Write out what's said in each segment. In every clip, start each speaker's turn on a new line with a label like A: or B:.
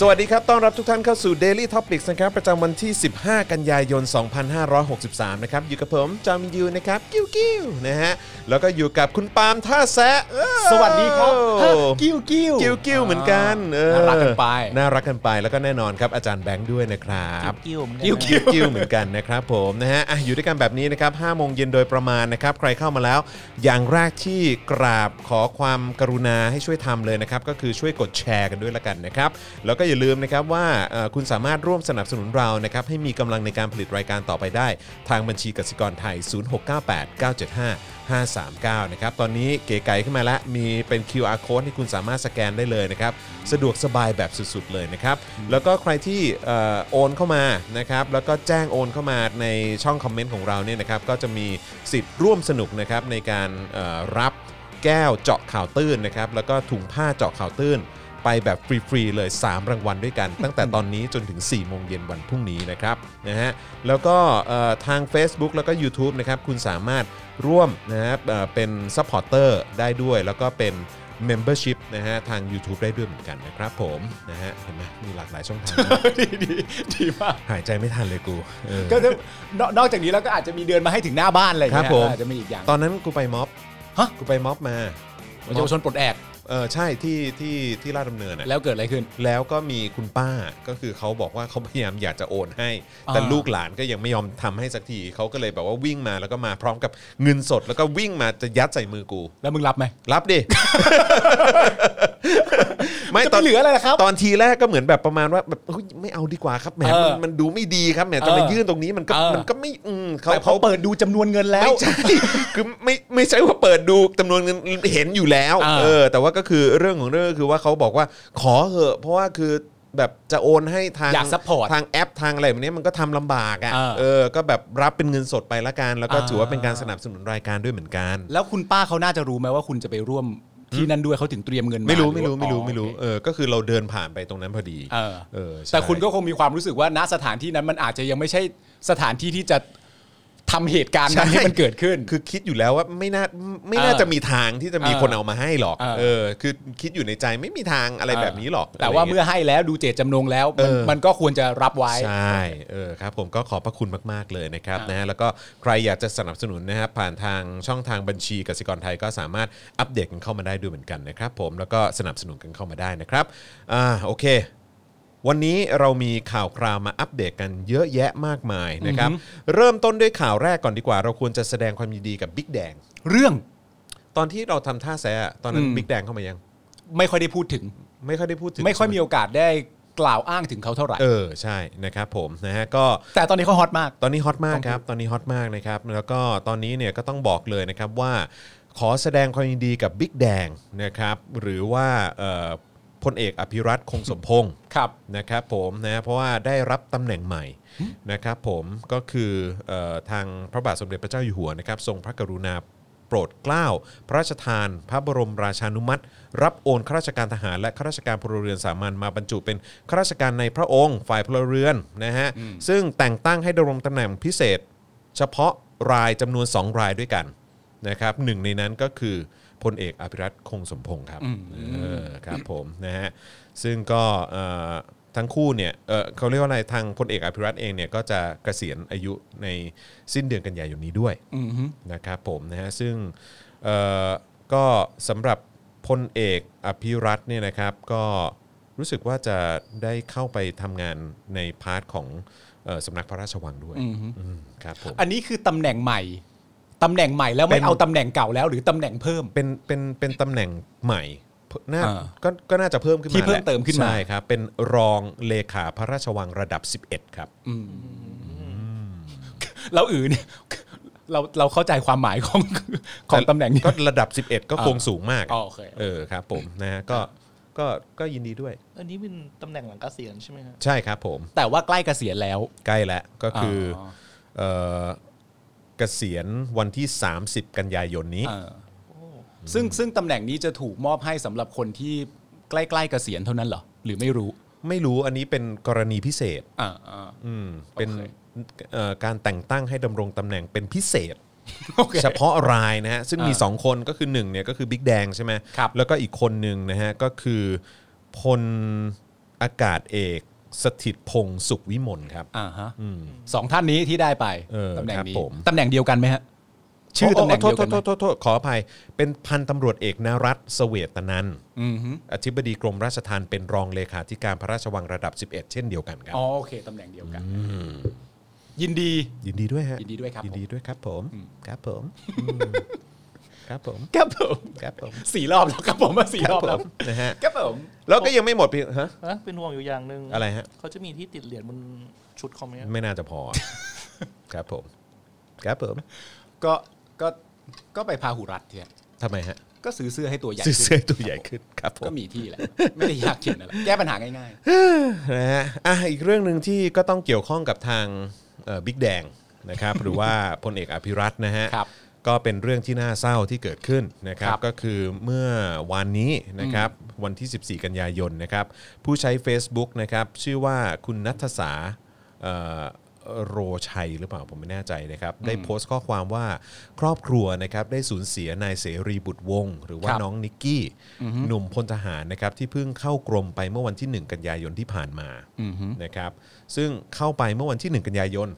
A: สวัสดีครับ ต้อนรับทุกท่านเข้าสู่ Daily Topics นะครับ ประจำวันที่ 15 กันยายน 2563 นะครับ อยู่กับผม จอมยูนะครับ กิ้วกิ้วนะฮะ แล้วก็อยู่กับคุณปาล์มท่าแซะเอ้อ
B: สวัสดีครับกิ้วกิ้ว
A: กิ้วกิ้วเหมือนกันเออ
B: น่ารักกันไป
A: น่ารักกันไปแล้วก็แน่นอนครับอาจารย์แบงค์ด้วยนะครับ
C: กิ้วเหมือนกัน
B: กิ้ว
C: นะ
B: กิ้ว
A: กิ้วเหมือนกันนะครับผมนะฮะอ่ะอยู่ด้วยกันแบบนี้นะครับ5โมงเย็นโดยประมาณนะครับ ใครเข้ามาแล้ว อย่างแรกที่กราบขอความกรุณาให้ช่วยทำเลยนะครับ ก็คือช่วยกดแชร์กันด้วยละกันนะครับ แล้วก็อย่าลืมนะครับว่าเอ่อคุณสามารถร่วมสนับสนุนเรานะครับให้มีกำลังในการผลิตรายการต่อไปได้ ทางบัญชีกสิกรไทย 0698 975 539 นะครับ ตอนนี้เก๋ไก่ขึ้นมาแล้ว มีเป็น QR code ที่คุณสามารถสแกนได้เลยนะครับ สะดวกสบายแบบสุดๆเลยนะครับ แล้วก็ใครที่เอ่อโอนเข้ามานะครับ แล้วก็แจ้งโอนเข้ามาในช่องคอมเมนต์ของเราเนี่ยนะครับ ก็จะมีสิทธิ์ร่วมสนุกนะครับในการเอ่อรับแก้วเจาะข่าวตื้นนะครับ แล้วก็ถุงผ้าเจาะข่าวตื้น ไปแบบฟรีๆเลย 3 รางวัลด้วยกัน ตั้งแต่ตอนนี้จนถึง 4 โมงเย็นวันพรุ่งนี้นะครับนะฮะแล้วก็เอ่อทาง Facebook แล้วก็ YouTube นะครับคุณสามารถร่วมนะครับเอ่อเป็นซัพพอร์เตอร์ได้ด้วย แล้วก็เป็น Membership นะฮะทาง YouTube ได้ด้วยเหมือนกันนะครับผมนะฮะเห็นไหมมีหลากหลายช่องทาง มาก
B: ดีดีดีมาก
A: หายใจไม่ทันเลยกูเออ
B: ก็จะนอกนอกจากนี้แล้วก็อาจจะมีเดินมาให้ถึงหน้าบ้านอะไรอย่าง
A: ค
B: เงี้
A: รั
B: ย
A: บผม
B: อาจจะมีอีกอย่าง
A: ตอนนั้นกูไปม็อบ
B: ฮะ
A: กูไปม็อบมา
B: เยาวชนปลดแอก
A: เออใช่ที่ที่ที่ลาดดำเนินอะ
B: แล้วเกิดอะไรขึ้น
A: แล้วก็มีคุณป้าก็คือเขาบอกว่าเขาพยายามอยากจะโอนให้ แต่
B: อ่า
A: ลูกหลานก็ยังไม่ยอมทำให้สักทีเขาก็เลยแบบว่าวิ่งมาแล้วก็มาพร้อมกับเงินสด แล้วก็วิ่งมาจะยัดใส่มือกู
B: แล้วมึงรับไหม
A: รับ ดิ ไม่
B: จะ
A: ตอ
B: ไม่
A: น
B: เหลืออะไรล่ะครับ
A: ตอนทีแรกก็เหมือนแบบประมาณว่าแบบเฮ้ยไม่เอาดีกว่าครับแหม
B: เออ
A: มันมันดูไม่ดีครับแหมจะมา
B: เออ
A: ยื่นตรงนี้มันก็
B: เออ
A: มันก็ไม่อืมเขา
B: แต่พอ
A: เขา
B: เปิดดูจำนวนเงินแล้ว
A: ไม่ใช่ คือไม่ไม่ใช่ว่าเปิดดูจำนวนเงินเห็นอยู่แล้ว
B: อ่า
A: เออ แต่ว่าก็คือเรื่องของเรื่องก็คือว่าเขาบอกว่าขอเหอะ เพราะว่าคือแบบจะโอนให้ทาง
B: อยาก support
A: ทางแอปทางอะไรแบบนี้มันก็ทำลำบาก
B: อ่า
A: อะ่ะ เออ ก็แบบรับเป็นเงินสดไปละกัน แล้วก็
B: อ่า
A: ถือว่าเป็นการสนับสนุนรายการด้วยเหมือนกัน
B: แล้วคุณป้าเขาน่าจะรู้ไหมว่าคุณจะไปร่วมที่นั่นด้วยเขาถึงเตรียมเงินมา
A: ไม่รู้
B: ห
A: ไม่
B: อ
A: รู้
B: ว่า
A: ไม่รู้ไม่รู้
B: อ๋อโอเค
A: เออ ก็คือเราเดินผ่านไปตรงนั้นพอดี
B: เออ
A: เออใช่
B: แต่คุณก็คงมีความรู้สึกว่าณสถานที่นั้นมันอาจจะยังไม่ใช่สถานที่ที่จะทำเหตุการณ์นั้น
A: ใช่
B: ให้มันเกิดขึ้น
A: คือคิดอยู่แล้วว่าไม่น่าไม่น่า
B: เออ
A: จะมีทางที่จะมี
B: เออ
A: คนเอามาให้หรอก
B: เออ
A: เออ คือคิดอยู่ในใจไม่มีทางอะไรแบบนี้หรอก
B: แต่ว่า
A: ะไรย่งงี้ย
B: เมื่อให้แล้วดูเจตจำนงแล้วมัน
A: เออ
B: มันก็ควรจะรับไว้
A: ใช่ เออครับผมก็ขอบพระคุณมาก ๆ เลยนะครับนะฮะแล้วก็ใครอยากจะสนับสนุนนะครับผ่านทางช่องทางบัญชีกสิกรไทยก็สามารถอัปเดตกันเข้ามาได้ด้วยเหมือนกันนะครับผมแล้วก็สนับสนุนกันเข้ามาได้นะครับอ่าโอเค วันนี้เรามีข่าวคราวมาอัปเดตกันเยอะแยะมากมายนะครับเริ่มต้นด้วยข่าวแรกก่อนดีกว่า เราควรจะแสดงความยินดีกับบิ๊กแดง
B: เรื่อง
A: ตอนที่เราทำท่าแซะตอนนั้น
B: อืม
A: บิ๊กแดงเข้ามายัง
B: ไม่ค่อยได้พูดถึง
A: ไม่ค่อยได้พูดถึง
B: ไม่ค่อยมีโอกาสได้กล่าวอ้างถึงเขาเท่าไหร่
A: เออใช่นะครับผมนะฮะก็
B: แต่ตอนนี้เขาฮอตมาก
A: ตอนนี้ฮอตมากครับ ตอนนี้ฮอตมากนะครับ แล้วก็ตอนนี้เนี่ยก็ต้องบอกเลยนะครับว่าขอแสดงความยินดีกับบิ๊กแดงนะครับ หรือว่าเอ่อพลเอกอภิรัตคงสมพงศ์
B: ครับ
A: นะครับผมนะเพราะว่าได้รับตำแหน่งใหม่นะครับผมก็คือเออทางพระบาทสมเด็จพระเจ้าอยู่หัวนะครับ ทรงพระกรุณาโปรดเกล้า พระราชทาน พระบรมราชานุมัติ รับโอนข้าราชการทหาร และข้าราชการพลเรือนสามัญมาบรรจุเป็นข้าราชการในพระองค์ฝ่ายพลเรือนนะฮะซึ่งแต่งตั้งให้ดำรงตำแหน่งพิเศษ เฉพาะรายจำนวน 2 รายด้วยกันนะครับหนึ่งในนั้นก็คือพลเอกอภิรัตคงสมพงศ์ครับเออครับผมนะฮะซึ่งก็เอ่อทั้งคู่เนี่ยเอ่อเขาเรียกว่าอะไรทางพลเอกอภิรัตเองเนี่ยก็จะเกษียณอายุในสิ้นเดือนกันยายนนี้ด้วยนะครับผมนะฮะซึ่งเอ่อก็สำหรับพลเอกอภิรัตเนี่ยนะครับก็รู้สึกว่าจะได้เข้าไปทำงานในพาร์ทของเอ่อสำนักพระราชวังด้วยอืมครับผม
B: อันนี้คือตำแหน่งใหม่ตำแหน่งใหม่แล้ว
A: เป็
B: ไม่
A: น
B: เอาตำแหน่งเก่าแล้ว หรือตำแหน่งเพิ่ม
A: เป็นเป็นเป็นตำแหน่งใหม่เพิ่มน่า
B: อ่า
A: ก็ก็น่าจะเพิ่มขึ้นมา
B: ที่เพิ่ม
A: แหละ
B: เติมขึ้นมา
A: ใช่ครับ เป็นรองเลขาพระราชวังระดับ 11 ครับ
B: เราอื่น เนี่ยเราเราเข้าใจความหมายของ ของตำแหน่งนี้
A: ก็ระดับ 11 ก็
B: อ่า
A: คงสูงมาก
B: อ๋อโอเค
A: เออครับผมนะฮะก็ก็ก็ยินดีด้วย
C: อันนี้เป็นตำแหน่งหลังเกษียณใช่ไหมครับ
A: ใช่ครับผม
B: แต่ว่าใกล้เกษียณแล้ว
A: ใกล้แล้วก็คืออ
B: อ
A: เอ่อเกษียณวันที่ 30 กันยายนนี้
B: เออซึ่งซึ่งตำแหน่งนี้จะถูกมอบให้สำหรับคนที่ใกล้ๆเกษียณเท่านั้นเหรอหรือไม่รู้
A: ไม่รู้อันนี้เป็นกรณีพิเศษ
B: อ่า
A: อืมเป็น
B: โอเค
A: เอ่อการแต่งตั้งให้ดำรงตำแหน่งเป็นพิเศษ เฉพาะรายนะฮะซึ่งมี
B: อ่า
A: 2 คนก็คือ1เนี่ยก็คือบิ๊กแดงใช่ไหม
B: ครับ
A: แล้วก็อีกคนหนึ่งนะฮะก็คือพลอากาศเอกสถิตพงศ์สุขวิมลครับ
B: อ่าฮะสองท่านนี้ที่ได้ไป
A: เออ
B: ตำแหน่ง
A: ครับ
B: นี้
A: ผม
B: ตำแหน่งเดียวกันไหมฮะ ชื่อตำแหน่งเดียวกันไห
A: โท
B: ม
A: ษโทษโทษโทษขออภัย เป็นพันตำรวจเอกนรัตน์เสวตนันท์
B: อือฮึ
A: อธิบดีกรมราชทัณฑ์เป็นรองเลขาธิการพระราชวังระดับ 11 เช่นเดียวกันครับ
B: อ๋อโอเคตำแหน่งเดียวกัน ยินดี
A: ยินดีด้วยฮะ
B: ยินดีด้วยครับ
A: ยินดีด้วยครับผมครับผมครับผม
B: ครับผม
A: ครับผม
B: สี่รอบแล้วครับผมมาสี่
A: ค
B: ร
A: รั
B: อ
A: บบ ผ
B: แล้ว
A: มนะฮะ
B: ครับผม
A: แล้วก็ยังไม่หมดเพียงฮะ
C: นะเป็นห่วงอยู่อย่างหนึ่ง
A: อะไรฮะ
C: เขาจะมีที่ติดเหรียญบนชุดคอมเนี้ย
A: ไม่น่าจะพอ ครับผม ครับผม
B: ก็ก็ก็ไปพาหุรัตน์เนี่ย
A: ทำไมฮะ
B: ก็ซื้อเสื้อให้ตัวใหญ่
A: ซื้อ
B: ขึ้น
A: เสื้อตัวใหญ่ขึ้นครับผม
B: ก็มีที่แหละ ไม่ได้ยากเข็นอะไรแก้ปัญหาง่าย
A: นะฮะอ่ะอีกเรื่องหนึ่งที่ก็ต้องเกี่ยวข้องกับทางบิ๊กแดงนะครับ หรือว่าพลเอกอภิรัตน์นะฮะ
B: ครับ
A: ก็เป็นเรื่องที่น่าเศร้าที่เกิดขึ้นนะครับ
B: ครับ
A: ก็คือเมื่อวานนี้นะครับ วันที่ 14 กันยายนนะครับ ผู้ใช้ Facebook นะครับ ชื่อว่าคุณนัทสาเอ่อโรชัยหรือเปล่าผมไม่แน่ใจนะครับ ได้โพสต์ข้อความว่าครอบครัวนะครับได้สูญเสียนายเสรีบุตรวงศ์หรือว่า
B: ครับ
A: น้องนิกกี้ หนุ่มพลทหารนะครับที่เพิ่งเข้ากรมไปเมื่อวันที่ 1 กันยายนที่ผ่านมานะครับ ซึ่งเข้าไปเมื่อวันที่ 1 กันยายน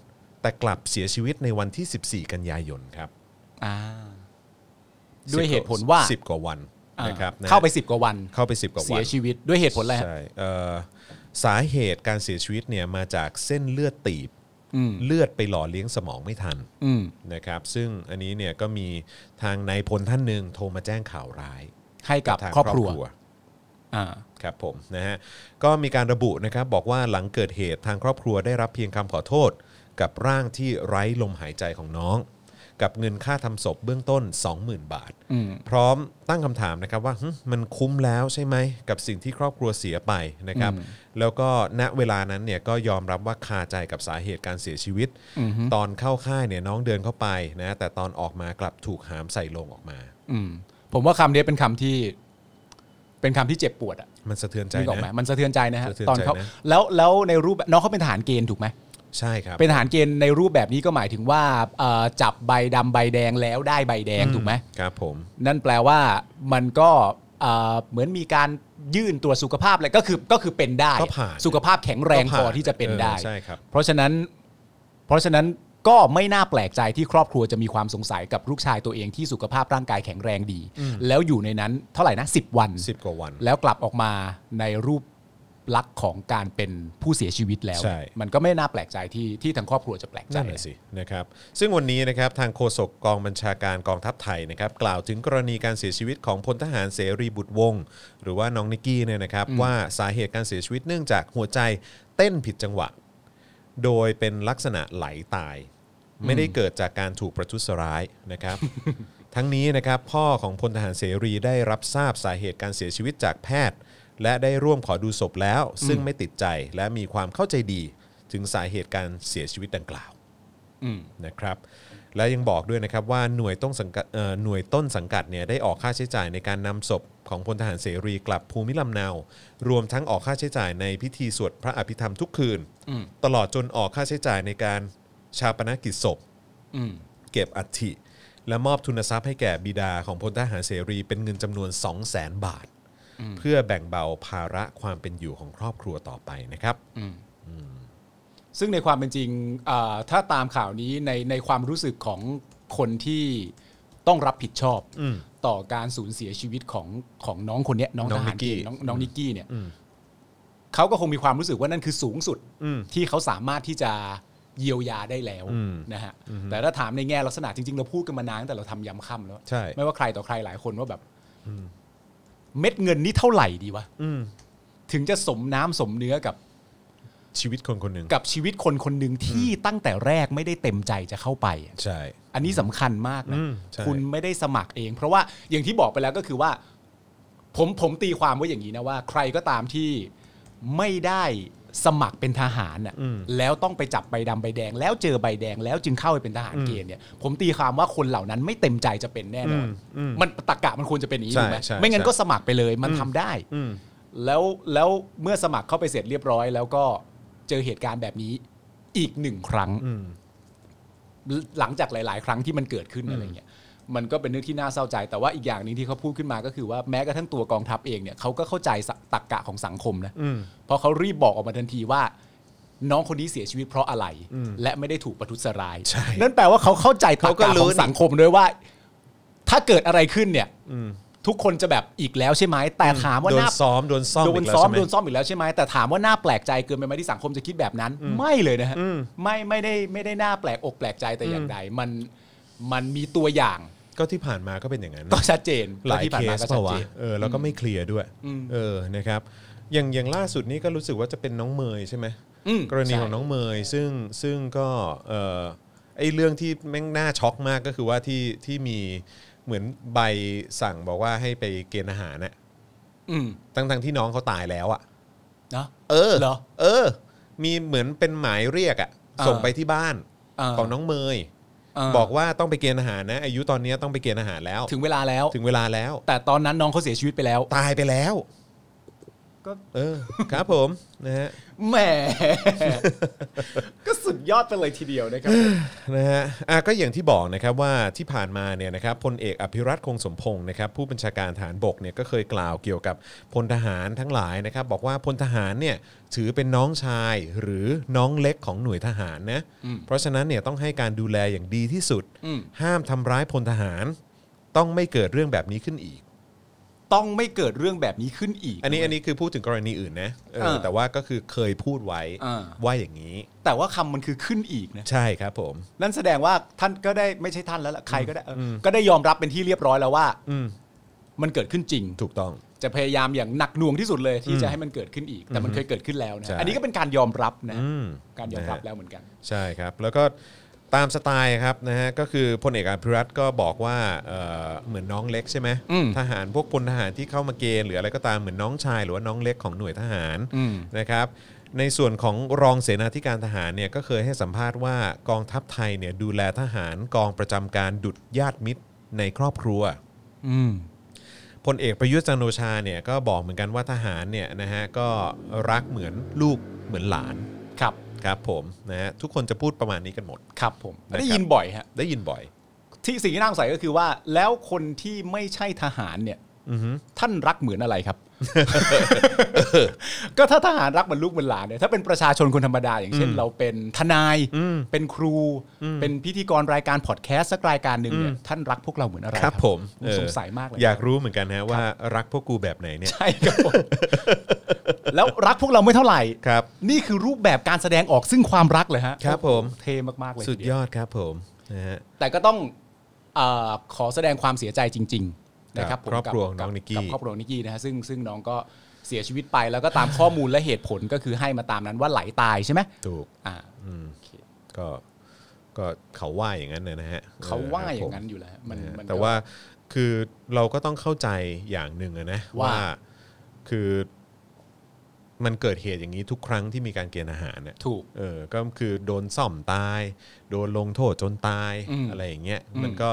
A: แต่กลับเสียชีวิตในวันที่ 14 กันยายนครับ
B: ๆอ่าด้วยเหตุผลว่า
A: 10 กว่าวัน
B: อ่า
A: นะครับนะ
B: เข้าไปสิบกว่าวัน
A: เข้าไป 10 กว่าวัน
B: เสียชีวิตด้วยเหตุผลอะไรฮะ
A: ใช่เอ่อสาเหตุการเสียชีวิตเนี่ยมาจากเส้นเลือดตีบ
B: อืม
A: เลือดไปหล่อเลี้ยงสมองไม่ทัน
B: อืม
A: นะครับ ซึ่งอันนี้เนี่ยก็มีทางนายพลท่านหนึ่งโทรมาแจ้งข่าวร้าย
B: ให้กับ
A: ทาง
B: ครอบครัว อ่า
A: ครับผมนะฮะก็มีการระบุนะครับบอกว่าหลังเกิดเหตุทางครอบครัวได้รับเพียงคำขอโทษ กับร่างที่ไร้ลมหายใจของน้อง กับเงินค่าทำศพเบื้องต้น 20,000 บาท
B: อืม
A: พร้อมตั้งคำถามนะครับว่าหึมันคุ้มแล้วใช่ไหม กับสิ่งที่ครอบครัวเสียไปนะครับ แล้วก็ณเวลานั้นเนี่ยก็ยอมรับว่าคาใจกับสาเหตุการเสียชีวิต ตอนเข้าค่ายเนี่ยน้องเดินเข้าไปนะแต่ตอนออกมากลับถูกหามใส่โลงออกมา
B: อืมผมว่าคำนี้เป็นคำที่ เป็นคำที่เจ็บปวดอ่ะ
A: มันสะเทือนใจ
B: นึกออกไหม
A: นะ
B: มันสะเทือนใจนะฮะ
A: สะเทือน
B: ตอน
A: ใจ
B: เขาน
A: ะ
B: แล้วแล้วในรูปแบบน้องเขาเป็นทหารเกณฑ์ถูกไหม
A: ใช่ครับ
B: เป็นทหารเกณฑ์ในรูปแบบนี้ก็หมายถึงว่าเอ่อจับใบดำใบแดงแล้วได้ใบแดงถูกไหม
A: ครับผม
B: นั่นแปลว่ามันก็เอ่อเหมือนมีการยื่นตรวจสุขภาพอะไรก็คือก็คือเป็นได้
A: ก็ผ่าน
B: สุขภาพแข็งแรง
A: ก็
B: พ
A: ผ่าน
B: อที่จะเป็นได้
A: เออใช่ครับ
B: เพราะฉะนั้น เพราะฉะนั้นก็ไม่น่าแปลกใจที่ครอบครัวจะมีความสงสัยกับลูกชายตัวเองที่สุขภาพร่างกายแข็งแรงดี แล้วอยู่ในนั้นเท่าไหร่นะ10 วัน
A: สิบกว่าวัน
B: แล้วกลับออกมาในรูปลักษณ์ของการเป็นผู้เสียชีวิตแล้ว
A: ใช่
B: มันก็ไม่น่าแปลกใจที่ที่ทางครอบครัวจะแปลกใจ
A: นั่นแหละสินะครับซึ่งวันนี้นะครับทางโฆษกกองบัญชาการกองทัพไทยนะครับกล่าวถึงกรณีการเสียชีวิตของพลทหารเสรีบุตรวงศ์หรือว่าน้องนิกกี้เนี่ยนะครับว่าสาเหตุการเสียชีวิตเนื่องจากหัวใจเต้นผิดจังหวะ โดยเป็นลักษณะไหลตาย ไม่ได้เกิดจากการถูกประทุษร้ายนะครับ ทั้งนี้นะครับพ่อของพลทหารเสรีได้รับทราบสาเหตุการเสียชีวิตจากแพทย์ และได้ร่วมขอดูศพแล้ว ซึ่งไม่ติดใจและมีความเข้าใจดีถึงสาเหตุการเสียชีวิตดังกล่าว
B: อืม
A: นะครับและยังบอกด้วยนะครับว่าหน่วยต้นสังกัดเอ่อหน่วยต้นสังกัดเนี่ยได้ออกค่าใช้จ่ายในการนำศพของพลทหารเสรีกลับภูมิลำเนา รวมทั้งออกค่าใช้จ่ายในพิธีสวดพระอภิธรรมทุกคืน
B: อืม
A: ตลอดจนออกค่าใช้จ่ายในการชาปนกิจศพ
B: อืม
A: เก็บอัฐิ และมอบทุนทรัพย์ให้แก่บิดาของพลทหารเสรีเป็นเงินจำนวน 2 0 0แสนบาท เพื่อแบ่งเบาภาระความเป็นอยู่ของครอบครัวต่อไปนะครับ
B: ซึ่งในความเป็นจริงเอ่อถ้าตามข่าวนี้ในในความรู้สึกของคนที่ต้องรับผิดชอบ
A: อืม
B: ต่อการสูญเสียชีวิตของของน้องคนเนี้ยน้องท
A: น้อง
B: หาร
A: นิกกี้
B: เณฑ์น้องน้องนิกกี้เนี่ย
A: อืม
B: เขาก็คงมีความรู้สึกว่านั่นคือสูงสุด
A: อืม
B: ที่เขาสามารถที่จะเยียวยาได้แล้ว
A: อืม
B: นะฮะแต่ถ้าถามในแง่ลักษณะจริงๆ เราพูดกันมานานตั้งแต่เราทำย้ำค่ำแล้ว
A: ใช่
B: ไม่ว่าใครต่อใครหลายคนว่าแบบเม็ดเงินนี่เท่าไหร่ดีวะ
A: อืม
B: ถึงจะสมน้ำสมเนื้อกับ
A: ชีวิตคนคนหนึ่ง
B: กับชีวิตคนคนหนึ่งที่ตั้งแต่แรกไม่ได้เต็มใจจะเข้าไปอะ
A: ใช่
B: อันนี้สำคัญมากนะ
A: อืมใช่
B: คุณไม่ได้สมัครเอง เพราะว่าอย่างที่บอกไปแล้วก็คือว่า ผมผมตีความไว่าอย่างนี้นะว่า ใครก็ตามที่ไม่ได้สมัครเป็นทหารน่ะแล้วต้องไปจับใบดำใบแดง แล้วเจอใบแดงแล้วจึงเข้าไปเป็นทหารเกณฑ์เนี่ย ผมตีความว่าคนเหล่านั้นไม่เต็มใจจะเป็นแน่นอน มันตะกะมันควรจะเป็นอย่างนี้
A: ใช่
B: ถูกไหม
A: ใช่
B: ไม่งั้น
A: ใช่
B: ก็สมัครไปเลยมันทำได้
A: อืม
B: แล้วแล้วเมื่อสมัครเข้าไปเสร็จเรียบร้อย แล้วก็เจอเหตุการณ์แบบนี้อีกหนึ่งครั้ง
A: อืม
B: หลังจากหลาย ๆ ครั้งที่มันเกิดขึ้นอะไรเงี้ยมันก็เป็นเรื่องที่น่าเศร้าใจ แต่ว่าอีกอย่างหนึ่งที่เขาพูดขึ้นมาก็คือว่าแม้กระทั่งตัวกองทัพเองเนี่ยเขาก็เข้าใจตรกกะของสังคมนะ
A: อืม
B: เพราะเขารีบบอกออกมาทันทีว่า น้องคนนี้เสียชีวิตเพราะอะไร
A: อืม
B: และไม่ได้ถูกประทุษร้าย
A: ใช่
B: นั่นแปลว่าเขาเข้าใจตร
A: เขา
B: ร
A: ก็
B: กะขอ
A: รู้
B: ง
A: นี่
B: สังคมด้วยว่า ถ้าเกิดอะไรขึ้นเนี่ย
A: อืม
B: ทุกคนจะแบบอีกแล้วใช่ไหมแต่ถามว่า
A: โด
B: ห
A: น
B: น้า
A: ซ้อมโดนซ่อม
B: โด
A: อี
B: น
A: กแล้ว
B: ซ้อม
A: ใช่ไหม
B: โดนซ้อมอีกแล้วใช่ไหมแต่ถามว่าน่าแปลกใจเกินไปไหมที่สังคมจะคิดแบบนั้น ไม่เลยนะฮะ
A: อืม
B: ไม่ไม่ได้ไม่ได้น่าแปลกอกแปลกใจแต่อย่าง
A: อืม
B: ใดมันมันมีตัวอย่าง
A: ก็ที่ผ่านมาก็เป็นอย่างนั้น
B: ก็ชัดเจน
A: หลาย
B: ที่
A: เค
B: ผ่นม
A: ส
B: ก็ชั
A: เป
B: ด
A: ล่าวะ
B: จน
A: เออแล้วก็ไม่เคลียร์ด้วย
B: อืม
A: เออนะครับ อย่างอย่างล่าสุดนี้ก็รู้สึกว่าจะเป็นน้องเมยใช่ไหม
B: อืม
A: กรณีของ
B: ใช่
A: น้องเมยซึ่งซึ่งก็เออไอเรื่องที่แม่งน่าช็อกมากก็คือว่าที่ที่มีเหมือนใบสั่งบอกว่าให้ไปเกณฑ์อาหารน่ะ
B: อืม
A: ทั้งทั้งที่น้องเขาตายแล้วอ่ะ
B: เนอะ
A: เออ
B: เหรอ
A: เออ มีเหมือนเป็นหมายเรียกอ่ะ
B: อ่า
A: ส่งไปที่บ้าน
B: เ
A: ของน้องเมย
B: า
A: บอกว่าต้องไปเกณฑ์อาหารนะอายุตอนเนี้ยต้องไปเกณฑ์อาหารแล้ว
B: ถึงเวลาแล้ว
A: ถึงเวลาแล้ว
B: แต่ตอนนั้นน้องเขาเสียชีวิตไปแล้ว
A: ตายไปแล้ว
B: ก็
A: เออ ครับผม นะฮะ
B: แหม ก็สุดยอดไปเลยทีเดียวนะครับ
A: นะฮะอ่ะก็อย่างที่บอกนะครับว่าที่ผ่านมาเนี่ยนะครับพลเอกอภิรัตคงสมพงศ์นะครับผู้บัญชาการฐานบกเนี่ยก็เคยกล่าวเกี่ยวกับพลทหารทั้งหลายนะครับบอกว่าพลทหารเนี่ยถือเป็นน้องชายหรือน้องเล็กของหน่วยทหารนะ
B: อืม
A: เพราะฉะนั้นเนี่ยต้องให้การดูแลอย่างดีที่สุด
B: อืม
A: ห้ามทำร้ายพลทหาร ต้องไม่เกิดเรื่องแบบนี้ขึ้นอีก
B: ต้องไม่เกิดเรื่องแบบนี้ขึ้นอีก
A: อันนี้อันนี้คือพูดถึงกรณีอื่นนะเออ
B: เออ
A: แต่ว่าก็คือเคยพูดไว้
B: เออ
A: ว่าอย่างนี้
B: แต่ว่าคำมันคือขึ้นอีกนะ
A: ใช่ครับผม
B: นั่นแสดงว่าท่านก็ได้ไม่ใช่ท่านแล้วล่ะใครก็ได้เอออก็ได้ยอมรับเป็นที่เรียบร้อยแล้วว่า
A: อืม
B: มันเกิดขึ้นจริง
A: ถูกต้อง
B: จะพยายามอย่างหนักหน่วงที่สุดเลย
A: อื
B: ที่
A: ม
B: จะให้มันเกิดขึ้นอีก แต่มันเคยเกิดขึ้นแล้วนะ
A: ใช่
B: อันนี้ก็เป็นการยอมรับนะ
A: อืม
B: การยอมรับ
A: นะฮะ
B: แล้วเหมือนกัน
A: ใช่ครับ แล้วก็ตามสไตล์ครับนะฮะก็คือพลเอกอภิรัตน์ก็บอกว่าเอ่อเหมือนน้องเล็กใช่ไหม
B: อืม
A: ทหารพวกพลทหารที่เข้ามาเกณฑ์หรืออะไรก็ตามเหมือนน้องชายหรือว่าน้องเล็กของหน่วยทหาร
B: อืม
A: นะครับในส่วนของรองเสนาธิการทหารเนี่ยก็เคยให้สัมภาษณ์ว่ากองทัพไทยเนี่ยดูแลทหารกองประจำการดุดญาติมิตรในครอบครัว
B: อืม
A: พลเอกประยุทธ์จันทร์โอชาเนี่ยก็บอกเหมือนกันว่าทหารเนี่ยนะฮะก็รักเหมือนลูกเหมือนหลาน
B: ครับ
A: ครับผมนะฮะทุกคนจะพูดประมาณนี้กันหมด
B: ครับผม
A: นะครับ
B: ได้ยินบ่อยฮะ
A: ได้ยินบ่อย
B: ที่สิ่งที่น่าสงสัยก็คือว่า แล้วคนที่ไม่ใช่ทหารเนี่ย
A: อือฮึ
B: ท่านรักเหมือนอะไรครับ ก็ถ้าทหารรักเหมือนลูกเหมือนหลานเนี่ยถ้าเป็นประชาชนคนธรรมดา อย่างเช่น
A: อืม
B: เราเป็นทนาย
A: อืม
B: เป็นครู เป็นพิธีกรรายการพอดแคสต์สักรายการหนึ่งเนี่ยท่านรักพวกเราเหมือนอะไร
A: ครับผม
B: ผ
A: เอ
B: ม
A: อ
B: สงสัยมากเลย
A: อยากรู้เหมือนกันฮะว่ารักพวกกูแบบไหนเนี่ย
B: ใช่ครับผมแล้วรักพวกเราไม่เท่าไหร่
A: ครับ
B: นี่คือรูปแบบการแสดงออกซึ่งความรักเลยฮะ
A: ครับผม
B: เทมากๆเลย
A: สุด
B: ทีเวย อ
A: อดครับผมนะฮะ
B: แต่ก็ต้องเออขอแสดงความเสียใจจริง ๆ นะครับผม
A: ครอบครัว
B: กั
A: ของน้องนิกกี้
B: บครอบครัวนิกกี้นะฮะซึ่งซึ่งน้องก็เสียชีวิตไปแล้วก็ตามข้อมูลและเหตุผลก็คือให้มาตามนั้นว่าไหลตายใช่ไหม
A: ถูก
B: อ่า
A: อืม
B: โอเค
A: ก็ก็เขาว่าอย่างนั้นนะนะฮะ
B: เขาว่าอย่าง
A: นั้น
B: นั้นอยู่แล้ว มัน
A: นะฮะ
B: มันก็
A: แต่ว่าคือเราก็ต้องเข้าใจอย่างหนึ่งอะนะ
B: ว่า
A: ว่าคือมันเกิดเหตุอย่างนี้ทุกครั้งที่มีการเกณฑ์อาหารเนี่ย
B: ถูก
A: เออก็คือโดนซ่อมตาย โดนลงโทษจนตาย
B: อืม
A: อะไรอย่างเงี้ย
B: อืม
A: มันก็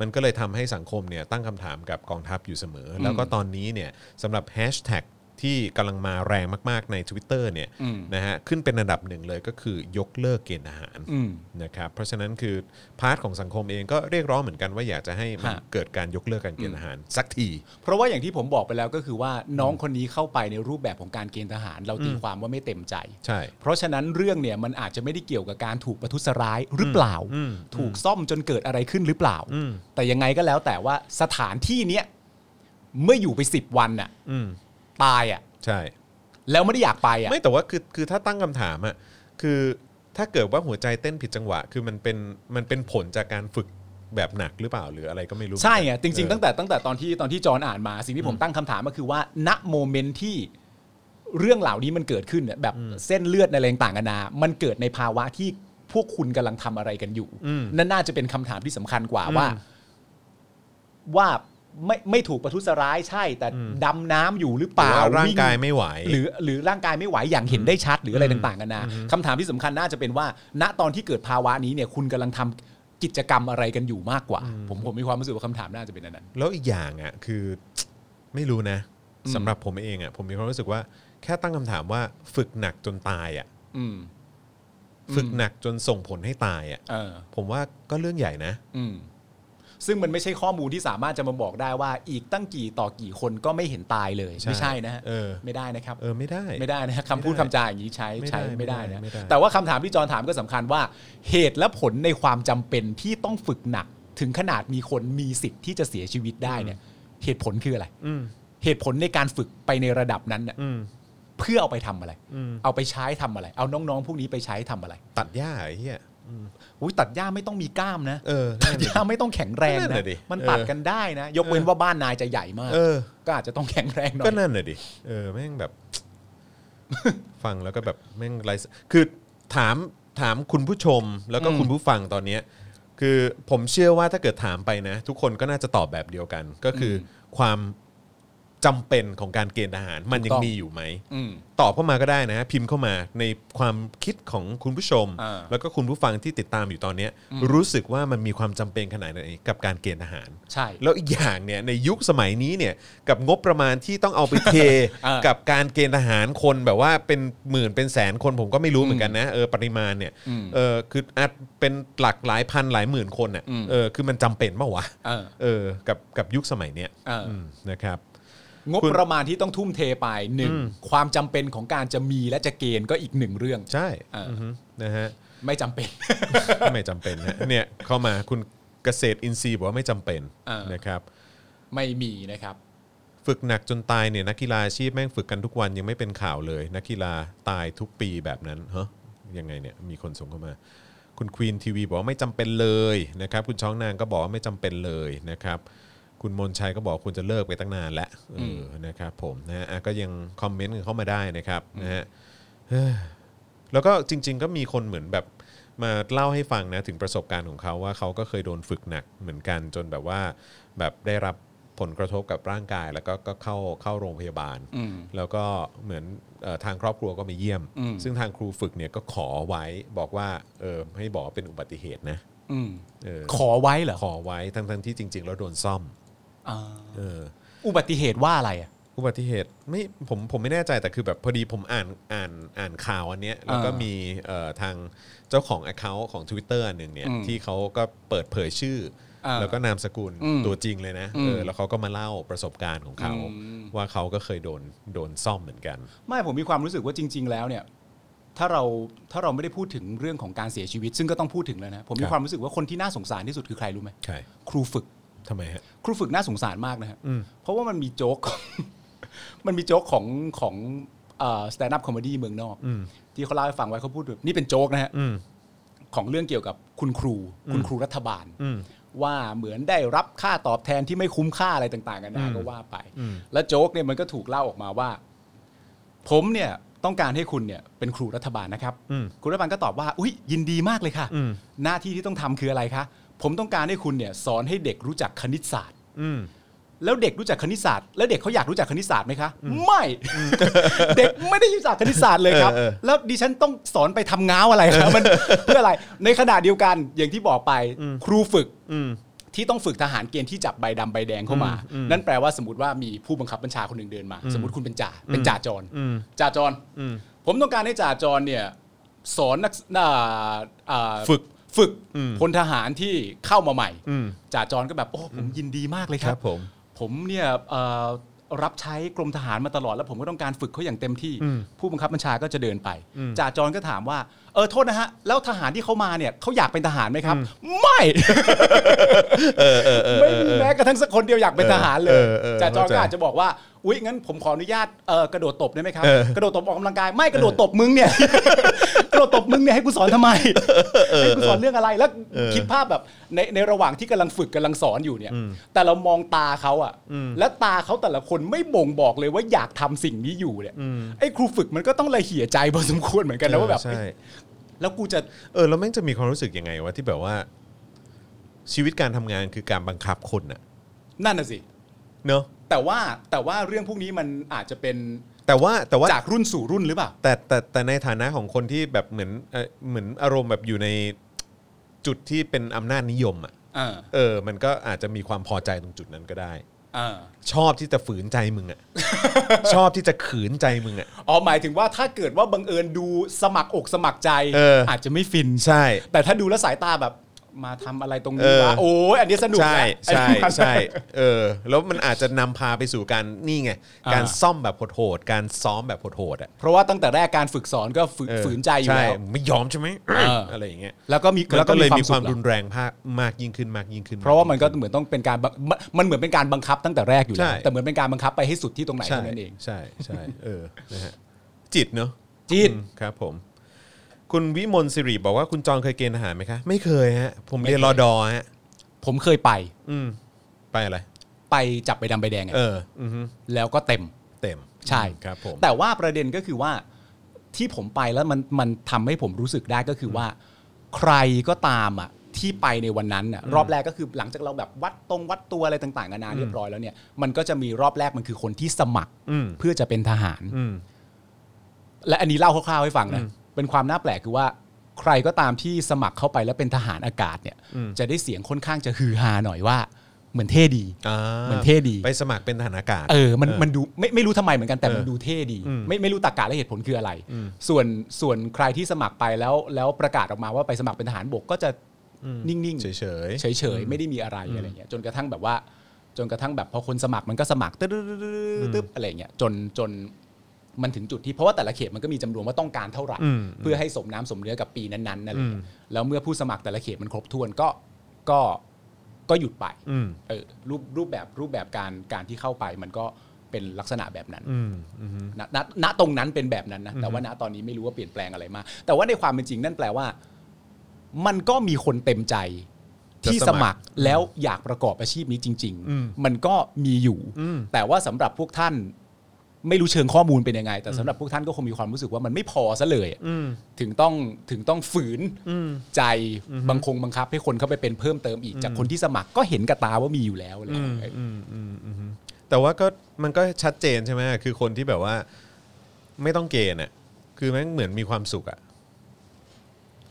A: มันก็เลยทำให้สังคมเนี่ยตั้งคำถามกับกองทัพอยู่เสมอ แล้วก็ตอนนี้เนี่ยสำหรับแฮชแท็กที่กำลังมาแรงมาก ๆ ใน Twitter เนี่ย
B: อืม
A: นะฮะขึ้นเป็นอันดับหนึ่งเลยก็คือยกเลิกเกณฑ์อาหาร
B: อืม
A: นะครับเพราะฉะนั้นคือพาร์ทของสังคมเองก็เรียกร้องเหมือนกันว่าอยากจะให้มัน
B: ฮะ
A: เกิดการยกเลิกการเกณฑ์อาหาร สักที
B: เพราะว่าอย่างที่ผมบอกไปแล้วก็คือว่าน้องคนนี้เข้าไปในรูปแบบของการเกณฑ์ทหาร เราตีความว่าไม่เต็มใจ
A: ใช่
B: เพราะฉะนั้นเรื่องเนี่ยมันอาจจะไม่ได้เกี่ยวกับการถูกประทุษร้ายหรือเปล่า
A: อืม
B: ถูกซ่อมจนเกิดอะไรขึ้นหรือเปล่า
A: อืม
B: แต่ยังไงก็แล้วแต่ว่าสถานที่เนี้ยเมื่ออยู่ไปสิบวันน่ะ
A: อืม
B: ตายอ่ะ
A: ใช่
B: แล้วไม่ได้อยากไปอ่ะ
A: ไม่แต่ว่าคือคือถ้าตั้งคำถามอ่ะคือถ้าเกิดว่าหัวใจเต้นผิดจังหวะ คือมันเป็นมันเป็นผลจากการฝึกแบบหนักหรือเปล่าหรืออะไรก็ไม่รู้
B: ใช่ไงจริง ๆ
A: เออ
B: ตั้งแต่ตั้งแต่ตอนที่ตอนที่จอห์นอ่านมา สิ่งที่ผมตั้งคำถามก็คือว่า ณโมเมนต์ที่เรื่องเหล่านี้มันเกิดขึ้นเนี่ยแบบเส้นเลือดในอะไรต่างกันานามันเกิดในภาวะที่พวกคุณกำลังทำอะไรกันอยู่ นั่นน่าจะเป็นคำถามที่สำคัญกว่าว่า ว่าไม่ไม่ถูกประทุษร้ายใช่ แต่ดำน้ำอยู่หรือเป
A: หรือ
B: ล่า
A: ว่าร่าง
B: วิ่
A: กายไม่ไหว
B: หรือหรือร่างกายไม่ไหวอย่างเห็นได้ชัดหรืออะไรต่างๆกันานะคำถามที่สำคัญน่าจะเป็นว่า ณตอนที่เกิดภาวะนี้เนี่ยคุณกำลังทำกิจกรรมอะไรกันอยู่มากกว่า ผมผมมีความรู้สึกว่าคำถามน่าจะเป็นอันนั้น
A: แล้วอีกอย่างอ่ะคือ ไม่รู้นะ
B: อืม
A: สำหรับผมเองอ่ะผมมีความรู้สึกว่าแค่ตั้งคำถามว่าฝึกหนักจนตายอ่ะ
B: อืม
A: ฝึกหนักจนส่งผลให้ตายอ่ะ
B: เออ
A: ผมว่าก็เรื่องใหญ่นะ
B: อืมซึ่งมันไม่ใช่ข้อมูลที่สามารถจะมาบอกได้ว่า อีกตั้งกี่ต่อกี่คนก็ไม่เห็นตายเลย
A: ใช่
B: ไม่ใช่นะฮะ
A: เออ
B: ไม่ได้นะครับ
A: เออไม่ได้
B: ไม่ได้นะคำพูด
A: ไม่ได้
B: คำจาอย่างนี้ใช้
A: ไม่ได้
B: ใช้ไม่ได้นะ
A: ไม่ได้
B: แต่ว่าคำถามที่จอห์นถามก็สำคัญว่า เหตุและผลในความจำเป็นที่ต้องฝึกหนัก ถึงขนาดมีคนมีสิทธิ์ที่จะเสียชีวิตได้เนี่ยเหตุผลคืออะไร
A: อืม
B: เหตุผลในการฝึกไปในระดับนั้นเน่ะ
A: อืม
B: เพื่อเอาไปทำอะไร
A: อืม
B: เอาไปใช้ทำอะไร เอาน้องๆ พวกนี้ไปใช้ทำอะไร
A: ตัดหญ้าไอ้เหี้ย
B: อุ้ยตัดหญ้าไม่ต้องมีกล้ามนะ
A: เออ
B: ตัด
A: นั่น
B: ห
A: น่ะ
B: ญ้าไม่ต้องแข็งแรง
A: นั่น
B: นะ
A: น่ะดิ
B: มันตัด
A: เออ
B: กันได้นะ ยกเว้น
A: เออ
B: ว่าบ้านนายจะใหญ่มาก
A: เออ
B: ก็อาจจะต้องแข็งแรงหน่อ
A: ก็
B: ย
A: นั่นเลยดิ เออ แม่งแบบ ฟังแล้วก็แบบแม่งไรสคือถามถามคุณผู้ชมแล้วก็
B: อืม
A: คุณผู้ฟังตอนเนี้ยคือผมเชื่อว่าถ้าเกิดถามไปนะ ทุกคนก็น่าจะตอบแบบเดียวกัน ก็คืออความจำเป็นของการเกณฑ์ทหารมัน
B: ถูก
A: ยั
B: ต้
A: ง
B: อง
A: มีอยู่ไหม
B: อืม
A: ตอบเข้ามาก็ได้นะฮะพิมพ์เข้ามาในความคิดของคุณผู้ชม
B: อ่า
A: แล้วก็คุณผู้ฟังที่ติดตามอยู่ตอนเนี้ยรู้สึกว่ามันมีความจำเป็นขนาดไหนกับการเกณฑ์ทหาร
B: ใช่
A: แล้วอีกอย่างเนี่ยในยุคสมัยนี้เนี่ยกับงบประมาณที่ต้องเอาไปเท
B: อ่ากั
A: กับการเกณฑ์ทหารคนแบบว่าเป็นหมื่นเป็นแสนคนผมก็ไม่รู้เหมือนกันนะเออปริมาณเนี่ย
B: อืม
A: เออคืออาจเป็นหลักหลายพันหลายหมื่นคนน่ะ
B: อืม
A: เออคือมันจำเป็นปะวะ
B: เออ
A: เออกับกับยุคสมัยเนี้ย
B: เอออ
A: อืมนะครับ
B: งบประมาณที่ต้องทุ่มเทไปหนึ่งความจำเป็นของการจะมีและจะเกณฑ์ก็อีกหนึ่งเรื่อง
A: ใช่
B: อ่า
A: อือฮึนะฮะ
B: ไม่จำเป็น
A: ไม่จำเป็นนะเนี่ยเข้ามาคุณเกษตรอินทรีย์บอกว่าไม่จำเป็น
B: อ่าน
A: นะครับ
B: ไม่มีนะครับ
A: ฝึกหนักจนตายเนี่ยนักกีฬาอาชีพแม่งฝึกกันทุกวันยังไม่เป็นข่าวเลยนักกีฬาตายทุกปีแบบนั้นเฮ้ยังไงเนี่ยมีคนส่งเข้ามา คุณควีนทีวีบอกว่าไม่จำเป็นเลยนะครับคุณช้องนางก็บอกว่าไม่จำเป็นเลยนะครับคุณมนชัยก็บอกคุณจะเลิกไปตั้งนานแล้วเออนะครับผมนะฮะอ่ะก็ยังคอมเมนต์กันเข้ามาได้นะครับนะฮะเฮ้ยแล้วก็จริง ๆ ก็มีคนเหมือนแบบมาเล่าให้ฟังนะถึงประสบการณ์ของเขาว่าเขาก็เคยโดนฝึกหนักเหมือนกันจนแบบว่า แบบได้รับผลกระทบกับร่างกาย แล้วก็ก็เข้าเข้าโรงพยาบาล
B: อืม
A: แล้วก็เหมือนเออทางครอบครัวก็มาเยี่ยม
B: อืม
A: ซึ่งทางครูฝึกเนี่ยก็ขอไว้บอกว่าเออให้บอกว่าเป็นอุบัติเหตุนะ
B: อืม
A: เออ
B: ขอไว้เหรอ
A: ขอไว้ทั้งทั้งที่จริง ๆ แล้วโดนซ่อม
B: อ่า
A: เออ
B: อุบัติเหตุว่าอะไรอ่ะ
A: อุบัติเหตุไม่ผมผมไม่แน่ใจแต่คือแบบพอดีผมอ่านอ่านอ่านข่าวอันเนี้ยแล้วก็
B: อ่ามี
A: มีเอ่อทางเจ้าของ Account ของ Twitter อันหนึ่งเนี่ย
B: อืม
A: ที่เขาก็เปิดเผยชื่ออาแล้วก็นามสกุล
B: อืม
A: ตัวจริงเลยนะ
B: อืม
A: เออแล้วเขาก็มาเล่าประสบการณ์ของเขา ว่าเขาก็เคยโดนโดนซ่อมเหมือนกัน
B: ไม่ผมมีความรู้สึกว่าจริง ๆ แล้วเนี่ย ถ้าเราถ้าเราไม่ได้พูดถึงเรื่องของการเสียชีวิต ซึ่งก็ต้องพูดถึงแล้วนะ ผม
A: ค
B: มี
A: รับ
B: ความรู้สึกว่าคนที่น่าสงสารที่สุดคือใครรู้ไหม
A: ใช่
B: ครูฝึก
A: ทำไมฮะ
B: ครูฝึกน่าสงสารมากนะฮะ
A: อืม
B: เพราะว่ามันมีโจ๊ก มันมีโจ๊กของของสแตนด์อัพคอมเมดี้เมืองนอก
A: อืม
B: ที่เขาเล่าให้ฟังไว้เขาพูดแบบนี่เป็นโจ๊กนะฮะ
A: อืม
B: ของเรื่องเกี่ยวกับคุณครู คุณครูรัฐบาล
A: อืม
B: ว่าเหมือนได้รับค่าตอบแทนที่ไม่คุ้มค่าอะไรต่างๆกันนะก็ว่าไป
A: อืม
B: แล้วโจ๊กเนี่ยมันก็ถูกเล่าออกมาว่า ผมเนี่ยต้องการให้คุณเนี่ยเป็นครูรัฐบาลนะครับ
A: อืม
B: ครูรัฐบาลก็ตอบว่าอุ้ยยินดีมากเลยค่ะ
A: อืม
B: หน้าที่ที่ต้องทำคืออะไรคะผมต้องการให้คุณเนี่ยสอนให้เด็กรู้จักคณิตศาสตร์
A: อืม
B: แล้วเด็กรู้จักคณิตศาสตร์แล้วเด็กเขาอยากรู้จักคณิตศาสตร์ไหมคะไม่ เด็กไม่ได้รู้จักคณิตศาสตร์เลยครับ
A: เออเออ
B: แล้วดิฉันต้องสอนไปทำง้าวอะไรครับมัน เพื่ออะไร ในขณะเดียวกันอย่างที่บอกไปครูฝึก
A: อืม
B: ที่ต้องฝึกทหารเกณฑ์ที่จับใบดำใบแดงเข้ามา
A: อืม
B: นั่นแปลว่าสมมติว่ามีผู้บังคับบัญชาคนหนึ่งเดินมา สมมติคุณเป็นจ่าเป็นจ่าจร
A: อืม
B: จ่าจร
A: อืม
B: ผมต้องการให้จ่าจรเนี่ยสอนนักอ่าอ่า
A: ฝึก
B: ฝึก
A: อืม
B: พลทหารที่เข้ามาใหม่
A: อืม
B: จ่าจรก็แบบโอ้ผมยินดีมากเลย
A: ค
B: ครั
A: รับ บผม
B: ผมเนี่ยเอ่อรับใช้กรมทหารมาตลอด แล้วผมก็ต้องการฝึกเขาอย่างเต็มที่
A: อืม
B: ผู้บังคับบัญชาก็จะเดินไป
A: อืม
B: จ่าจรก็ถามว่าเออโทษนะฮะแล้วทหารที่เขามาเนี่ยเขาอยากเป็นทหารไหมครับ ไม่ ไม่มีแม้กระทั่งสักคนเดียวอยากเป็นทหารเล
A: เอย อเออ
B: จ่าจร
A: เข้าใจ
B: ก็อาจจะบอกว่าอุ๊ยงั้นผมขออนุญาตเอ่อกระโดดตบได้ไหมครับ
A: เออ
B: กระโดดตบออกกำลังกายไม่กระโดดตบมึง เนี่ย กระโดดตบมึงเนี่ยให้กูสอนทำไมให้กูสอนเรื่องอะไรแล้วคิดภาพแบบในในระหว่างที่กำลังฝึกกำลังสอนอยู่เนี่ย แต่เรามองตาเขาอะและตาเขาแต่ละคนไม่บ่งบอกเลยว่าอยากทำสิ่งนี้อยู่เนี่ยไอ้ครูฝึกมันก็ต้องละเหี่ยใจพอสมควรเหมือนกันนะว่าแบบ
A: ใช่
B: แล้วกูจะ
A: เออ แล้วแม่งจะมีความรู้สึกยังไงวะที่แบบว่า ชีวิตการทำงานคือการบังคับคนน่ะ
B: นั่นน่ะสิ
A: เนอะ
B: แต่ว่าแต่ว่าเรื่องพวกนี้มันอาจจะเป็น
A: แต่ว่าแต่ว่า
B: จากรุ่นสู่รุ่นหรือเปล่า
A: แต่แต่แต่ในฐานะของคนที่แบบเหมือนเอ่อเหมือนอารมณ์แบบอยู่ในจุดที่เป็นอำนาจนิยมอ่ะ
B: อ่า
A: เออ มันก็อาจจะมีความพอใจตรงจุดนั้นก็ได้
B: เออ
A: ชอบที่จะฝืนใจมึง อ่ะ ชอบที่จะขืนใจมึงอ่ะ
B: อ๋อหมายถึงว่าถ้าเกิดว่าบังเอิญดูสมัครอกสมัครใจ
A: เอออ
B: จจะไม่ฟิน
A: ใช่
B: แต่ถ้าดูแล้วสายตาแบบมาทำอะไรตรง
A: เอ
B: นี้
A: อ
B: วะโอ้ยอันนี้สนุก
A: ใช่
B: นะ
A: ใช่
B: อันนี้มัน
A: ใช่เออแล้วมันอาจจะนำพาไปสู่การนี่ไง
B: อ่า
A: การซ่อมแบบโหดๆการซ้อมแบบโหดๆอ่ะ
B: เพราะว่าตั้งแต่แรกการฝึกสอนก็ฝึก
A: เออ
B: ฝืนใจอยู่
A: ช่
B: แล้ว
A: ไม่ยอมใช่ไหม
B: เอออ
A: อะไรอย่างเงี้ย
B: แล้วก็มี
A: แล้วก็เลยมี
B: สุข
A: ความ
B: แล้
A: รุนแรงมากมากยิ่งขึ้นมากยิ่งขึ้น
B: เพราะว่ามันก็เหมือนต้องเป็นการบังมันมันเหมือนเป็นการบังคับตั้งแต่แรกอยู่แล้ว
A: ใช่
B: แต่เหมือนเป็นการบังคับไปให้สุดที่ตรงไหน
A: ใช่
B: เท่านั้นเอง
A: ใช่ใช่เออนะฮะจิตเนอะ
B: จีด
A: อืมครับผม คุณวิมลสิริบอกว่าคุณจองเคยเกณฑ์ทหารไหมคะ ไม่เคยฮะ ผมเรียน
B: ไม่
A: ร
B: เค
A: อย ดอฮะ
B: ผมเคยไป
A: อืม ไปอะไร
B: ไปจับใบดำใบแดงไง
A: เออ อือฮึ
B: แล้วก็เต็ม
A: เต็ม
B: ใช่
A: ครับผม
B: แต่ว่าประเด็นก็คือว่าที่ผมไปแล้วมันมันทำให้ผมรู้สึกได้ก็คือว่า ใครก็ตามอ่ะที่ไปในวันนั้นอ่ะรอบแรกก็คือหลังจากเราแบบวัดตรงวัดตัวอะไรต่างๆนานาเรียบร้อยแล้วเนี่ยมันก็จะมีรอบแรกมันคือคนที่สมัคร
A: อืม
B: เพื่อจะเป็นทหาร
A: อืม
B: และอันนี้เล่าคร่าวๆให้ฟัง
A: อื
B: นะ
A: ม
B: เป็นความน่าแปลกคือว่า ใครก็ตามที่สมัครเข้าไปแล้วเป็นทหารอากาศเนี่ย
A: อืม
B: จะได้เสียงค่อนข้างจะฮือฮาหน่อยว่า เหมือนเท่ดี
A: อ่า
B: มันเท่ดี
A: ไปสมัครเป็นทหารอากาศ
B: เออ มัน
A: เออ
B: มันดู ไม่ ไม่รู้ทำไมเหมือนกัน แต่มัน
A: เออ
B: ดูเท่ดี
A: อืม
B: ไม่ ไม่รู้ตากาและเหตุผลคืออะไร
A: อืม
B: ส่วน ส่วนใครที่สมัครไปแล้ว แล้วประกาศออกมาว่าไปสมัครเป็นทหารบกก็จะ
A: อืม
B: นิ่ง ๆ
A: เฉยเฉยๆ
B: เฉยๆ ไม่ได้มีอะไร
A: อืม
B: อะไรเงี้ย จนกระทั่งแบบว่า จนกระทั่งแบบพอคนสมัครมันก็สมัครตึ๊ดๆๆๆๆอะไรเงี้ย จน จน มันถึงจุดที่ เพราะว่าแต่ละเขตมันก็มีจำนวนว่าต้องการเท่าไหร่
A: อืม
B: เพื่อให้สมน้ำสมเนื้อกับปีนั้นๆอะไรเงี้ย
A: อื
B: แล้วเมื่อผู้สมัครแต่ละเขตมันครบถ้วนก็ ก็ ก็หยุดไป
A: อืม
B: เออรูปรูปแบบรูปแบบการการที่เข้าไปมันก็เป็นลักษณะแบบนั้น
A: อืมอืม
B: ณณณตรงนั้นเป็นแบบนั้นนะแต่ว่าณตอนนี้ไม่รู้ว่าเปลี่ยนแปลงอะไรมากแต่ว่าในความเป็นจริงนั่นแปลว่า มันก็มีคนเต็มใจที่
A: จะส
B: ส
A: มั
B: มั
A: ค
B: ค
A: ร
B: รแล้วอยากประกอบอาชีพนี้จริง
A: อืม
B: ๆ มันก็มีอยู่
A: อืม
B: แต่ว่าสำหรับพวกท่าน ไม่รู้เชิงข้อมูลเป็นยังไง แต่สำหรับพวกท่านก็คงมีความรู้สึกว่ามันไม่พอซะเลยอะ
A: อืม
B: ถึงต้องถึงต้องฝืน
A: อืม
B: ใจบังคงบังคับให้คนเข้าไปเป็นเพิ่มเติมอีกจากคนที่สมัครก็เห็นกับตาว่ามีอยู่แล้วอะไรอย่างเงี้ย
A: อืมอืมอืมอืมแต่ว่าก็มันก็ชัดเจนใช่ไหมคือคนที่แบบว่า ไม่ต้องเกณฑ์อ่ะคือแม่งเหมือนมีความสุขอ่ะ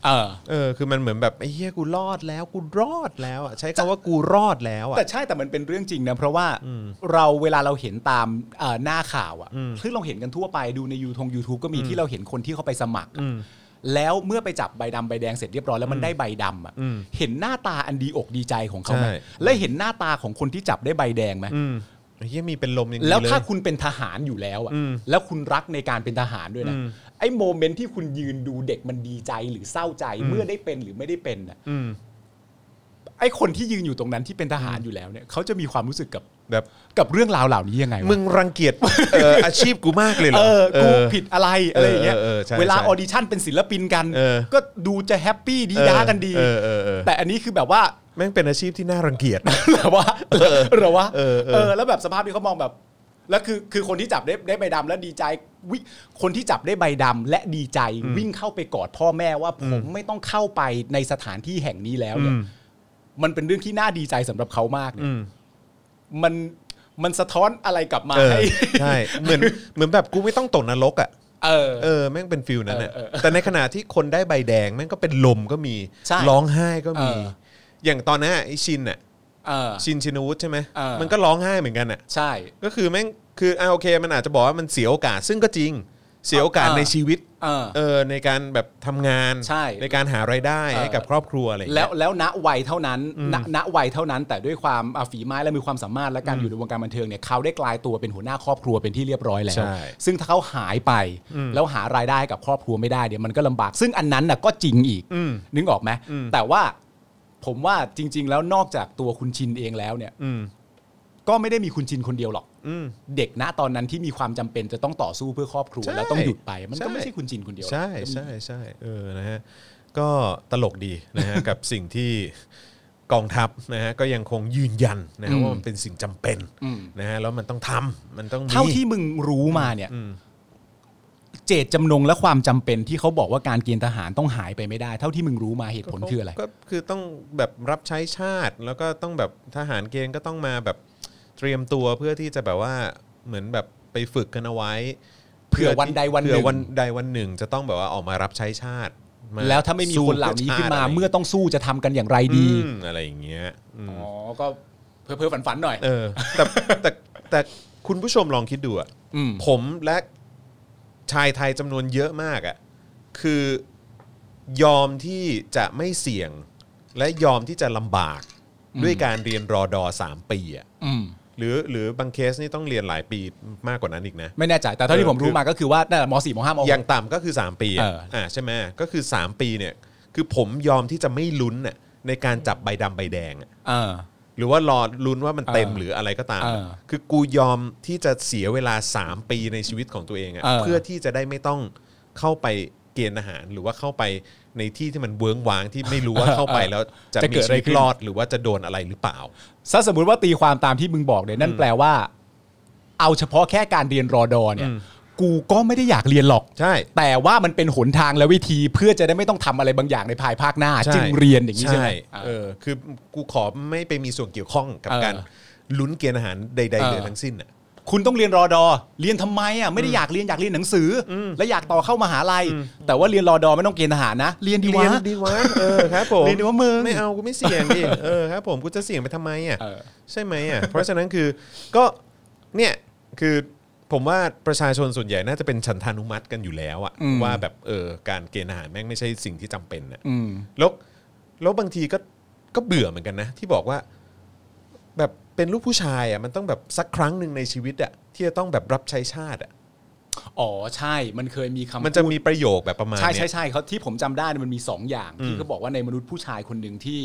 B: เออ
A: เออคือมันเหมือนแบบไอ้เหี้ยกูรอดแล้วกูรอดแล้วอ่ะใช้คำว่ากูรอดแล้วอ่ะ
B: แต่ใช่แต่มันเป็นเรื่องจริงนะเพราะว่า
A: อืม
B: เราเวลาเราเห็นตามเอ่อหน้าข่าวอ่ะ
A: อืม
B: คือเราเห็นกันทั่วไปดูในยูทง YouTube ก็มีที่เราเห็นคนที่เขาไปสมัครอะ
A: อืม
B: แล้วเมื่อไปจับใบดำใบแดงเสร็จเรียบร้อยแล้วมันได้ใบดำอ่ะ
A: อืม
B: เห็นหน้าตาอันดีอกดีใจของเขาไหม
A: ใช่
B: และเห็นหน้าตาของคนที่จับได้ใบแดงไหม
A: อืมไอ้เหี้ยมีเป็นลมอย่างนี้
B: แล้ว
A: เลย
B: ถ้าคุณเป็นทหารอยู่แล้วอ่ะ
A: อืม
B: แล้วคุณรักในการเป็นทหารด้วยนะ
A: อืม
B: ไอ้โมเมนต์ที่คุณยืนดูเด็กมันดีใจหรือเศร้าใจเมื่อได้เป็นหรือไม่ได้เป็นน่ะ
A: อืม
B: ไอ้คนที่ยืนอยู่ตรงนั้นที่เป็นทหารอยู่แล้วเนี่ยเขาจะมีความรู้สึกกับ
A: แบบ
B: กับเรื่องราวเหล่านี้ยังไงวะ
A: มึงรังเกียจเอ่ออาชีพกูมากเลยเหร
B: เอ
A: อ
B: อกูผิดอะไรอะไรอย่างเงี้ย
A: เออเออเออใช่
B: เวลา
A: ใช่
B: ออดิชั่นเป็นศิลปินกัน
A: เออ
B: ก็ดูจะแฮปปี้ดี
A: เออ
B: ด้ากันดี
A: เออเออเออ
B: แต่อันนี้คือแบบว่า
A: แม่งเป็นอาชีพที่น่ารังเกียจ
B: หรอวะหรอวะ
A: เออเออ
B: เออ แล้วแบบสภาพที่เขามองแบบ แล้วคือคือคนที่จับได้ได้ใบดำแล้วดีใจวิคนที่จับได้ใบดำและดีใจวิ่งเข้าไปกอดพ่อแม่ว่าผมไม่ต้องเข้าไปในสถานที่แห่งนี้แล้วเนี่ยมันเป็นเรื่องที่น่าดีใจสำหรับเขามากเนี่ย
A: อืม
B: มันมันสะท้อนอะไรกลับมา
A: เออ
B: ให้
A: ใช่เหมือนเหมือนแบบกูไม่ต้องตกนรกอ่ะ
B: เออ
A: เออแม่งเป็นฟิลนั้นอ่ะ
B: เออเออ
A: แต่ในขณะที่คนได้ใบแดงแม่งก็เป็นลมก็มี
B: ใช่
A: ร้องไห้ก็มี
B: เออ
A: อย่างตอนนั้นอะไอชินอ่ะ
B: เออ
A: ชินชินวุฒิใช่ไหม
B: เออ
A: มันก็ร้องไห้เหมือนกันอ่ะ
B: ใช่
A: ก็คือแม่งคืออ่าโอเค มันอาจจะบอกว่ามันเสียโอกาสซึ่งก็จริง เสียโอกาส
B: อ่า
A: ในชีวิต
B: เออ
A: เออในการแบบทำงาน
B: ใช่
A: การหารายได้
B: เออ
A: ให้กับครอบครัวอะไรอย่าง
B: แล้
A: เงี้
B: วย แล้วณวัยเท่านั้นณณวัยเท่านั้น แต่ด้วยความอ่ะฝีไม้และมีความสามารถและการอยู่ในวงการบันเทิงเนี่ยเขาได้กลายตัวเป็นหัวหน้าครอบครัวเป็นที่เรียบร้อยแล้
A: ใช่
B: ว ซึ่งถ้าเขาหายไป แล้วหารายได้กับครอบครัวไม่ได้เนี่ยมันก็ลำบาก ซึ่งอันนั้นน่ะก็จริงอีก
A: อืม
B: นึกออกไหม
A: อืม
B: แต่ว่าผมว่าจริง ๆ แล้วนอกจากตัวคุณชินเองแล้วเนี่ย
A: อืม
B: ก็ไม่ได้มีคุณชินคนเดียวหรอก
A: อืม
B: เด็กณตอนนั้นที่มีความจำเป็นจะต้องต่อสู้เพื่อครอบครัว
A: ใช่
B: แล้วต้องหยุดไป มันก็
A: ใช่
B: ไม่ใช่คุณชินคนเดียวหรอก
A: ใช่ใช่ใช่เออนะฮะก็ตลกดีนะ ฮะ กับสิ่งที่กองทัพนะฮะก็ยังคงยืนยันนะฮะว่ามันเป็นสิ่งจำเป็น
B: อืม
A: นะฮะแล้วมันต้องทำมันต้องมี
B: เท่าที่มึงรู้มาเนี่ย
A: อืม
B: เจตจำนงและความจำเป็นที่เขาบอกว่าการเกณฑ์ทหารต้องหายไปไม่ได้ เท่าที่มึงรู้มาเหตุผลคืออะไร
A: ก็คือต้องแบบรับใช้ชาติ แล้วก็ต้องแบบทหารเกณฑ์ก็ต้องมาแบบเตรียมตัวเพื่อที่จะแบบว่าเหมือนแบบไปฝึกกันเอาไว้
B: เผื่อวันใดวันหนึ่ง
A: เผื่อวันใดวันหนึ่ง จะต้องแบบว่าออกมารับใช้ชาติา
B: แล้วถ้าไม่มีคนเหล่านี้ขึ้นมา
A: สู้
B: เมื่อต้องสู้จะทำกันอย่างไร
A: พื่ชาติ
B: ดี
A: อืมอะไรอย่างเงี้ยอืม
B: ก็ เพ้อๆฝันๆหน่อย
A: เออแต่ แต่แต่คุณผู้ชมลองคิดดูอะ
B: อืม
A: ผมและชายไทยจำนวนเยอะมากอะคือยอมที่จะไม่เสี่ยง และยอมที่จะลำบากด้วยการเรียนรอดอสามปีอะ
B: อืม
A: หรือหรือบางเคสนี่ต้องเรียนหลายปีมากกว่านั้นอีกนะ
B: ไม่แน่ใจ แต่เท่า
A: เอ
B: ที่
A: อ
B: ผมรู้
A: คือ
B: มาก็คือว่านั่นแหละมสี่มห้ามหก
A: อย่างต่ำก็คือ 3 ปี
B: เอ
A: อะ
B: ออ่
A: ่าใช่ไหมก็คือ 3 ปีเนี่ยคือผมยอมที่จะไม่ลุ้นน่ะในการจับใบดำใบแดงอะ
B: เออ
A: หรือว่ารอลุ้นว่ามันเต็ม
B: เออ
A: หรืออะไรก็ตาม
B: เออ
A: คือกูยอมที่จะเสียเวลา 3 ปีในชีวิตของตัวเองอะ
B: เออ
A: เพื่อที่จะได้ไม่ต้องเข้าไปเกณฑ์อาหาร หรือว่าเข้าไปในที่ที่มันเวิ้งว้างที่ไม่รู้ว่าเข้าไปแล้วจะมีชีวิตรอดหรือว่าจะโดนอะไรหรือเปล่า
B: ถ้าสมมติว่าตีความตามที่มึงบอกเนี่ยนั่นแปลว่า เอาเฉพาะแค่การเรียนรอดอเนี่ย
A: อืม
B: กูก็ไม่ได้อยากเรียนหรอก
A: ใช่
B: แต่ว่ามันเป็นหนทางและวิธีเพื่อจะได้ไม่ต้องทำอะไรบางอย่างในภายภาคหน้า
A: ใช่
B: จึงเรียนอย่างนี้ใช่ไหมอ่า
A: เออคือกูขอไม่ไปมีส่วนเกี่ยวข้องกับ
B: เออ
A: การลุ้นเกณฑ์อาหารใด
B: เอ
A: ๆ
B: อ
A: เลยทั้งสิ้นอ่ะ
B: คุณต้องเรียนรอดอ เรียนทำไมอ่ะไม่ได้อยากเรียนอยากเรียนหนังสืออและอยากต่อเข้ามหาลัย แต่ว่าเรียนรอดอไม่ต้องเกณฑ์ทหารนะ เรียนดีวะ
A: เรียนดีวะเออครับผม
B: เรียนดีวะมึง
A: ไม่เอากูไม่เสี่ยงดิเออครับผมกูจะเสี่ยงไปทำไมอ่ะ
B: เออ
A: ใช่ไหมอ่ะเพราะฉะนั้นคือก็เนี่ยคือผมว่าประชาชนส่วนใหญ่น่าจะเป็นฉันทานุมัติกันอยู่แล้วอ่ะว่าแบบเออการเกณฑ์อาหารแม่งไม่ใช่สิ่งที่จำเป็นอ่ะ
B: อืม
A: แล้วแล้วบางทีก็ก็เบื่อเหมือนกันนะ ที่บอกว่า แบบเป็นลูกผู้ชายอ่ะมันต้องแบบสักครั้งหนึ่งในชีวิตอ่ะที่จะต้องแบบรับใช้ชาติอ่ะ
B: อ๋อใช่ มันเคยมีคำ
A: มันจะ
B: พูด
A: มีประโยคแบบประมาณ
B: ใช่
A: เนี้ย
B: ใช่ใช่เขาที่ผมจำได้เนี่ยมันมี 2 อย่างที่เขาบอกว่าในมนุษย์ผู้ชายคนหนึ่งที่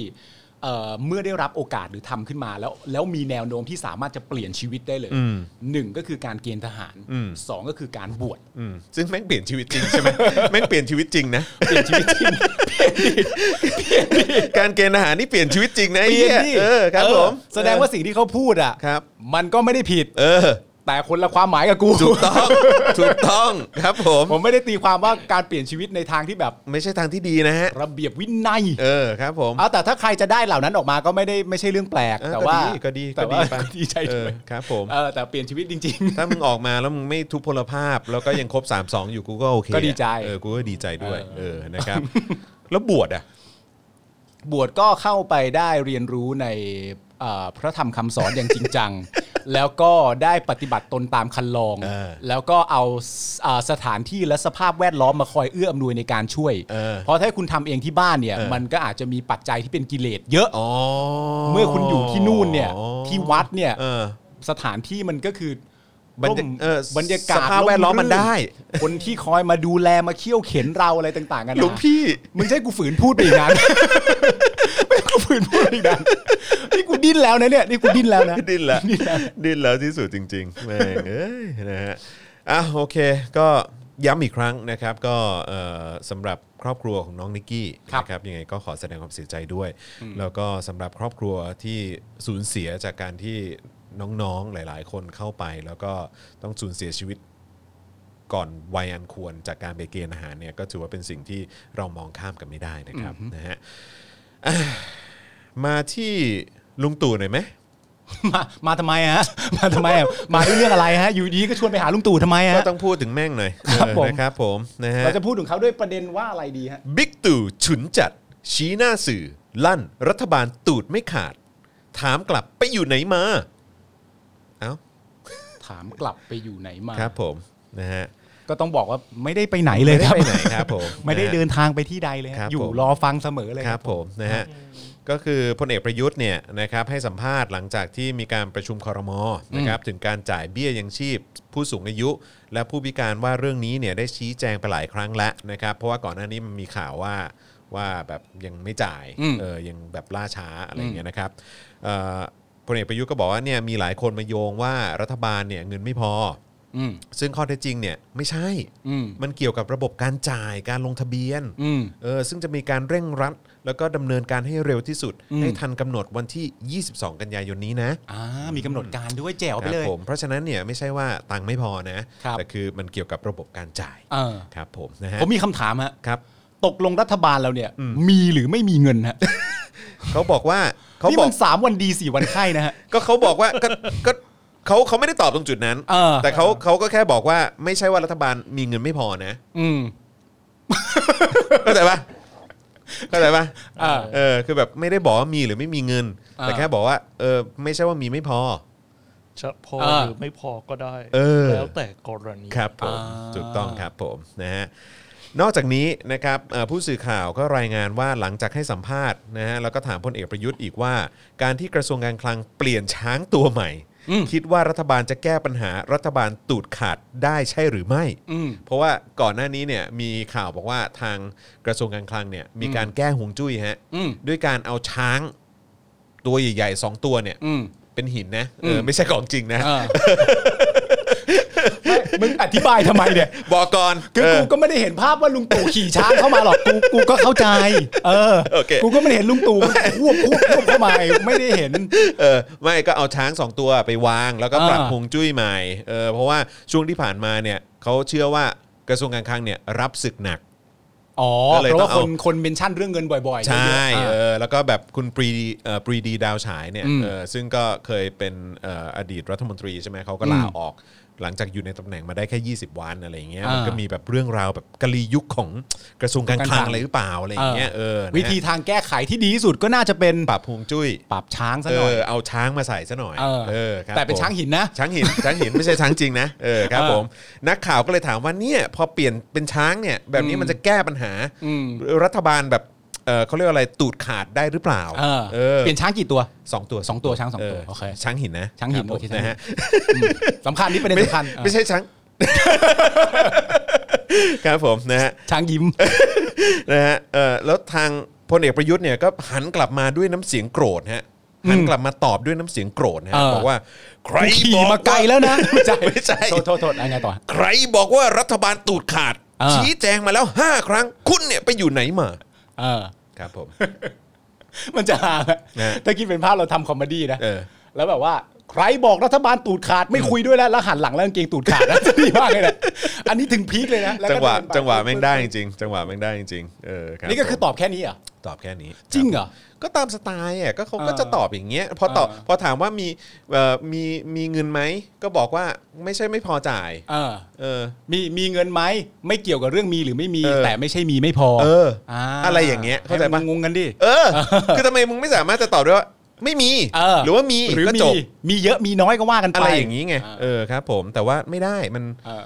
B: เอ่อเมื่อได้รับโอกาสหรือทำขึ้นมาแล้วแล้วมีแนวโน้มที่สามารถจะเปลี่ยนชีวิตได้เลย
A: อืม
B: หนึ่งก็คือการเกณฑ์ทหาร
A: อืม
B: สองก็คือการบวช
A: อืมซึ่งแม่งเปลี่ยนชีวิตจริง ใช่ไหมแม่งเปลี่ยนชีวิตจริงนะ
B: เปลี่ยนชีวิตจริง
A: การเกณฑ์อาหารนี่เปลี่ยนชีวิตจริงนะ
B: เปลี่ยน
A: ไอ้
B: ดิ
A: หี้เออครับ
B: เออ
A: ผม
B: แสดงว่าสิ่งที่เขาพูดอ่ะ
A: ครับ
B: มันก็ไม่ได้ผิด
A: เออ
B: แต่คนละความหมายกับกู
A: ถูก ต้อง ถูกต้องครับผม
B: ผมไม่ได้ตีความว่าการเปลี่ยนชีวิตในทางที่แบบ
A: ไม่ใช่ทางที่ดีนะฮะ
B: ระเบียบวินัย
A: เออครับผม
B: เอาแต่ถ้าใครจะได้เหล่านั้นออกมาก็ไม่ได้ไม่ใช่เรื่องแปลก
A: เออ
B: แต่ว่า
A: ก็ดีก็ดี
B: แต่
A: ก็
B: ว่า
A: ดีไป
B: ก็ดีใจ
A: เอ
B: ด้
A: อ
B: วย
A: ครับผม
B: เออแต่เปลี่ยนชีวิตจริง
A: ถ้ามึงออกมาแล้วมึงไม่ทุพพลภาพ แล้วก็ยังครบ 3 2 อยู่กูก็โอเค
B: ก็ดีใจ
A: เออกูก็ดีใจด้วย เออนะครับ แล้วบวชอ่ะ
B: ๆ บวชก็เข้าไปได้เรียนรู้ในเอ่อพระธรรมคำสอนอย่างจริงจั ง แล้วก็ได้ปฏิบัติตนตามคันลอง
A: เออ
B: แล้วก็เอาสเอ่อสถานที่และสภาพแวดล้อมมาคอยเอื้ออำนวยในการช่วย
A: เออ
B: เพราะถ้าคุณทำเองที่บ้านเนี่ย
A: เออ
B: มันก็อาจจะมีปัจจัยที่เป็นกิเลสเยอะ
A: อ๋อ
B: เมื่อคุณอยู่ที่นู่นเนี่ย
A: อ๋อ
B: ที่วัดเนี่ย
A: เออ
B: สถานที่มันก็คือ
A: รรยา
B: ร่ม
A: เออบ
B: รรยากาศ
A: สภาพแวดล้อมมันได้
B: คนที่คอยมาดูแลมาเคี่ยวเข็นเราอะไรต่างๆกันนะ
A: หลวงพี่
B: มึงจะใช่กูฝืนพูดไปอีกนาน ไม่ให้กูฝืนพูดไปอีกนานนี่กูดิ้นแล้วนะเนี่ยนี่กูดิ้นแล้วนะ
A: ดิ้นแล้วดิ้นแล้วที่สุดจริงๆแม่งเอ้ยนะฮะอ่ะโอเค ก็ย้ำอีกครั้งนะครับ ก็เอ่อสำหรับครอบครัวของน้องนิกกี้
B: ครับ
A: นะครับยังไงก็ขอแสดงความเสียใจด้วย แล้วก็สำหรับครอบครัวที่สูญเสียจากการที่น้องๆหลายๆ คนเข้าไป แล้วก็ต้องสูญเสียชีวิต ก่อนวัยอันควรจากการไปเกณฑ์อาหารเนี่ยก็ถือว่าเป็นสิ่งที่เรามองข้ามกันไม่ได้นะครับนะฮะอ่ะมาที่ลุงตู่หน่อยไหม
B: มามาทำไมฮะ มาทำไมอะมาด้วยเรื่องอะไรฮะ อยู่ดีก็ชวนไปหาลุงตู่ทำไมฮะ
A: ก็ต้องพูดถึงแม่งหน่อย
B: ครับ
A: เออ
B: ผม
A: นะครับผมนะฮะ
B: เราจะพูดถึงเขาด้วยประเด็นว่าอะไรดีฮะ
A: บิ๊กตู่ฉุนจัด ชี้หน้าสื่อ ลั่น รัฐบาลตูดไม่ขาด ถามกลับไปอยู่ไหนมา เอ้า
B: ถามกลับไปอยู่ไหนมา
A: ครับผมนะฮะ
B: ก็ต้องบอกว่าไม่ได้ไปไหนเลยครับ
A: ไม่ได้ไปไหนครับผม
B: ไม่ได้เดินทางไปที่ใดเลยฮะ
A: ครับ
B: อยู่
A: ผม
B: รอฟังเสมอเลย
A: ครับผมนะฮะก็คือพลเอกประยุทธ์เนี่ยนะครับให้สัมภาษณ์หลังจากที่มีการประชุมคอรมอนะครับถึงการจ่ายเบี้ยยังชีพ ผู้สูงอายุ และผู้พิการว่าเรื่องนี้เนี่ยได้ชี้แจงไปหลายครั้งแล้วนะครับเพราะว่าก่อนหน้านี้มันมีข่าวว่าว่าแบบยังไม่จ่ายเออยังแบบล่าช้าอะไรอย่างเงี้ยนะครับเอ่อพลเอกประยุทธ์ก็บอกว่าเนี่ยมีหลายคนมาโยงว่ารัฐบาลเนี่ยเงินไม่พอ
B: อืม
A: ซึ่งข้อเท็จจริงเนี่ยไม่ใช่
B: อืม
A: มันเกี่ยวกับระบบการจ่ายการลงทะเบียน
B: อืม
A: เออซึ่งจะมีการเร่งรัด แล้วก็ดำเนินการให้เร็วที่สุด
B: อืม
A: ให้ทันกำหนดวันที่ 22 กันยายนนี้นะ
B: อ่ามีกำหนดการด้วยแจ๋วไปเลย
A: ครับผมเพราะฉะนั้นเนี่ยไม่ใช่ว่าตังค์ไม่พอนะ
B: ครับ
A: แต่คือมันเกี่ยวกับระบบการจ่าย
B: เออ
A: ครับผมนะฮะ
B: ผมมีคำถามฮะ
A: ครับ
B: ตกลงรัฐบาลเราเนี่ย มีหรือไม่มีเงินฮะ
A: เขาบอกว่าเขา
B: นี่
A: บอ
B: มั
A: ก
B: นสามวันดีสี่วันไข้นะฮะ
A: ก็เขาบอกว่าก็ก็เขาเขาไม่ได้ตอบตรงจุดนั้น
B: เออ
A: แต่เขาเขาก็แค่บอกว่าไม่ใช่ว่ารัฐบาลมีเงินไม่พอนะ
B: อืม
A: เข้าใจปะ เข้าใจปะ
B: เออ
A: เออคือแบบไม่ได้บอกว่ามีหรือไม่มีเงิน
B: อ่า
A: แต่แค่บอกว่าเออไม่ใช่ว่ามีไม่พอ
C: จะพอ
B: เออ
C: หรือไม่พอก็ได้
A: เออ
C: แล้วแต่กรณี
A: ครับผม
B: อ่า
A: ถูกต้องครับผมนะฮะนอกจากนี้นะครับเอ่อผู้สื่อข่าวก็รายงานว่าหลังจากให้สัมภาษณ์นะฮะแล้วก็ถามพลเอกประยุทธ์อีกว่า การที่กระทรวงการคลังเปลี่ยนช้างตัวใหม่ คิดว่ารัฐบาลจะแก้ปัญหารัฐบาลตูดขาดได้ใช่หรือไม่
B: อืม
A: เพราะว่าก่อนหน้านี้เนี่ยมีข่าวบอกว่าทางกระทรวงการคลังเนี่ยมีการแก้หวงจุ้ยฮะ
B: อืม
A: ด้วยการเอาช้างตัวใหญ่ๆสองตัวเนี่ย
B: อืม
A: เป็นหินนะเอออ
B: ม
A: ไม่ใช่ของจริงนะ
B: เออไม่มึงอธิบายทำไมเนี่ย
A: บอกก่อน
B: คือกูก็ไม่ได้เห็นภาพว่าลุงตู่ขี่ช้างเข้ามาหรอกกูกูก็เข้าใจ เออ
A: โอเค
B: กูก็ไม่ได้เห็นลุงตู่ควบควบควบเข้ามาไม่ได้เห็น
A: เออไม่ก็เอาช้างสองตัวไปวาง แล้วก็ปรับ
B: อ่า
A: ฮวงจุ้ยใหม่เออเพราะว่าช่วงที่ผ่านมาเนี่ยเขาเชื่อว่ากระทรวงการคลังเนี่ยรับศึกหนัก
B: อ๋อ
A: ก็เลย
B: เพราะ
A: ต้อ
B: ว่าง ค
A: เอา
B: นคนเมนชั่นเรื่องเงินบ่อยๆ
A: ใช่
B: เยอะๆ
A: เอ
B: อ่ะ
A: อแล้วก็แบบคุณปรีดีเอ่อปรีดีดาวฉายเนี่ย
B: อืม
A: เออซึ่งก็เคยเป็นเอ่ออดีตรัฐมนตรีใช่ไหมเขาก็
B: อืม
A: ลาออกหลังจากอยู่ในตำแหน่งมาได้แค่ 20 วันอะไรอย่างเงี้ย
B: อ่ามั
A: มันก็มีแบบเรื่องราวแบบกะลียุคของกระทรวงการคลั
B: การคลั
A: ง
B: ง
A: อะไรหรือเปล่าอะไรอย่างเงี้ยเออนะ
B: วิธีทางแก้ไขที่ดีที่สุดก็น่าจะเป็น
A: ปรับฮวงจุ้ย
B: ปรับช้างซะ
A: เอ
B: หน่อย
A: อเอาช้างมาใส่ซะหน่อย
B: เออ
A: เออครับ
B: แต่เป็น
A: ผม
B: ช้างหินนะ
A: ช้างหิน ช้างหินไม่ใช่ช้างจริงนะเออครับ
B: เออ
A: ผมนักข่าวก็เลยถามว่าเนี่ยพอเปลี่ยนเป็นช้างเนี่ยแบบนี้
B: อืม
A: มันจะแก้ปัญหา
B: อืม
A: รัฐบาลแบบเออเขาเรียกว่าอะไรตูดขาดได้หรือเปล่า
B: เออ
A: เออ
B: เปลี่ยนช้างกี่ตัว
A: สองตัว
B: สองตัวช้างสองตัว
A: เ
B: โอเค
A: ช้างหินนะ
B: ช้างหิน
A: รับผม
B: โอเคช้างหิน
A: นะฮะ
B: สำคัญนี่ประเด็น
A: ไม่
B: สำคัญ
A: ไม่ใช่ช้าง ครับผมนะฮะ
B: ช้างยิ้ม
A: นะฮะเออแล้วทางพลเอกประยุทธ์เนี่ยก็หันกลับมาด้วยน้ำเสียงโกรธฮะหันกลับมาตอบด้วยน้ำเสียงโกรธนะฮะ
B: เออ
A: บอกว่าใคร
B: กูขี่
A: บอก
B: มา ไกลแล้วนะไม่ใช่
A: ไม่ใช่
B: โทษโทษโทษอะไรต่อ
A: ใครบอกว่ารัฐบาลตูดขาด
B: อ่า
A: ชี้แจงมาแล้ว 5 ครั้ง คุณเนี่ยไปอยู่ไหนมา
B: เออ
A: ครับผม
B: มันจะหาไหม
A: นะ
B: ถ้าคิดเป็นภาพเราทำคอมเมดี้นะ
A: เออ
B: แล้วแบบว่าใครบอกรัฐบาลตูดขาดไม่คุยด้วยแล้วแล้วหันหลังแล้วกางเกงตูดขา ดนะ จะดีมากเลยนะอันนี้ถึงพีคเลยนะแล้
A: จั
B: ก็
A: งหวะ
B: เนไป
A: จังหวะแม่งได้จริงๆจังหวะแม่งได้จริงๆเออรับ
B: นี่ก็คือ
A: ผม
B: ตอบแค่นี้เหรอ่ะ
A: ตอบแค่นี้
B: จริงเหรอ
A: ก็ตามสไตล์อ่ะก็เขาก็
B: เออ
A: จะตอบอย่างเงี้ยพอตอบ
B: เออ
A: พอถามว่ามีเอ่อมีมีเงินไหม ก็บอกว่าไม่ใช่ไม่พอจ่าย
B: เออ
A: เออ
B: มีมีเงินไหมไม่เกี่ยวกับเรื่องมีหรือไม่มี
A: เออ
B: แต่ไม่ใช่มีไม่พอ
A: เออ
B: า
A: อะไรอย่างเงี้ยเข้าใจปะ
B: ห้มันงงกันดิ
A: เออ คือทำไมมึงไม่สามารถจะตอบได้ว่า ไม่มี
B: เออ
A: หรือว่ามี
B: หรือ
A: ก็
B: มี
A: จบ
B: มีเยอะมีน้อยก็ว่ากันไป
A: อะไรอย่างนี้ไงเอ
B: เออ
A: อครับ ผมแต่ว่าไม่ได้มัน
B: เออ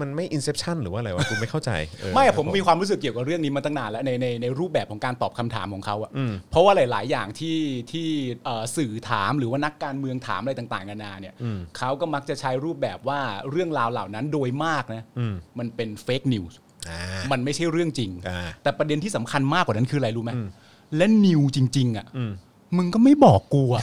A: มันไม่ inception หรือว่าอะไรวะกูไม่เข้าใจเออ
B: ไม่
A: ครับ
B: ผมมีความรู้สึกเกี่ยวกับเรื่องนี้มาตั้งนานแล้วในในในรูปแบบของการตอบคำถามของเขาอะ
A: อืม
B: เพราะว่าหลาย ๆ อย่างที่ที่เอ่อสื่อถามหรือว่านักการเมืองถามอะไรต่างๆกันานาเนี่ย
A: อืม
B: เขาก็มักจะใช้รูปแบบว่าเรื่องราวเหล่านั้นโดยมากนะ
A: อืม
B: มันเป็นเฟกนิวส์
A: อ่า
B: มันไม่ใช่เรื่องจริง
A: อ่า
B: แต่ประเด็นที่สำคัญมากกว่านั้นคืออะไรรู้ไหมและนิวจริง ๆ อ่ะ
A: อืม
B: มึงก็ไม่บอกกูอ่ะ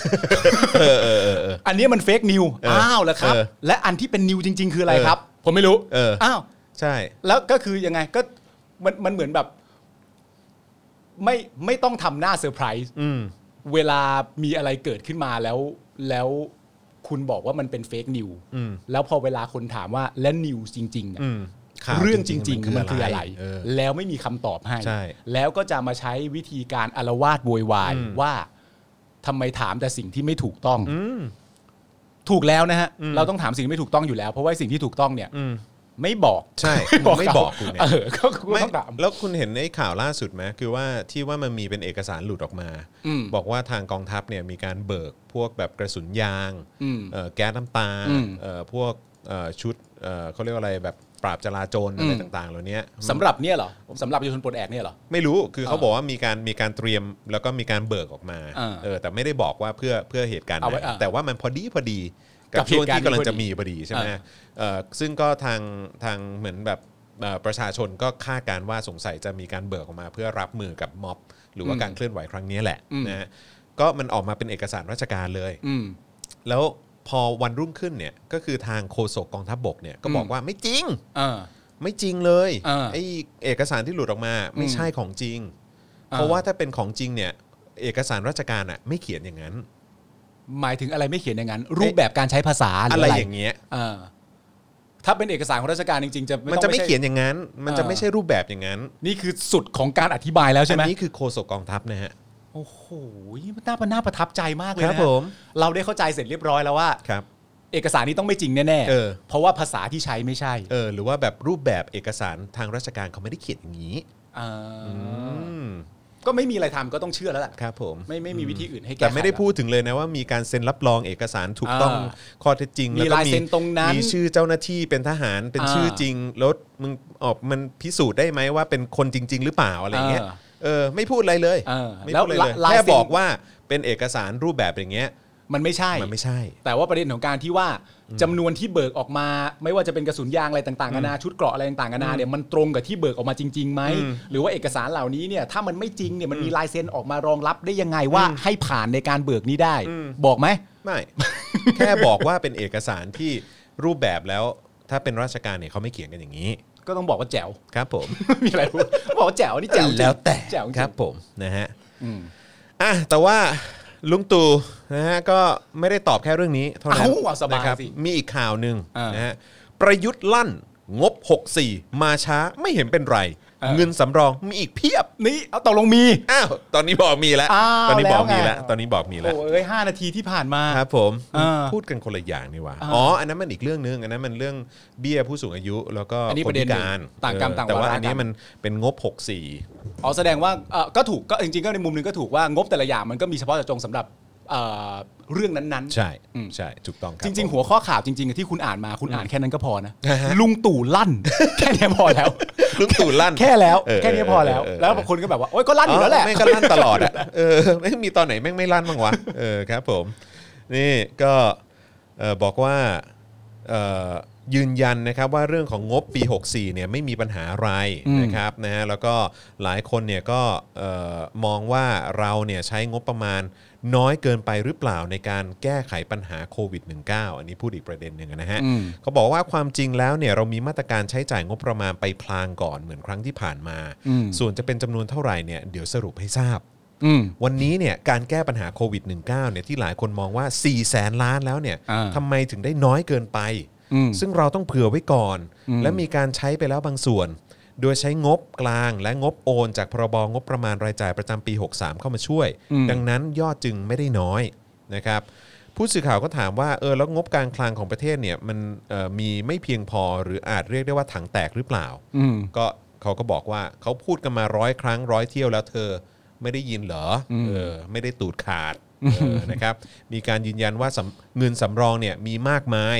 A: เออเออเออเออ
B: อันนี้มันเฟกนิว
A: เออ
B: อ้าวแล้วครับ
A: เออ
B: และอันที่เป็นนิวจริง ๆ คืออะไรครับ ผมไม่รู้
A: เอออ้
B: อ้าว
A: ใช่
B: แล้วก็คือยังไงก็มันมันเหมือนแบบ ไม่ไม่ต้องทำหน้าเซอร์ไพรส์
A: อืม
B: เวลามีอะไรเกิดขึ้นมาแล้ว แล้วคุณบอกว่ามันเป็นเฟกนิว
A: อืม
B: แล้วพอเวลาคนถามว่าและนิวจริงๆอะ
A: อืมข่าว
B: เรื่องจริง ๆ
A: ๆ
B: มันคืออะไร
A: เออ
B: แล้วไม่มีคำตอบให้
A: ใช่
B: แล้วก็จะมาใช้วิธีการอารวาสโวยวาย
A: อืม
B: ว่าทำไมถามแต่สิ่งที่ไม่ถูกต้อง
A: อืม
B: ถูกแล้วนะฮะ
A: อืม
B: เราต้องถามสิ่งไม่ถูกต้องอยู่แล้ว เพราะว่าสิ่งที่ถูกต้องเนี่ย
A: อืม
B: ไม่บอก
A: ใช่มึงไม่
B: เรา
A: บอกกูไง
B: เอ อก็กู
A: ไม่
B: ต้องถาม
A: แล้วคุณเห็นไอ้ข่าวล่าสุดไหมคือว่าที่ว่ามันมีเป็นเอกสารหลุดออกมา
B: อืม
A: บอกว่าทางกองทัพเนี่ยมีการเบิกพวกแบบกระสุนยาง
B: อืม
A: เอ่อแก๊สน้ำตา
B: อืม
A: เอ่อพวกเอ่อชุดเอ่อเขาเรียกว่าอะไรแบบปราบจราจร
B: อืม
A: อะไรต่างๆเหล่านี้
B: สำหรับเนี่ยเหรอสำหรับเยาวชนปลดแอกเนี่ยเหรอ
A: ไม่รู้คือเขา
B: อ่า
A: บอกว่ามีการมีการเตรียมแล้วก็มีการเบิกออกมา
B: อ่า
A: เออแต่ไม่ได้บอกว่าเพื่อเพื่อเหตุการณ์
B: เอาไว้
A: ไหน
B: อ่า
A: แต่ว่ามันพอดีพอดี
B: กั
A: กับบ ช่วง
B: เหตุการณ์
A: ที่กำลัง
B: นี้พอดี
A: จะมีพอดีใช่ไหม
B: อ่า
A: เอ่อซึ่งก็ทางทางเหมือนแบบเอ่อประชาชนก็คาดการณ์ว่าสงสัยจะมีการเบิกออกมา เพื่อรับมือกับม็อบ หรือว่าการเคลื่อนไหวครั้งนี้แหละนะฮะก็มันออกมาเป็นเอกสารราชการเลย
B: อืม
A: แล้วพอวันรุ่งขึ้นเนี่ยก็คือทางโฆษกกองทัพบกเนี่ยก็บอกว่าไม่จริง
B: เออ
A: ไม่จริงเลย
B: เออ
A: ไอเอกสารที่หลุดออกมาไม่ใช่ของจริง
B: ออ
A: เพราะว่าถ้าเป็นของจริงเนี่ยเอกสารราชการอ่ะไม่เขียนอย่างนั้น
B: หมายถึงอะไรไม่เขียนอย่างนั้น รูปแบบการใช้ภาษาห
A: อะไรอย่างเงี้ย
B: เออถ้าเป็นเอกสารของราชการจริง ๆ จะ
A: มั
B: ต้
A: น
B: อง
A: จะไม่
B: ใช่
A: เขียนอย่างนั้น มันจะ
B: เออ
A: ไม่ใช่รูปแบบอย่างนั้น
B: นี่คือสุดของการอธิบายแล้วใช่ไหม
A: อันนี้คือโฆษกกองทัพนะฮะ
B: โอ้โหมันน่าประน่าประทับใจมากเลยนะครับ
A: ผม
B: เราได้เข้าใจเสร็จเรียบร้อยแล้วว่า
A: ครับ
B: เอกสารนี้ต้องไม่จริงแน่
A: เออ
B: เพราะว่าภาษาที่ใช้ไม่ใช่
A: เออหรือว่าแบบรูปแบบเอกสารทางราชการเขาไม่ได้เขียนอย่างนี้
B: เอออ
A: อืม
B: ก็ไม่มีอะไรทำก็ต้องเชื่อแล้วแหละ
A: ครับผม
B: ไม่ไม่มีวิธีอื่นให้แก้
A: แต่ไม่ได้
B: ข
A: พูดถึงเลยนะว่ามีการเซ็นรับรองเอกสารถูกต้อง
B: อ่
A: ข้อเท็จจริง
B: มี
A: แล้วก็
B: ลายเซ็นตรงนั้น
A: มีชื่อเจ้าหน้าที่เป็นทหารเป็น
B: อ่า
A: ชื่อจริงแล้วมึงออกมันพิสูจน์ได้ไหมว่าเป็นคนจริง ๆ หรือเปล่าอะไรเงี้ย
B: อ่า
A: เออไม่พูดอะไรเลย
B: เออ
A: ไม่
B: แล้
A: พู
B: ว
A: ดอะไรเลย
B: ลาย
A: แค่
B: เซ็น
A: บอกว่าเป็นเอกสารรูปแบบอย่างเงี้ย
B: มันไม่ใช่
A: มันไม่ใช่
B: แต่ว่าประเด็นของการที่ว่าจำนวนที่เบิกออกมา ไม่ว่าจะเป็นกระสุนยางอะไรต่างๆนานาชุดเกราะอะไรต่างๆนานาเนี่ยมันตรงกับที่เบิกออกมาจริงๆไหม
A: อืม
B: หรือว่าเอกสารเหล่านี้เนี่ยถ้ามันไม่จริงเนี่ยมันมีลายเซ็นออกมารองรับได้ยังไงว่าให้ผ่านในการเบิกนี้ได้
A: อืม
B: บอกไหม
A: ไม่ แค่บอกว่าเป็นเอกสารที่รูปแบบแล้วถ้าเป็นราชการเนี่ยเขาไม่เขียนกันอย่างนี้
B: ก็ต้องบอกว่าแจ๋ว
A: ครับผม
B: มีอะไรพูดบอกว่าแจ๋วนี่แจ๋วจริง
A: แล้วแต่
B: แจ๋วจง
A: ครับผมนะฮะ
B: อืม
A: อ่ะแต่ว่าลุงตู่นะฮะก็ไม่ได้ตอบแค่เรื่องนี้เท่านั้น
B: เอ้าเอาสบาย
A: นะครั
B: สิ
A: มีอีกข่าวหนึ่ง
B: อ่าน
A: นะฮะประยุทธ์ลั่นงบ 64 มาช้าไม่เห็นเป็นไร
B: เออ
A: เงินสำรองมีอีกเพียบ
B: นี่เอาตกลงมี
A: อ้าวตอนนี้บอกมีแล้ว
B: อ้าว
A: ตอนนี้บอกมี
B: แล้วไง
A: แล้วตอนนี้บอกมีแล้ว
B: โอ้ยห้านาทีที่ผ่านมา
A: ครับผม
B: อ่า
A: พูดกันคนละอย่างนี่หว่า
B: อ่า
A: อ๋ออันนั้นมันอีกเรื่องนึงอันนั้นมันเรื่องเบี้ยผู้สูงอายุแล้วก็
B: อันนี้
A: ค
B: ประเด็น
A: พิการ
B: ต่างกรรม
A: เออ
B: ต่างวาระ
A: แต่ว่าอันนี้
B: กัน
A: มันเป็นงบ 64
B: อ๋อแสดงว่าเอ่อก็ถูกก็จริงๆก็ในมุมหนึงก็ถูกว่างบแต่ละอย่างมันก็มีเฉพาะเจาะจงสำหรับเอ่อเรื่องนั้นๆ
A: ใช่
B: อืม
A: ใช่ถูกต้องครั
B: จ
A: บ
B: ริง ๆ
A: ผม
B: หัวข้อข่าวจริงๆที่คุณอ่านมาคุณอ่านแค่นั้นก็พอนะ ลุงตู่ลั่น แค่เนี้ยพอแล้ว
A: ลุงตู่ลั่น
B: แค่แล้ว
A: เออ
B: แค่เนี้ยพอแล้ว
A: เออเออ
B: แล้วบางคนก็แบบว่าโอ๊ยก็ลั่นอยู่แล้วแหละ
A: ม่งก็ลั่นตลอดอะเออไม่มีตอนไหนแม่งไม่ลั่นบ้างวะเออครับผม นี่ก็เอ่อบอกว่าเอ่อยืนยันนะครับว่าเรื่องของงบปี 64เนี่ยไม่มีปัญหาอะไร
B: อืม
A: นะครับนะฮะแล้วก็หลายคนเนี่ยก็เอ่อมองว่าเราเนี่ยใช้งบประมาณน้อยเกินไปหรือเปล่าในการแก้ไขปัญหาโควิด -19 อันนี้พูดอีกประเด็นหนึ่งนะฮะ
B: อืม
A: เขาบอกว่าความจริงแล้วเนี่ยเรามีมาตรการใช้จ่ายงบประมาณไปพลางก่อนเหมือนครั้งที่ผ่านมา
B: อืม
A: ส่วนจะเป็นจำนวนเท่าไหร่เนี่ยเดี๋ยวสรุปให้ทราบ
B: อืม
A: วันนี้เนี่ยการแก้ปัญหาโควิด -19 เนี่ยที่หลายคนมองว่า 4 0 0แสนล้านแล้วเนี่ย
B: อ่า
A: ทำไมถึงได้น้อยเกินไป
B: อืม
A: ซึ่งเราต้องเผื่อไว้ก่อน
B: อืม
A: และมีการใช้ไปแล้วบางส่วน โดยใช้งบกลางและงบโอน จากพรบงบประมาณรายจ่ายประจำปี 63 เข้ามาช่วย ดังนั้นยอดจึงไม่ได้น้อยนะครับผู้สื่อข่าวก็ถามว่าเออแล้วงบการคลังของประเทศเนี่ยมันเอ่อมีไม่เพียงพอหรืออาจเรียกได้ว่าถังแตกหรือเปล่า
B: อืม
A: ก็เขาก็บอกว่าเขาพูดกันมาร้อยครั้งร้อยเที่ยวแล้วเธอไม่ได้ยินเหรออเออไม่ได้ตูดขาดเออนะครับมีการยืนยันว่าสำเงินสำรองเนี่ยมีมากมาย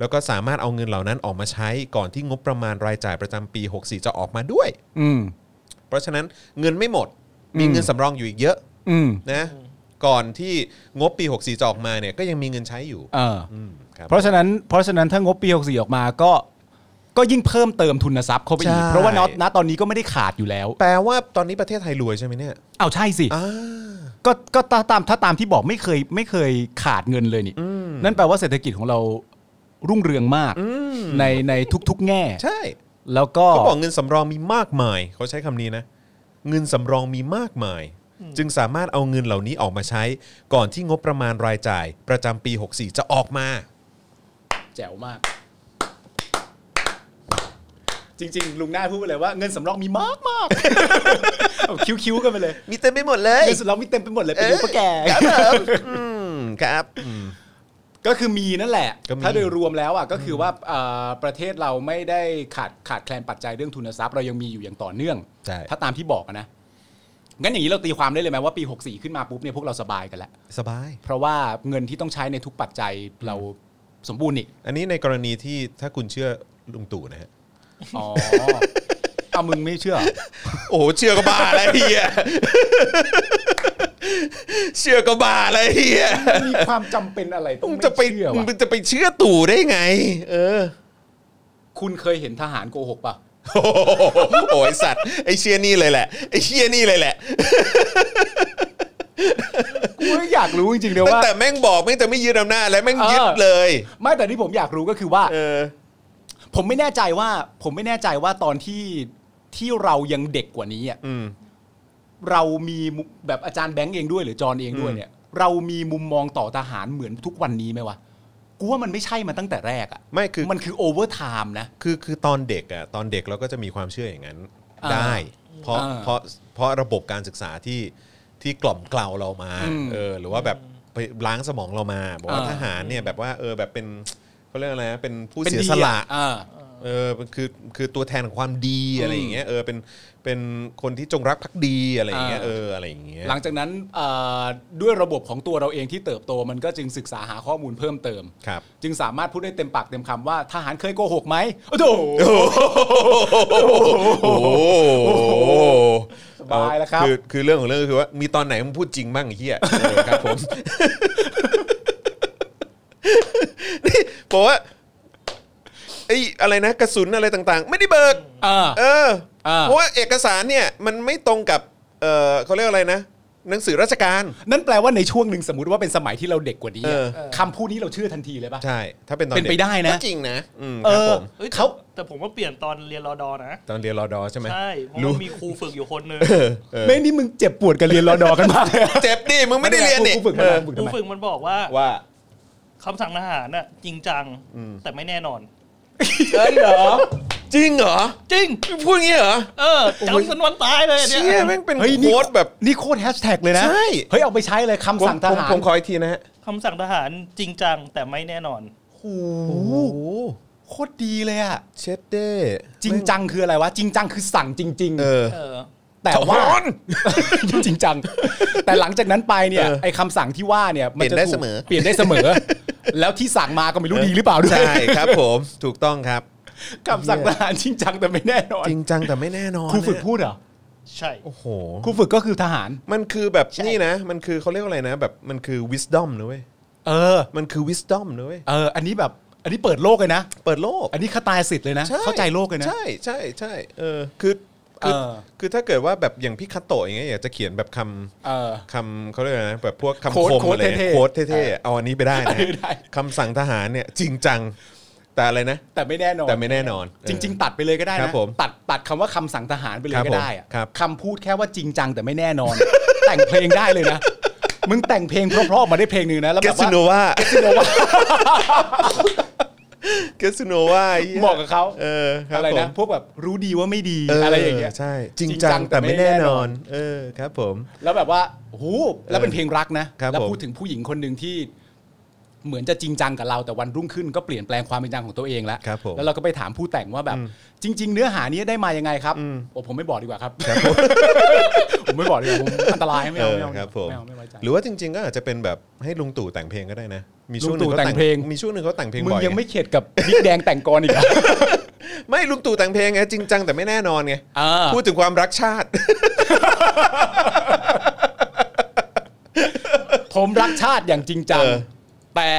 A: แล้วก็สามารถเอาเงินเหล่านั้นออกมาใช้ก่อนที่งบประมาณรายจ่ายประจำปี 64 จะออกมาด้วย
B: อืม
A: เพราะฉะนั้นเงินไม่หมด มีเงินสำรองอยู่อีกเยอะ
B: อืม
A: นะก่อนที่งบปี 64 จะออกมาเนี่ยก็ยังมีเงินใช้อยู่
B: เออ
A: อืมครับ
B: เพราะฉะนั้นเพราะฉะนั้นถ้างบปี64ออกมาก็ก็ยิ่งเพิ่มเติมทุนทรัพย์เข้าไปอีก
A: ใช่
B: เพราะว่าณณตอนนี้ก็ไม่ได้ขาดอยู่แล้ว
A: แปลว่าตอนนี้ประเทศไทยรวยใช่ไหมเนี่ย
B: เอาใช่สิ
A: อ่า
B: ก็ก็ตาตามถ้าตามที่บอกไม่เคยไม่เคยขาดเงินเลยนี่ นั่นแปลว่าเศรษฐกิจของเรารุ่งเรืองมาก
A: ม
B: ในในทุก ๆ แง่
A: ใช่
B: แล้วก็
A: เขาบอกเงินสำรองมีมากมาย เขาใช้คำนี้นะ เงินสำรองมีมากมาย จึงสามารถเอาเงินเหล่านี้ออกมาใช้ ก่อนที่งบประมาณรายจ่าย ประจำปี 64 จะออกมา
B: แจ๋วมาก จริง ๆ ลุงหน้าพูดไปเลยว่าเงินสำรองมีมากมากๆ เอาคิ้วๆกันไปเลย
A: มีเต็มไปหมดเลย
B: เงินสำรองมีเต็มไปหมดเลยไปดูปะแก
A: ครับ
B: ก็คือมีนั่นแหละ
A: ก็มี
B: ถ้าโดยรวมแล้วอ่ะก็คือว่าเอ่อประเทศเราไม่ได้ขาดขาดแคลนปัจจัยเรื่องทุนทรัพย์เรายังมีอยู่อย่างต่อเนื่อง
A: ใช่
B: ถ้าตามที่บอกอะนะ งั้นอย่างนี้เราตีความได้เลยไหมว่าปี 64 ขึ้นมาปุ๊บเนี่ยพวกเราสบายกันแล้ว
A: สบาย
B: เพราะว่าเงินที่ต้องใช้ในทุกปัจจัยเราสมบูรณ์นี่
A: อันนี้ในกรณีที่ถ้าคุณเชื่อลุงตู่นะฮะ
B: อ๋อ เอามึงไม่เชื่อ
A: โอ้โหเชื่อก็บ้าแล้วเฮียเชื่อก็บ้าแล้วเฮีย
B: มีความจำเป็นอะไรต้อง
A: มึง
B: ไม่
A: จะไป
B: เชื่อวะ
A: มึงจะไปเชื่อตู่ได้ไง เออ
B: คุณเคยเห็นทหารโกหกป่ะ
A: โอ้โหโอ้ยสัตว์ไอเชียนี่เลยแหละไอเชียนี่เลยแหละ
B: กูอยากรู้จริงๆเลย
A: ตั้ง
B: ว่า
A: แต่แม่งบอกแม่งจะไม่ยืนอำนาจแล้วแม่งยึด
B: เออ
A: เลย
B: ไม่แต่ที่ผมอยากรู้ก็คือว่า
A: เออ
B: ผมไม่แน่ใจว่า ผมไม่แน่ใจว่าตอนที่ที่เรายังเด็กกว่านี้อ่ะ
A: อืม
B: เรามีมุแบบอาจารย์แบงค์เองด้วยหรือจอนเองด้วยเนี่ย เรามีมุมมองต่อทหารเหมือนทุกวันนี้ไหมวะกูว่ามันไม่ใช่มาตั้งแต่แรกอ่ะ
A: ไม่คือ
B: มันคือโอเวอร์ไทม์นะ
A: คือคือตอนเด็กอะตอนเด็กเราก็จะมีความเชื่ออย่างนั้น
B: อ่า
A: ได้ เพราะ
B: อ่า
A: เพราะเพราะระบบการศึกษาที่ที่กล่อมเกลาเรามา
B: อืม
A: เออหรือว่าแบบไปล้างสมองเรามา บอกว่า
B: อ่า
A: ทหารเนี่ยแบบว่าเออแบบเป็นเขาเรียกอะไรนะเป็นผู้
B: ป็น
A: เสีย
B: ดีอ
A: สละ
B: อ่า
A: เออคือคือตัวแทนของความดีอะไรอย่างเงี้ยเออเป็นเป็นคนที่จงรักภักดีอะไรอย่างเงี้ย
B: อ่า
A: เอออะไรอย่างเงี้ย
B: หลังจากนั้นเอ่อด้วยระบบของตัวเราเองที่เติบโตมันก็จึงศึกษาหาข้อมูลเพิ่มเติม
A: ครับ
B: จึงสามารถพูดได้เต็มปากเต็มคำว่าทหารเคยโกหกไหมโอ้โห
A: โอ้โห
B: สบายแล้วครับ
A: คือคือเรื่องของเรื่องก็คือว่ามีตอนไหนมึงพูดจริงบ้างไอ้เฮียเออครับผม นี่บอกว่าไอ้อะไรนะกระสุนอะไรต่าง ๆ ไม่ได้เบิก
B: เออ
A: เออ
B: อ่า
A: เพราะว่าเอกสารเนี่ยมันไม่ตรงกับเออเขาเรียกอะไรนะ หนังสือราชการ
B: นั่นแปลว่าในช่วงหนึ่งสมมติว่าเป็นสมัยที่เราเด็กกว่านี้
A: เออ
B: คำพูดนี้เราเชื่อทันทีเลยปะ
A: ใช่ ถ้าเป็นตอน
B: เป็นไป
A: ก
B: ได้นะ
A: ก็จริงนะอืม
B: เอ
A: ครับ
B: อ
A: ผม
C: เอ้ย
B: เขา
C: แต่ผมว่าเปลี่ยนตอนเรียนรอดอนะ
A: ตอนเรียนรอดอใช่ไหม
C: ใช่เพราะ
A: รู้
C: ว่ามีครูฝึกอยู่คนหนึง
A: เออ
B: ไม่นี่มึงเจ็บปวดกับเรียนรอดอกันมากเลยอะ
A: เจ็บดิมึงไม่ได้เรียนนี่
B: กูฝึก
A: เอ
B: มา
A: อ
B: กูฝึก
C: ครู
B: มา
C: ฝึกมันบอกว่า
B: ว่า
C: คำสั่งทหารน่ะจริงจัง
A: อืม
C: แต่ไม่แน่นอน
B: เอ้ยเหรอ
A: จริงเหรอ
C: จริง
A: พูดอย่างนี้เหรอ
C: เออจำจนวันตายเลยอันเนี่ย
A: เชี่ยแม่งเป็น
B: เฮ้ยนี่
A: โค้ดแบบ
B: นี่โคตรแฮชแท็กเลยนะ
A: ใช่
B: เฮ้ยเอาไปใช้เลยคำสั่งท
A: ผม
B: หาร
A: ผมขออีกทีนะฮะ
C: คำสั่งทหารจริงจังแต่ไม่แน่นอน
B: โอ้โหโคตรดีเลยอะ
A: เช็ดเด้
B: จริงจังคืออะไรวะจริงจังคือสั่งจริง
A: เออ
C: เออ
B: ๆ แต่ว่า
A: ถอน
B: จริงจัง แต่หลังจากนั้นไปเนี่ย
A: เออ
B: ไอ้คำสั่งที่ว่าเนี่ยมั
A: เปลี่ยนได้
B: จะถูก
A: เสมอ
B: เปลี่ยนได้เสมอ แล้วที่สั่งมาก็ไม่รู้ดีหรือเปล่าด้วย
A: ใช่ครับผมถูกต้องครับ
B: คำสั่งทหารจริงจังแต่ไม่แน่นอน
A: จริงจังแต่ไม่แน่นอน
B: ครูฝึก
A: นะ
B: พูดเหรอ
C: ใช่
A: โอ้โห
B: ครูฝึกก็คือทหาร
A: มันคือแบบนี่นะ มันคือเขาเรียกว่าอะไรนะ แบบมันคือ wisdom นะเว้ย
B: เออ
A: มันคือ wisdom นะเว้ย
B: เออ อันนี้แบบ อันนี้เปิดโลกเลยนะ
A: เปิดโลก
B: อันนี้คตายสิทธิ์เลยนะ
A: ใช่
B: เข้าใจโลกเลยนะ
A: ใช่ใช่ใช่เออคือคือ
B: เออ
A: คือถ้าเกิดว่าแบบอย่างพี่คัตโตะอย่างเงี้ยอยากจะเขียนแบบคำ
B: เออ
A: คำเขาเรียกอะไรนะแบบพวกคำ
B: โค้ด
A: คม
B: โค้ด
A: อะไรเนี่ย
B: เท่ๆ
A: โค้ดเท่ๆเอาอันนี้ไปได้
B: อั
A: นะ
B: นนี้ได้
A: คำสั่งทหารเนี่ยจริงจัง แต่อะไรนะ
B: แต่ไม่แน่นอน
A: แต่ไม่แน่นอนเออ
B: จริง ๆ ตัดไปเลยก็ได้
A: ครั
B: นะ
A: บผม
B: ตัดตัดคำว่าคำสั่งทหารไปเล
A: ค
B: ย
A: รับ
B: ก็ได้อะ
A: ผมครับ
B: คำพูดแค่ว่าจริงจังแต่ไม่แน่นอน แต่งเพลงได้เลย นะ มึงแต่งเพลงเพราะๆออกมาได้เพลงหนึ่งนะแล้ว
A: เก
B: แบบ
A: ส
B: ว่า
A: โน วา
B: ซิโนวา
A: เกสโนวาไเหี้ย
B: เหมาะกับเขา
A: เออครับ
B: อะไร
A: ผม
B: นะพวกแบบรู้ดีว่าไม่ดีอะไรอย่างเงี้ย
A: ใช่จริง
B: จริงจั
A: จัง
B: งแต่
A: แต่
B: ไม่
A: ไม่
B: แน่
A: แน่น
B: น
A: อ
B: อน น
A: เออครับผม
B: แล้วแบบว่าหูแล้วเป็นเพลงรักนะ
A: ครับ
B: แล้วพู
A: ผ
B: ด
A: ม
B: ถึงผู้หญิงคนหนึ่งที่ เหมือนจะจริงจังกับเราแต่วันรุ่งขึ้นก็เปลี่ยนแปลงความเป็นจริงของตัวเองแล้ว
A: ครับผม
B: แล้วเราก็ไปถามผู้แต่งว่าแบบ จริง ๆ เนื้อหานี้ได้มายังไงครับ
A: อืม
B: โอ้ผมไม่บอกดีกว่าครับ ผมไม่บอกดีกว่าผมอันตรายไม่เอาไม่เอา
A: เออครับผม
B: ไเอาไม่ไว้ใจ
A: หรือว่าจริง ๆ ก็อาจจะเป็นแบบให้ลุงตู่แต่งเพลงก็ได้นะ มีช่วงห
B: ลุงตู่
A: นึ่งเขา
B: แต่งเพลง
A: มีช่วงหนึ่งเขาแต่งเพลง
B: มึง
A: บ่อย
B: ยังไม่เข็ดกับบิ๊กแดงแต่งกรอีกเหรอ
A: ไม่ลุงตู่แต่งเพลงไงจริงจังแต่ไม่แน่นอนไง
B: อ่า
A: พูดถึงความรักชาติ
B: ผมรักชาติอย่างจริงจัง
A: เออ
B: แต่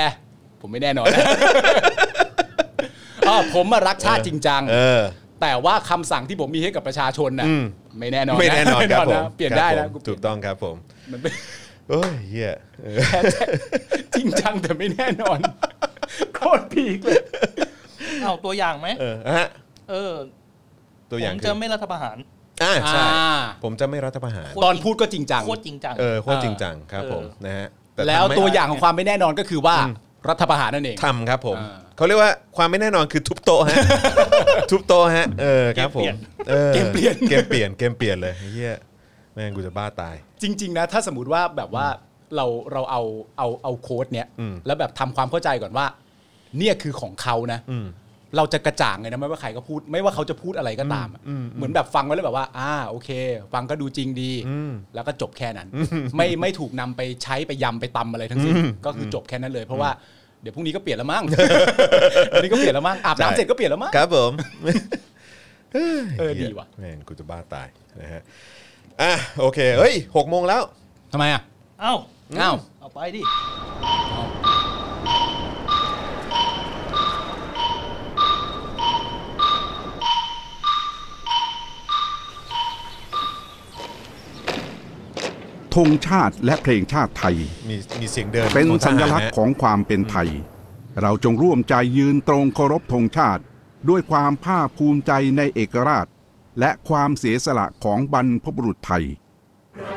B: ผมไม่แน่นอนนะ อ่าผมอะรักชาติจริงจัง
A: เออ
B: แต่ว่าคำสั่งที่ผมมีให้กับประชาชนน่ะ
A: อืม
B: ไม่แน่นอนะ
A: ไม่แน่นอนครับผม
B: ะเปลี่ยนได้
A: ครั
B: นะ
A: บผม
B: กูเป
A: ถู
B: ลี่ย
A: ก
B: น
A: ต้องครับผม
B: มันเป็น
A: โอ้ยเฮียเออ
B: แฮชแท็กจริงจังแต่ไม่แน่นอน โคตรพีคเลย
C: เอาตัวอย่างไหม
A: เออฮะ
C: เออ
A: ตัวอย่าง
C: ผม
A: คื
C: จะ
A: อ
C: ไม่รัฐประหาร
A: อ่าใช่
B: อ่า
A: ผมจะไม่รัฐประหาร
C: โค
B: ตอนพูดก็จริงจัง
C: โคตรจริงจัง
A: เออโคตรจริงจังครับผม
C: เออ
A: นะฮะต่
B: แล้ว
A: ทำไม่
B: ตัวอย่างของความไม่แน่นอนก็คือว่า รัฐประหารนั่นเอง
A: ทำครับผม
B: อ่า
A: เขาเรียกว่าความไม่แน่นอนคือทุบโต๊ะฮ ะ ทุบโต๊ะฮะเออครับผมออ
B: เกมเปลี่ยน
A: เกมเปลี่ยนเกมเปลี่ยนเลยเฮียแม่งกูจะบ้าตาย
B: จริง ๆ นะ ถ้าสมมติว่าแบบว่าเราเราเอาเอาเอาโค้ดเนี้ย
A: อืม
B: แล้วแบบทำความเข้าใจก่อนว่า เนี่ยคือของเขานะ
A: อืม
B: เราจะกระจ่างเลยนะไม่ว่าใครก็พูด ไม่ว่าเขาจะพูดอะไรก็ตามอะ
A: อืม
B: เหมือนแบบฟังไว้แล้วแบบว่า อ่าโอเค ฟังก็ดูจริงดี
A: อืม
B: แล้วก็จบแค่นั้น ไม่ไม่ถูกนำไปใช้ไปยำไปตำอะไรทั้งสิ้นก็คืออจบแค่นั้นเลย เพราะว่าเดี๋ยวพรุ่งนี้ก็เปลี่ยน แล้วมั้ง วันนี้ก็เปลี่ยนแล้วมั้งอาบ
A: ใช่
B: น้ำเสร็จก็เปลี่ยนแล้วมั้ง
A: ครับผม
B: เออดีว่ะ
A: แม่งกูจะบ้าตายนะฮะอ่ะโอเคเฮ้ยหกโมงแล้ว
B: ทำไมอ่ะ
C: เอ้า
B: อ้าว
C: เอาไปดิ
D: ธงชาติและเพลงชาติไทย
A: มีมีเสียงเดิน
D: เป็น
A: ขอท
D: สั
A: หาร
D: ญลักษณ์
A: นะ
D: ของความเป็นไทย เราจงร่วมใจยืนตรงเคารพธงชาติ ด้วยความภาคภูมิใจในเอกราช และความเสียสละของบรรพบุรุษไทย
E: เ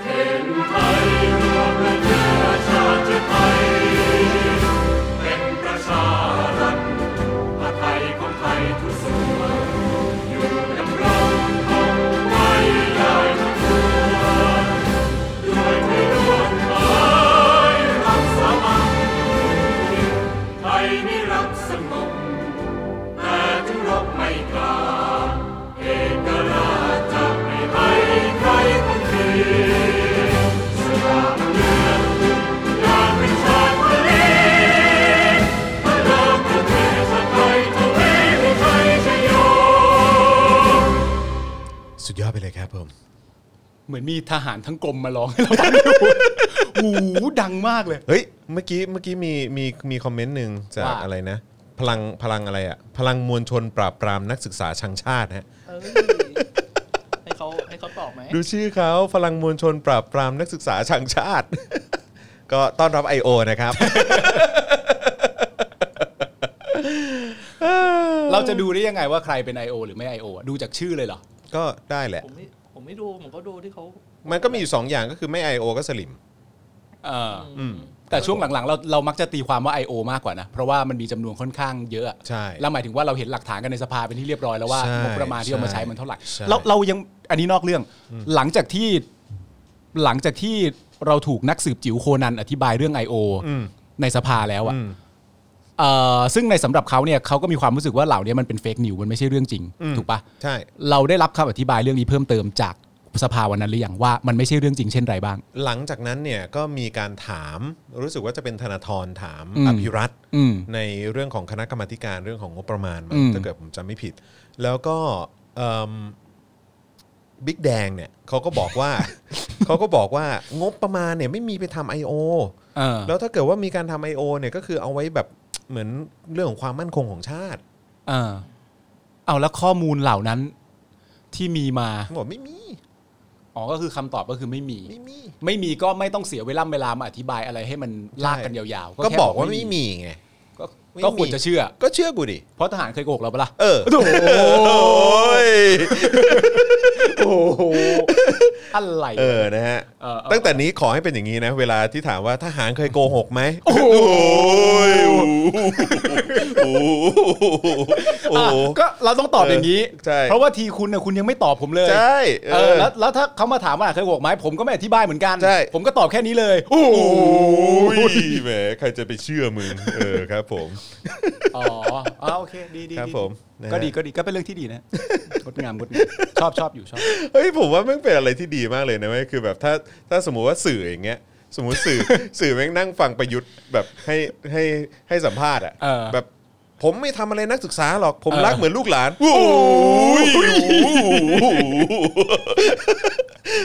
E: ป็นประชารัฐอาไทยของไทยทุกส่วนอยู่ดำรงคงไว้ได้ทุกตัวด้วยเพื่อนร่วมหมายรักสามัคคีไทยไม่รักสงบแต่ถึงรบไม่
A: ครับผม
B: เหมือนมีทหารทั้งกรมมาร้องให้เราฟังอยู่ โอ้โหดังมากเลย
A: เฮ้ยเมื่อกี้เมื่อกี้มีมีมีคอมเมนต์หนึ่งจาก
B: ว่า
A: อะไรนะ พลังพลังอะไรอะพลังมวลชนปราบปรามนักศึกษาชังชาติฮะ
C: เอ้ยให้เขาให้เขาตอบไหม
A: ดูชื่อเขาพลังมวลชนปราบปรามนักศึกษาชังชาติ ก็ต้อนรับ I.O. นะครับ
B: เราจะดูได้ยังไงว่าใครเป็น I.O. หรือไม่ I.O. อะดูจากชื่อเลยเหรอ
A: ก็ได้แหละ
C: ผมไม่ผมไม่ดู ผมก็ดูที่เขา
A: มันก็มีอยู่สองอย่างก็คือไม่ I.O. ก็สลิม
B: เอออแต่ช่วงหลังๆ เราเรามักจะตีความว่า I.O. มากกว่านะ เพราะว่ามันมีจำนวนค่อนข้างเยอะ
A: ใช่
B: แล้วหมายถึงว่าเราเห็นหลักฐานกันในสภาเป็นที่เรียบร้อยแล้วว่า
A: ใช่
B: งบประมาณที่เอามาใช้
A: ใช่
B: มันเท่าไหร่
A: ใช่
B: เราเรายังอันนี้นอกเรื่อง หลังจากที่หลังจากที่เราถูกนักสืบจิ๋วโคนันอธิบายเรื่อง I.O. ในสภาแล้วอะเอ่อซึ่งในสำหรับเขาเนี่ยเขาก็มีความรู้สึกว่าเหล่านี้มันเป็นเฟกนิวมันไม่ใช่เรื่องจริงถูกปะ
A: ใช่
B: เราได้รับคำอธิบายเรื่องนี้เพิ่มเติมจากสภาวันนั้นหรือยังว่ามันไม่ใช่เรื่องจริงเช่นไรบ้าง
A: หลังจากนั้นเนี่ยก็มีการถามรู้สึกว่าจะเป็นธนาธรถาม
B: อืม
A: อภิรัตน์
B: อืม
A: ในเรื่องของคณะกรรมาธิการเรื่องของงบประมาณมา
B: อืม
A: ถ้าเกิดผมจำไม่ผิด แล้วก็บิ๊กแดงเนี่ยเขาก็บอกว่า เขาก็บอกว่างบประมาณเนี่ยไม่มีไปทำ I.O.
B: เออ
A: แล้วถ้าเกิดว่ามีการทำ I.O. เนี่ยก็คือเอาไว้แบบเหมือนเรื่องของความมั่นคงของชาติ
B: เออเอาแล้วข้อมูลเหล่านั้นที่มีมา
A: เขาบอกไม่มี
B: อ๋อก็คือคำตอบก็คือไม่มี
A: ไม่มี
B: ไม่มีก็ไม่ต้องเสียเวลาเวลามาอธิบายอะไรให้มันลากกันยาวๆ
A: ก็
B: แค่
A: บอกว่าไม่มีไง
B: ก็
A: ไม่มี
B: ก็ควรจะเชื่อ
A: ก็เชื่อกูดิ
B: เพราะทหารเคยโกหกเราปะล่ะ
A: เออ
B: โอ้โห
A: โอ้ย
B: โอ้โหอะไร
A: เออ นะฮะ
B: เออเออ
A: ตั้งแต่นี้ขอให้เป็นอย่างนี้นะ เวลาที่ถามว่าทหารเคยโกหกไหมโอ้ยโอ้โห
B: อ่ะก็เราต้องตอบอย่างนี้
A: เออใช่
B: เพราะว่าทีคุณน่ะคุณยังไม่ตอบผมเลย
A: ใช่เอ
B: เออ
A: อ
B: แล้วแล้วถ้าเขามาถามว่าเคยโกหกไหมผมก็ไม่อธิบายเหมือนกัน
A: ใช่
B: ผมก็ตอบแค่นี้เลย โอ้
A: โอ้ยแหมใครจะไปเชื่อมึงเออครับผม
B: อ๋ออ๋อโอเค ดีดี
A: ครับ
B: ดี
A: ผม
B: ดี
A: นะฮะ
B: ก็ดีก็ดีก็เป็นเรื่องที่ดีนะงดงามงดงามชอบชอบอยู่ชอบ
A: เฮ้ยผมว่าแม่งเป็นอะไรที่ดีมากเลยนะเว้ยคือแบบถ้าถ้าสมมุติว่าสื่ออย่างเงี้ยสมมติสื่อ สื่อแม่งนั่งฟังประยุทธ์แบบให้ให้ให้สัมภาษณ์อ่ะ
B: เออ
A: แบบผมไม่ทำอะไรนักศึกษาหรอกผม
B: เออ
A: รักเหมือนลูกหลานโอ้ย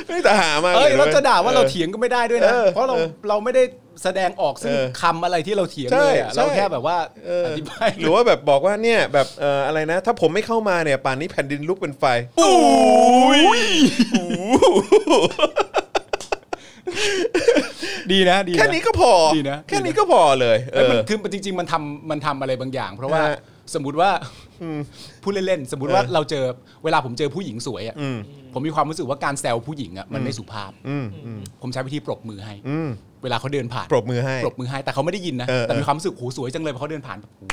A: ไม่แต่หามา
B: เอ้ย
A: ลนะ
B: เรา
A: ว้
B: จะด่าว่าเราเถียงก็ไม่ได้ด้วยนะ
A: เออ
B: เพราะเรา
A: เออ
B: เราไม่ได้แสดงออกซึ่ง
A: เออ
B: คำอะไรที่เราเถียงเลยอะ
A: ใช่ใช่
B: เราแค่แบบว่า
A: เออ
B: อธิบาย
A: หรือว่าแบบบอกว่าเนี่ยแบบเอ่ออะไรนะ ถ้าผมไม่เข้ามาเนี่ยป่านนี้แผ่นดินลุกเป็นไฟ
B: โอ้ยดีนะดีะ
A: แค่นี้ก็พอ
B: ดีนะ
A: แค่นี้ก็พอเลยเอ
B: เอ้ย
A: อ
B: มันคือมันจริง ๆ มันทำมันทำอะไรบางอย่าง เพราะว่า
A: ฮะ
B: สมมติว่าพูดเล่นๆสมมติว่าเราเจอเวลาผมเจอผู้หญิงสวยอ่ะผมมีความรู้สึกว่าการแซวผู้หญิงอ่ะมันไม่สุภาพผมใช้วิธีปรบมือให้เวลาเขาเดินผ่าน
A: ปรบมือให้
B: ปรบมือให้แต่เขาไม่ได้ยินนะ
A: เออ
B: แต่มีความรู้สึกโหสวยจังเลยพอเขาเดินผ่านแบบโห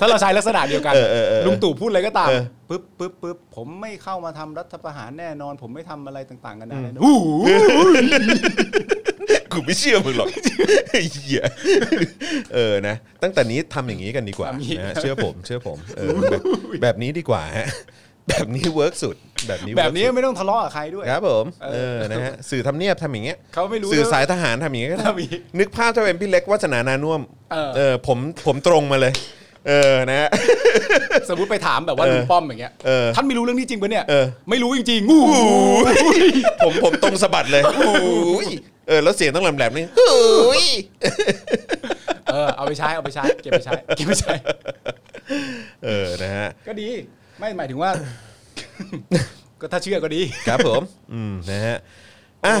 B: ถ้าเราใช้ลักษณะเดียวกัน
A: เออเออเออ
B: ลุงตู่พูดอะไรก็ตาม
A: เออ
B: ปึ๊บปึ๊บปึ๊บผมไม่เข้ามาทำรัฐประหารแน่นอน ผมไม่ทำอะไรต่างๆกันนะโอ้โห
A: กูไม่เชื่อมึงหรอกไอ้เหี้ยเออนะ ตั้งแต่นี้ทำอย่างนี้กันดีกว่า
B: ทำอย่างนี้
A: นะเชื่อผม เชื่อผมเออแบบแบบนี้ดีกว่าฮะแบบนี้เวิร์กสุด แบบนี้ work
B: แบบนี้
A: สุด
B: ไม่ต้องทะเลาะกับใครด้วย
A: ครับผม
B: เอ
A: เอ
B: อ
A: อนะฮะสื่อทำเนียบทำอย่างเงี้ย
B: เขาไม่รู้
A: สื่อ
B: นะ
A: สายทหารทำอย่างเงี้ยก็ได้
B: ทำอย่างงี้
A: นึกภาพถ้าเป็นพี่เล็กวัฒนานานุ่วม
B: เออ
A: เออผมผมตรงมาเลย เออนะฮะ
B: สมมติไปถามแบบว่า
A: เออ
B: ลุงป้อมอย่างเงี้ย
A: เออ
B: ท่านไม่รู้เรื่องนี้จริงปะเนี่ย
A: เออ
B: ไม่รู้จริงๆงู
A: ผมผมตรงสะบัด เลยอุ้ยเออแล้วเสียงต้องแหลมๆนี่อุ้ย
B: เออเอาไปใช้เอาไปใช้เก็บไปใช้เก็บไปใช้
A: เออนะฮะ
B: ก็ดี ไม่หมายถึงว่า ก็ถ้าเชื่อก็ดี
A: ครับผม อืม นะฮะ อ่ะ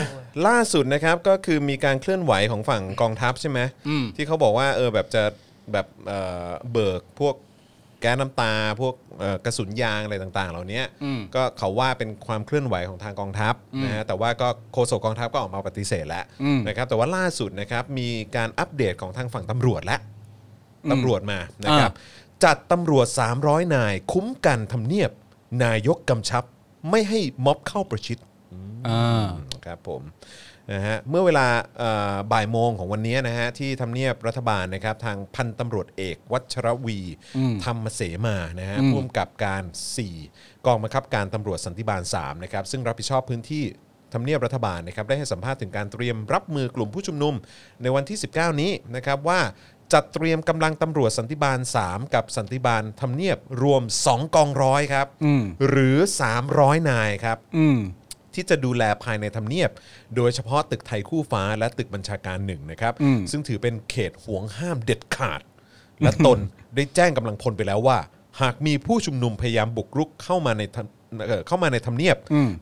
A: ล่าสุดนะครับ ก็คือมีการเคลื่อนไหวของฝั่งกองทัพใช่ไหม
B: อืม
A: ที่เขาบอกว่า เออ แบบจะแบบเอ่อเบิกพวกแก๊สน้ำตา พวกเอ่อกระสุนยางอะไรต่างๆ เหล่านี้
B: อืม
A: ก็เขาว่าเป็นความเคลื่อนไหวของทางกองทัพนะฮะ แต่ว่าก็โฆษกกองทัพก็ออกมาปฏิเสธแล้ว
B: อืม
A: นะครับ แต่ว่าล่าสุดนะครับ มีการอัปเดตของทางฝั่งตำรวจแล้ว ตำรวจมานะครับ จัดตำรวจ 300 นาย คุ้มกันทำเนียบ นายกกำชับ ไม่ให้ม็อบเข้าประชิด
B: อ่า
A: ครับผมนะฮะเมื่อเวลาเอ่อบ่ายโมงของวันนี้นะฮะที่ทำเนียบรัฐบาลนะครับ ทางพันตำรวจเอก วัชรวี ธรรมเสมานะฮะ
B: อืม
A: ผู้กำกับการ 4 กองบังคับการตำรวจสันติบาล3นะครับซึ่งรับผิดชอบพื้นที่ทำเนียบรัฐบาลนะครับได้ให้สัมภาษณ์ถึงการเตรียมรับมือกลุ่มผู้ชุมนุมในวันที่ 19 นี้นะครับว่า จัดเตรียมกำลังตำรวจสันติบาล 3 กับสันติบาลทำเนียบรวม 2 กองร้อยครับ
B: อืม
A: หรือ 300 นายครับ
B: อืม
A: ที่จะดูแลภายในทำเนียบ โดยเฉพาะตึกไทยคู่ฟ้าและตึกบัญชาการหนึ่งนะครับ
B: อืม
A: ซึ่งถือเป็นเขตห่วงห้ามเด็ดขาด และต นได้แจ้งกำลังพลไปแล้วว่า หากมีผู้ชุมนุมพยายามบุกรุกเข้ามาในทำเอ่อเข้ามาในทำเนียบ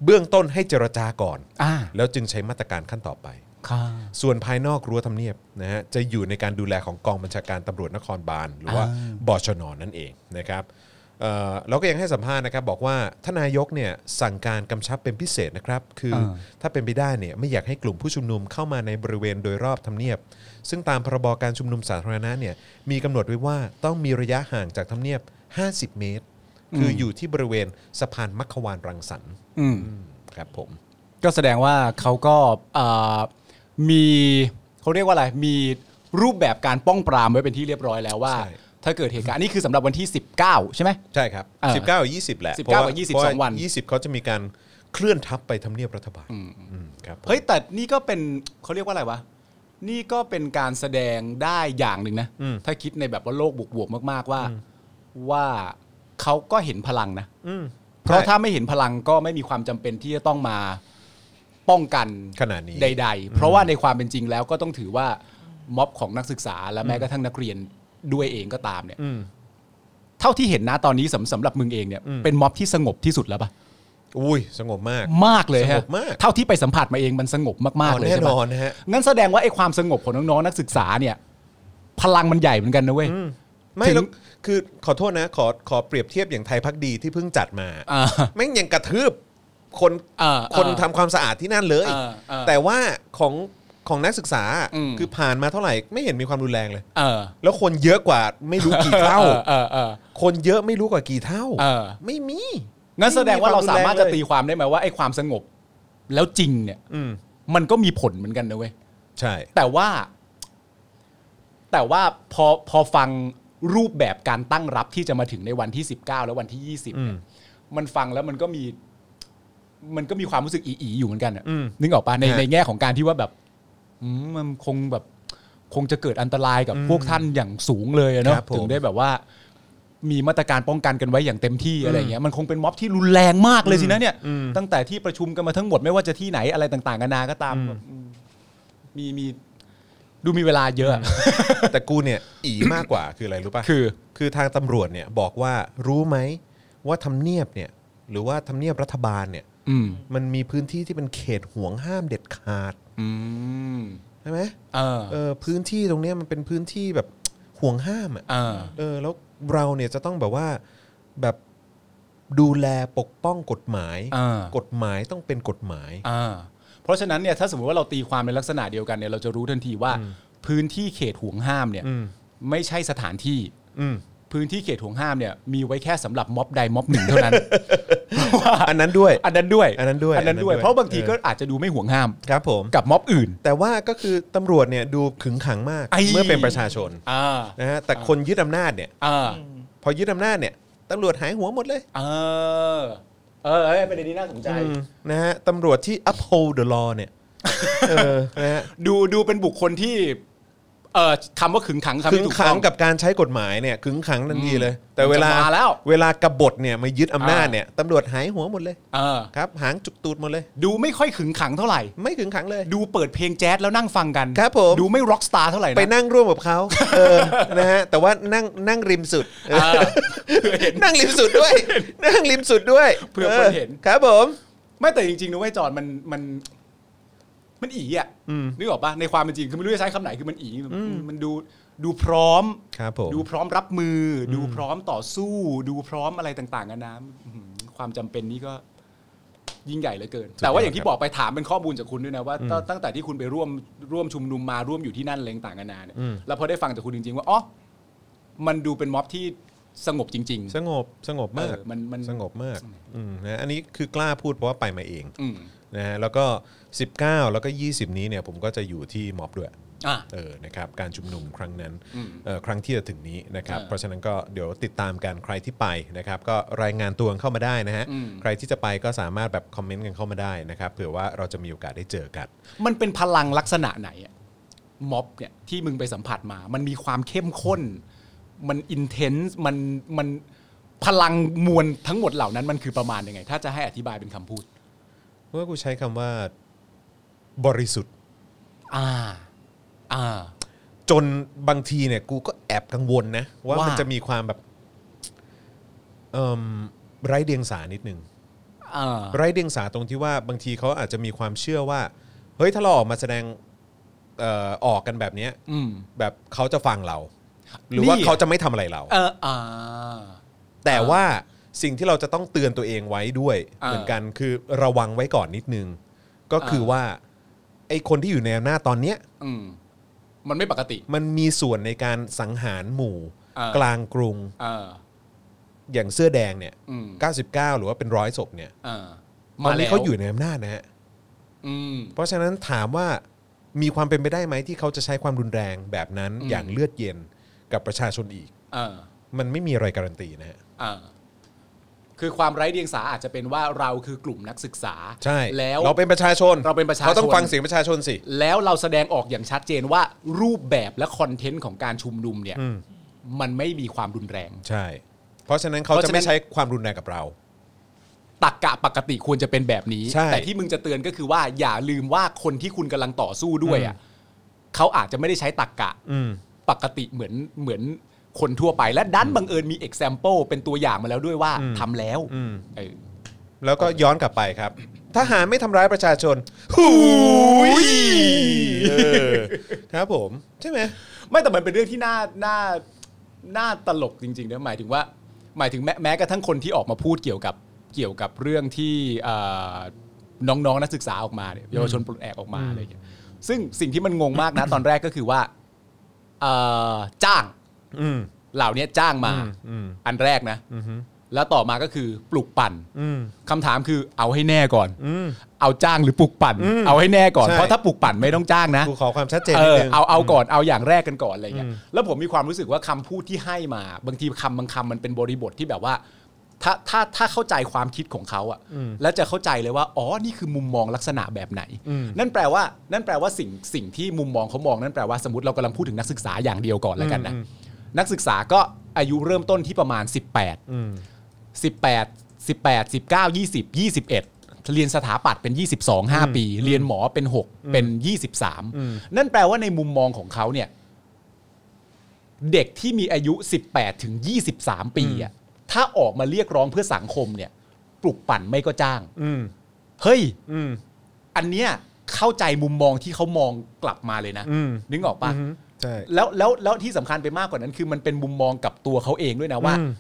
A: เบื้องต้นให้เจรจาก่อน
B: อ่า
A: แล้วจึงใช้มาตรการขั้นต่อไป
B: ค่ะ
A: ส่วนภายนอกรั้วทำเนียบนะฮะจะอยู่ในการดูแลของกองบัญชาการตำรวจนครบาลหรือว่า
B: อ่
A: บชนนั่นเองนะครับเอ่อเราก็ยังให้สัมภาษณ์นะครับ บอกว่าทานนายกเนี่ยสั่งการกำชับเป็นพิเศษนะครับ คืออถ้าเป็นไปได้เนี่ยไม่อยากให้กลุ่มผู้ชุมนุมเข้ามาในบริเวณโดยรอบทำเนียบ ซึ่งตามพรบการชุมนุมสาธารณะเนี่ยมีกำหนดไว้ว่าต้องมีระยะห่างจากทำเนียบ 50 เมตร คืออยู่ที่บริเวณสะพานมัคควานรังสรรค์
B: อืม
A: อืมครับผม
B: ก็แสดงว่าเขาก็เอ่อมีเขาเรียกว่าอะไรมีรูปแบบการป้องปรามไว้เป็นที่เรียบร้อยแล้วว่า
A: ใช่
B: ถ้าเกิดเหตุการณ์อันนี่คือสำหรับวันที่ 19 ใช่ไหม
A: ใช่ครับ
B: เออ
A: 19กับ20 แหละ
B: 19
A: เพระ
B: กับ20
A: เพราะา
B: สองวัน
A: 20 เขาจะมีการเคลื่อนทับไปทำเนียบรัฐบาลอืมครับ
B: เฮ้ยแต่นี่ก็เป็นเขาเรียกว่าอะไรวะนี่ก็เป็นการแสดงได้อย่างหนึ่งนะ ถ้าคิดในแบบว่าโลกบวกๆมาก ๆว่า ว่าเขาก็เห็นพลังนะ
A: อืม
B: เพราะ
A: ใช่
B: ถ้าไม่เห็นพลังก็ไม่มีความจำเป็นที่จะต้องมาป้องกัน
A: ขนาดนี้
B: ใด ๆ เพราะว่าในความเป็นจริงแล้วก็ต้องถือว่าม็อบของนักศึกษาและแม้กระทั่งนักเรียนด้วยเองก็ตามเนี่ย
A: อืม
B: เท่าที่เห็นนะตอนนี้สำสำหรับมึงเองเนี่ยเป็นม็อบที่สงบที่สุดแล้วปะ
A: อุ้ยสงบมาก
B: มากเลยฮะ
A: สงบมาก
B: เท่าที่ไปสัมผัสมาเองมันสงบมากๆเลย
A: แน่
B: ใช่ไห
A: น
B: ม
A: อนนะฮะ
B: งั้นแสดงว่าไอ้ความสงบของน้องๆนักศึกษาเนี่ย พลังมันใหญ่เหมือนกันนะเว้ย
A: ไม่
B: ถึง
A: แล้วคือขอโทษนะ ขอขอเปรียบเทียบอย่างไทยพักดีที่เพิ่งจัดมา
B: อ่า
A: แม่งยังกระทืบคน
B: เออ
A: คน
B: เออ
A: ทำความสะอาดที่นั่นเลย
B: เออเออ
A: แต่ว่าของของนักศึกษา
B: อืม
A: คือผ่านมาเท่าไหร่ไม่เห็นมีความรุนแรงเลย
B: เออ
A: แล้วคนเยอะกว่าไม่รู้กี่เท่า
B: เออเออ
A: คนเยอะไม่รู้กว่ากี่เท่า
B: เออ
A: ไม่มี
B: งั้นแสดงว่าเราสามารถจะตี
A: ไควมน
B: ความ
A: แงเลย
B: ได้ไหมว่าไอ้ความสงบแล้วจริงเนี่ย
A: อืม
B: มันก็มีผลเหมือนกันนะเว้ย
A: ใช่
B: แต่ว่า แต่ว่าพอพอฟังรูปแบบการตั้งรับที่จะมาถึงในวันที่ 19 และวันที่ 20เนี่ยมันฟังแล้วมันก็มี มันก็มีความรู้สึกอี ๆ อยู่เหมือนกันอะ
A: อืม
B: นึกออกปะใน
A: ฮะ
B: ในแง่ของการที่ว่าแบบอืมมันคงแบบ คงจะเกิดอันตรายกับพวกท่านอย่างสูงเลยอะเนาะ
A: ครับผม
B: ถึงได้แบบว่า มีมาตรการป้องกันกันไว้อย่างเต็มที่อะไรอย่างเงี้ยมันคงเป็นม็อบที่รุนแรงมากเลยสินะเนี่ย ตั้งแต่ที่ประชุมกันมาทั้งหมดไม่ว่าจะที่ไหนอะไรต่างๆกันานาก็ตามแบบอืมมีมี ดูมีเวลาเยอะ
A: แต่กูเนี่ย อีมากกว่าคืออะไรรู้ป่ะ
B: คือ
A: คือทางตำรวจเนี่ยบอกว่ารู้ไหมว่าทำเนียบเนี่ย หรือว่าทำเนียบรัฐบาลเนี่ย
B: อืม
A: มันมีพื้นที่ที่เป็นเขตห่วงห้ามเด็ดขาด
B: อืม
A: ใช่ไหม
B: เออ
A: เออพื้นที่ตรงเนี้ยมันเป็นพื้นที่แบบห่วงห้ามอ่ะ
B: เออ
A: เออแล้วเราเนี่ยจะต้องแบบว่าแบบดูแลปกป้องกฎหมาย
B: อ่า
A: กฎหมายต้องเป็นกฎหมาย
B: อ่าเพราะฉะนั้นเนี่ยถ้าสมมติว่าเราตีความในลักษณะเดียวกันเนี่ยเราจะรู้ทันทีว่า พื้นที่เขตห่วงห้ามเนี่ย
A: อืม
B: ไม่ใช่สถานที่
A: อืม
B: พื้นที่เขตห่วงห้ามเนี่ย มีไว้แค่สำหรับม็อบใดม็อบหนึ่งเท่า นั้น เพราะว่า
A: อันนั้นด้วย
B: อันนั้นด้วย
A: อันนั้นด้วย
B: อันนั้นด้วย
A: อันนั้นด้วย
B: เพราะบางทีก็อาจจะดูไม่ห่วงห้าม
A: ครับผม
B: กับม็อบอื่น
A: แต่ว่าก็คือตำรวจเนี่ยดูขึงขังมาก
B: ไอ้
A: เมื่อเป็นประชาชน
B: อ่า
A: นะฮะแต่คนยึดอำนาจเนี่ย
B: อ่า
C: ม
A: พอยึดอำนาจเนี่ยตำรวจหายหัวหมดเลย
B: เออ เออเอ้ยประเด็นนี้น่าสนใจ
A: อืมนะฮะตำรวจที่ uphold the law เนี่ยเออนะฮะ
B: ดูดูเป็นบุคคลที่ เออคำว่าขึงขังคำ
A: ขึ
B: ที่
A: ง
B: ถูก
A: ขั
B: ต้อง ง
A: กับการใช้กฎหมายเนี่ยขึงขังทันทีเลย แต่เวลา
B: จะมาแล้ว
A: เวลากบฏเนี่ยมายึดอำนาจเนี่ยตำรวจหายหัวหมดเลย
B: เออ
A: ครับหางจุกตูดหมดเลย
B: ดูไม่ค่อยขึงขังเท่าไหร่
A: ไม่ขึงขังเลย
B: ดูเปิดเพลงแจ๊สแล้วนั่งฟังกัน
A: ครับผม
B: ดูไม่ร็อกสตาร์เท่าไหร่นะ
A: ไปนั่งร่วมกับเขาเอ อนะฮะแต่ว่านั่งนั่งริมสุดเออ
B: เออเห็น
A: นั่งริมสุด ด้วย นั่งริมสุดด้วย
B: เผื่อคนเห็น
A: ครับผม
B: ไม่แต่จริงๆนะเว้ยจอนมันมัน มันอีอ่ะนึกออกปะในความเป็นจริงคือไม่รู้จะใช้คำไหนคือมันอีมันดูดูพร้อม
A: ครับผม
B: ดูพร้อมรับมืออดูพร้อมต่อสู้ ดูพร้อมอะไรต่างๆกันานะอื้อหือความจำเป็นนี่ก็ยิ่งใหญ่เหลือเกิน
A: สุดยอด
B: แต่ว่าอย่างที่
A: ครับ
B: บอกไปถามเป็นข้อมูลจากคุณด้วยนะว่าตตั้งแต่ที่คุณไปร่วมร่วมชุมนุมมาร่วมอยู่ที่นั่นอะไรต่างกันานาเนี่ย
A: อืม
B: แล้วพอได้ฟังจากคุณจริง ๆ ว่าอ๋อมันดูเป็นม็อบที่สงบจริง
A: สงบสงบมาก
B: เออมันมัน
A: สงบมากอืมนะอันนี้คือกล้าพูดเพราะว่าไปมาเอง
B: ๆ อืม
A: นะฮะแล้วก็ 19 แล้วก็ 20 นี้เนี่ยผมก็จะอยู่ที่ม็อบด้วย
B: อ่ะ
A: เออนะครับการชุมนุมครั้งนั้น
B: อืม
A: เอ่อครั้งที่จะถึงนี้นะครับ
B: เออ
A: เพราะฉะนั้นก็เดี๋ยวติดตามกันใครที่ไปนะครับก็รายงานตัวเข้ามาได้นะฮะ
B: อืม
A: ใครที่จะไปก็สามารถแบบคอมเมนต์กันเข้ามาได้นะครับเผื่อว่าเราจะมีโอกาสได้เจอกัน
B: มันเป็นพลังลักษณะไหนอะ ม็อบเนี่ยที่มึงไปสัมผัสมา มันมีความเข้มข้น มันอินเทนส์มันมันพลังมวลทั้งหมดเหล่านั้นมันคือประมาณยังไง ถ้าจะให้อธิบายเป็นคำพูด
A: เมื่อกูใช้คำว่าบริสุทธิ์
B: อ่า อ่า
A: จนบางทีเนี่ยกูก็แอบกังวลนะ ว่า
B: ว่ามั
A: มันจะมีความแบบเอิ่มไร้เดียงสานิดนึง
B: อ่า
A: ไร้เดียงสาตรงที่ว่าบางทีเขาอาจจะมีความเชื่อว่า เฮ้ยถ้าเราออกมาแสดงเอ่อออกกันแบบเนี้ย
B: อืม
A: แบบเขาจะฟังเรา หรือว่า
B: นี่
A: เขาจะไม่ทำอะไรเรา
B: เอออ่า
A: แต่ว่าสิ่งที่เราจะต้องเตือนตัวเองไว้ด้วย
B: อ่า
A: เหมือนกันคือระวังไว้ก่อนนิดนึง ก็คืออา ว่าไอ้คนที่อยู่ในอำนาจตอนเนี้ย
B: อืม มันไม่ปกติ
A: มันมีส่วนในการสังหารหมู่
B: อ่าก ก
A: ลางกรุง
B: เออ
A: อย่างเสื้อแดงเนี่ย
B: อืม
A: 99 หรือว่าเป็นร้อยศพเนี่ย
B: เออ
A: ตอน
B: แล้
A: นี้
B: ว
A: เขาอยู่ในอำนาจนะฮะ
B: อืม
A: เพราะฉะนั้นถามว่ามีความเป็นไปได้ไหมที่เขาจะใช้ความรุนแรงแบบนั้น
B: อืม
A: อย่างเลือดเย็นกับประชาชนอีก
B: เออ
A: มันไม่มีอะไรการันตีนะฮะ
B: อ่าคือความไร้เดียงสาอาจจะเป็นว่าเราคือกลุ่มนักศึกษา
A: ใช่
B: แล้ว
A: เราเป็นประชาชน
B: เราเป็นประชาชน
A: เราต้องฟังเสียงประชาชนสิ
B: แล้วเราแสดงออกอย่างชัดเจนว่ารูปแบบและคอนเทนต์ของการชุมนุมเนี่ย
A: อืม
B: มันไม่มีความรุนแรง
A: ใช่ เพราะฉะนั้นเขา
B: เพราะ
A: จะ
B: ฉะนั้
A: ไม่
B: น
A: ใช้ความรุนแรงกับเรา
B: ตักกะปกติควรจะเป็นแบบนี้
A: ใช่
B: แต่ที่มึงจะเตือนก็คือว่าอย่าลืมว่าคนที่คุณกำลังต่อสู้ด้วยอ่ะเขาอาจจะไม่ได้ใช้ตักกะ
A: อืม
B: ปกติเหมือนเหมือนคนทั่วไป และดันบังเอิญมี example เป็นตัวอย่างมาแล้วด้วยว่า
A: อืม
B: ทำแล้ว
A: อืม
B: เออ
A: แล้วก็ย้อนกลับไปครับทหารไม่ทำร้ายประชาชนหูยเออครับผม ใช่ไหม
B: ไม่แต่มันเป็นเรื่องที่น่าน่าน่าตลกจริงๆนะหมายถึงว่า หมายถึงแม้แม้กระทั่งคนที่ออกมาพูดเกี่ยวกับเกี่ยวกับเรื่องที่เอ่อน้องๆนักศึกษาออกมาเนี่ยเยาวชนปลดแอกออกมาอะไรอย่างเงี้ยซึ่งสิ่งที่มันงงมากนะ ตอนแรกก็คือว่าเอ่อจ้าง
A: อืม
B: เหล่านี้จ้างมา
A: อืมอืม
B: อันแรกนะ
A: อืมฮึ
B: แล้วต่อมาก็คือปลุกปั่น
A: อืม
B: คำถามคือเอาให้แน่ก่อน
A: อืม
B: เอาจ้างหรือปลุกปั่น
A: อืม
B: เอาให้แน่ก่อน
A: ใช่
B: เพราะถ้าปลุกปั่นไม่ต้องจ้างนะ
A: กูขอความชัดเจน
B: เอ
A: นิด
B: อ
A: นึง
B: เอาเอาก่อนเอาอย่างแรกกันก่อนอะไรเงี้
A: อื
B: ย
A: ม
B: แล้วผมมีความรู้สึกว่าคำพูดที่ให้มา บางทีคำบางคำมันเป็นบริบทที่แบบว่า ถ้าถ้าถ้าเข้าใจความคิดของเขาอะแล้วจะเข้าใจเลยว่าอ๋อนี่คือมุมมองลักษณะแบบไหน นั่นแปลว่า นั่นแปลว่าสิ่งสิ่งที่มุมมองเขามองนั่นแปลว่าสมมติเรากำลังพูดถึงนักศึกษาอย่างเดียวก่อนแล้วกันนะ
A: อืม
B: นักศึกษาก็อายุเริ่มต้นที่ประมาณ 18
A: อืม
B: 18 18 19 20 21 เรียนสถาปัตย์เป็น 22 5 ปี เรียนหมอเป็น 6 เป็น
A: อืม
B: 23 นั่นแปลว่าในมุมมองของเขาเนี่ย เด็กที่มีอายุ 18 ถึง 23 ปีอะถ้าออกมาเรียกร้องเพื่อสังคมเนี่ย ปลุกปั่นไม่ก็จ้าง
A: อืม
B: เฮ้ย
A: อืม
B: อันเนี้ยเข้าใจมุมมองที่เขามองกลับมาเลยนะ
A: อืม
B: นึกออกปะ
A: อืมใช่
B: แล้วแล้วแล้วที่สำคัญไปมากกว่านั้นคือมันเป็นมุมมองกับตัวเขาเองด้วยนะว่า
A: อืม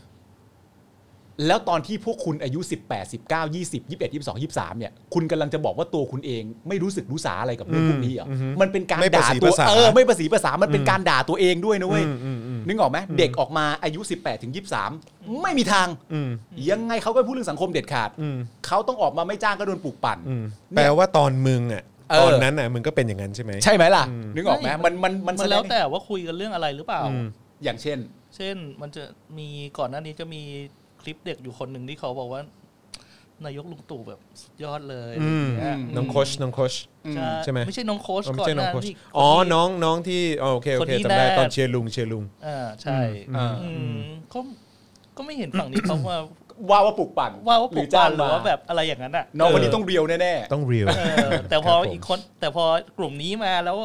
B: แล้วตอนที่พวกคุณอายุ 18 19 20 21 22 23เนี่ยคุณกำลังจะบอกว่าตัวคุณเอง ไม่รู้สึกรู้สาอะไรกับเรื่องพวกนี้เหรอ
A: อืมอืม
B: มันเป็นการ
A: ไม่ประ
B: ด่า
A: สี
B: ตัว
A: ประสา
B: เออไม่ประสีภาษามันเป็นการด่าตัวเองด้วยนะเว้ย
A: อืมอืมอืม
B: นึกออกไหมเด็กออกมาอายุ 18ถึง23 ไม่มีทาง
A: อืม
B: ยังไงเขาก็พูดเรื่องสังคมเด็ดขาด
A: อืม
B: เขาต้องออกมาไม่จ้างก็โดนปลูกปั่น
A: อืม
B: เนี่ย
A: แปลว่าตอนมึงอ่ะ
B: เออ
A: ตอนนั้นอ่ะมึงก็เป็นอย่างนั้นใช่ไหม
B: ใช่ไหมล่ะ นึกออกไหม
C: ไม่
B: มันมันมัน
C: มั
B: แส
C: น
B: ด
C: แล้ว
B: ง
C: แต่ว่าคุยกันเรื่องอะไรหรือเปล่า
A: อืม
B: อย่างเช่น
C: เช่นมันจะมีก่อนหน้านี้จะมีคลิปเด็กอยู่คนหนึ่งที่เขาบอกว่า นายกลุงตู่แบบสุดยอดเลย
A: อืม
C: อะไรอย่างเงี้ย
A: น้องโคชน้องโคช ใช่ไหม
C: ไม่ใช่น้องโค้ช
A: อ๋อไม่
C: ก่อน
A: ใช่
C: ห
A: น้อง
C: น้า
A: โคช
C: นี้
A: อ๋อน้องน้องที่อ๋อโอเคโอ
C: คน
A: เค
C: ที่
A: จำได้
C: แรก
A: ตอนเชียร์ลุงเชียร์ลุง
C: อ่าใช่
B: อ่า
C: อืมก็ก็ไม่เห็นฝั่งนี้เขาว่า
B: ว่าว่าปลูกปั่น
C: ว่าว่าป
B: ห
C: ลู
B: รื
C: ก
B: จ้
C: บ้าง นหรือ
B: มา
C: ว่าแบบอะไรอย่างนั้นอ่ะ
B: น้องคนนี้
A: เออ
B: ต้องเรียวแน่ๆ
A: ต้องเรียว
C: เออแต่พอ
A: ครับผม
C: อีกคน แต่พอกลุ่มนี้มาแล้ว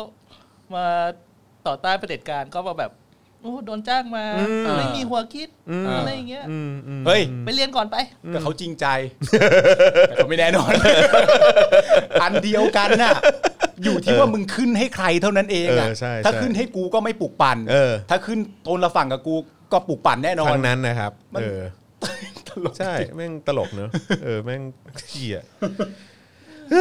C: มาต่อต้านเผด็จการก็มาแบบโอ้โดนจ้างมา ไม่มีหัวคิดอะไรอย่างเงี้ย
A: อืมอืม
B: เฮ้ย
C: ไปเรียนก่อนไป
B: แต่เขาจริงใจ แต่เขาไม่แน่นอน อันเดียวกันน่ะ อยู่ที่ว่ามึงขึ้นให้ใครเท่านั้นเองอะ
A: เออใช่
B: ถ้า
A: ใช่
B: ขึ้นให้กูก็ไม่ปลุกปั่น
A: เออ
B: ถ้าขึ้นโตนละฝั่งกับกูก็ปลุกปั่นแน่นอน
A: ทางนั้นนะครับ
B: มัน
A: เออ
B: ตลก
A: ใช่แม่งตลกเนอะเออแม่งเหี้ยเอ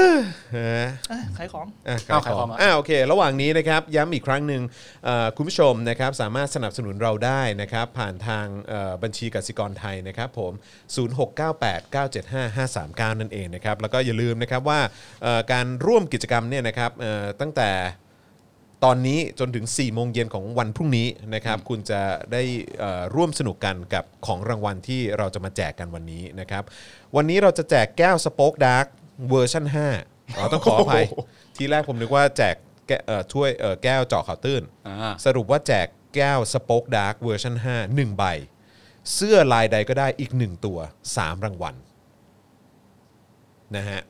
A: อ
C: อ่ะขายของ
A: อ่ะขายของอ่ะโอเค ระหว่างนี้นะครับย้ำอีกครั้งหนึ่งเอ่อคุณผู้ชมนะครับสามารถสนับสนุนเราได้นะครับผ่านทางเอ่อบัญชีกสิกรไทยนะครับผม 0698975539 นั่นเองนะครับแล้วก็อย่าลืมนะครับว่าเอ่อการร่วมกิจกรรมเนี่ยนะครับเอ่อตั้งแต่ ตอนนี้จนถึง 4 โมงเย็นของวันพรุ่งนี้นะครับ คุณจะได้เอ่อร่วมสนุกกันกับของรางวัลที่เราจะมาแจกกันวันนี้นะครับ วันนี้เราจะแจกแก้วสป็อกดาร์กเวอร์ชัน5อ๋อต้องขออภัย ทีแรกผมนึกว่าแจก แกเอ่อถ้วยเอ่อแก้วเจาะข่าวตื้น
B: อ่า
A: สรุปว่าแจกแก้วสป็อกดาร์กเวอร์ชัน5 1 ใบ เสื้อลายใดก็ได้อีก 1 ตัว 3 รางวัลนะฮะ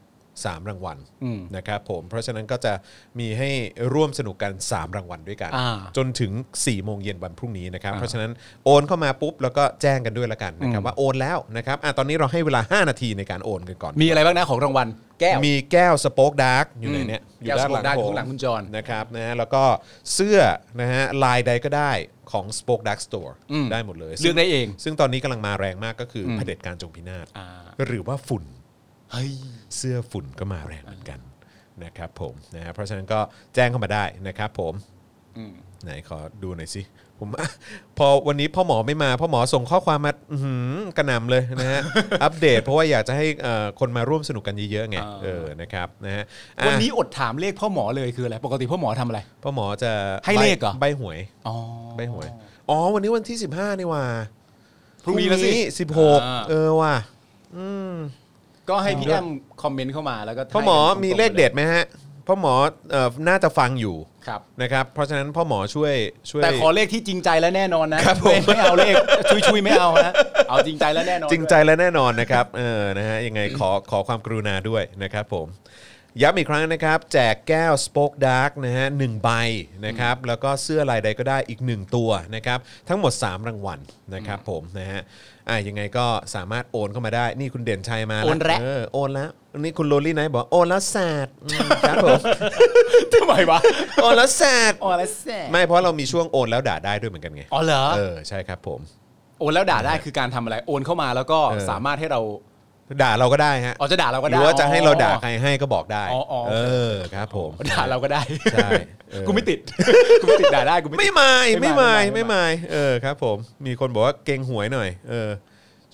A: สามรางวัล
B: อืม
A: นะครับผมเพราะฉะนั้นก็จะมีให้ร่วมสนุกกัน 3 รางวัลด้วยกัน
B: อ่า
A: จนถึง4ี่โมงเย็นวันพรุ่งนี้นะครับ
B: อ่า
A: เพราะฉะนั้นโอนเข้ามาปุ๊บ แล้วก็แจ้งกันด้วยละกันนะครับว่าโอนแล้วนะครับอ่ะตอนนี้เราให้เวลา 5 นาทีในการโอนกันก่อน
B: มีอะไรบ้างนะของรางวัล แก้ว
A: มีแก้วสป็อกดาร์กอยู่ในเนี้ย
B: แก้ว Spoke Dark อยู่ข้างหลังคุณจร
A: นะครับนะฮะแล้วก็เสื้อนะฮะลายใดก็ได้ของ Spoke Dark Store ได้หมดเลย
B: เลือกได้เอง
A: ซึ่งตอนนี้กำลังมาแรงมากก็คืออเผด็จการจงพินาศ
B: อ่า
A: หรือว่าฝุ่น
B: เฮ้ย
A: เสื้อฝุ่นก็มาแรงเหมือนกันนะครับผมนะฮะเพราะฉะนั้นก็แจ้งเข้ามาได้นะครับผมไหนขอดูหน่อยสิผม พอวันนี้พ่อหมอไม่มาพ่อหมอส่งข้อความมาอื้อหือกระหน่ำเลยนะ ฮะ อัปเดต เพราะว่าอยากจะให้เอ่อคนมาร่วมสนุกกันเยอะๆไง
B: อ่า
A: เออนะครับนะฮะ
B: วันนี้
A: อ่ะ
B: อดถามเลขพ่อหมอเลยคืออะไร ปกติพ่อหมอทำอะไร
A: พ่อหมอจะ
B: ให้เลขเหรอ
A: ใบหวย
B: อ๋อ
A: ใบหวยอ๋อวันนี้วันที่ 15นี่ว่า
B: พรุ่งนี้แล้วสิ
A: สิบหก
B: อ่า
A: เออว่ะ
B: ก็ให้พี่แอมคอมเมนต์เข้ามาแล้วก็
A: พ่อหมอ
B: ให้กันตรงๆ
A: มีเลขเด็ดไหมฮะพ่อหมอเอ่อน่าจะฟังอยู่
B: ครับ
A: นะครับเพราะฉะนั้นพ่อหมอช่วยช่วย
B: แต่ขอเลขที่จริงใจและแน่นอนนะครับ
A: ผม
B: ไม่เอาเลขชุยๆไม่เอานะเอาจริงใจและแน่นอน
A: จริงใจและแน่นอน นะครับ เออนะฮะยังไงขอขอความกรุณาด้วยนะครับผมย้ำอีกครั้งนะครับ แจกแก้ว Spoke Dark นะฮะหนึ่งใบนะครับแล้วก็เสื้อลายใดก็ได้อีก 1 ตัวนะครับทั้งหมด 3 รางวัลนะครับผมนะฮะอ่ะยังไงก็สามารถโอนเข้ามาได้ นี่คุณเด่นชัยมา
B: โอนแระ
A: เออโอนแล้วนี่คุณโรลลี่ไนท์บอกโอนแล้วแสดอืมครับผม
B: ทำไมวะ
A: โอนแล้วแสด
B: โอ้แล้วแซ่
A: ไม่เพราะเรามีช่วงโอนแล้วด่าได้ด้วยเหมือนกันไง
B: อ๋อเหรอ
A: เออใช่ครับผม
B: โอนแล้วด่าได้คือการทำอะไร โอนเข้ามาแล้วก็
A: เออ
B: สามารถให้เรา
A: ด่าเราก็ได้ฮะ
B: อ๋อจะด่าเราก็
A: ห
B: ได้
A: รือว่าจะให้เราด่าใครให้ก็บอกได้
B: อ๋ออ๋อ
A: เออครับผม
B: ด่าเราก็ได้
A: ใช่เออ
B: กูไม่ติดกูไม่ติดด่าได้กูไม่ติด
A: ไม่ไม่
B: ไม่
A: ไม่
B: ไม่ไม่
A: ไม่ไม่ไม่เออครับผมมีคนบอกว่าเก่งหวยหน่อย เออ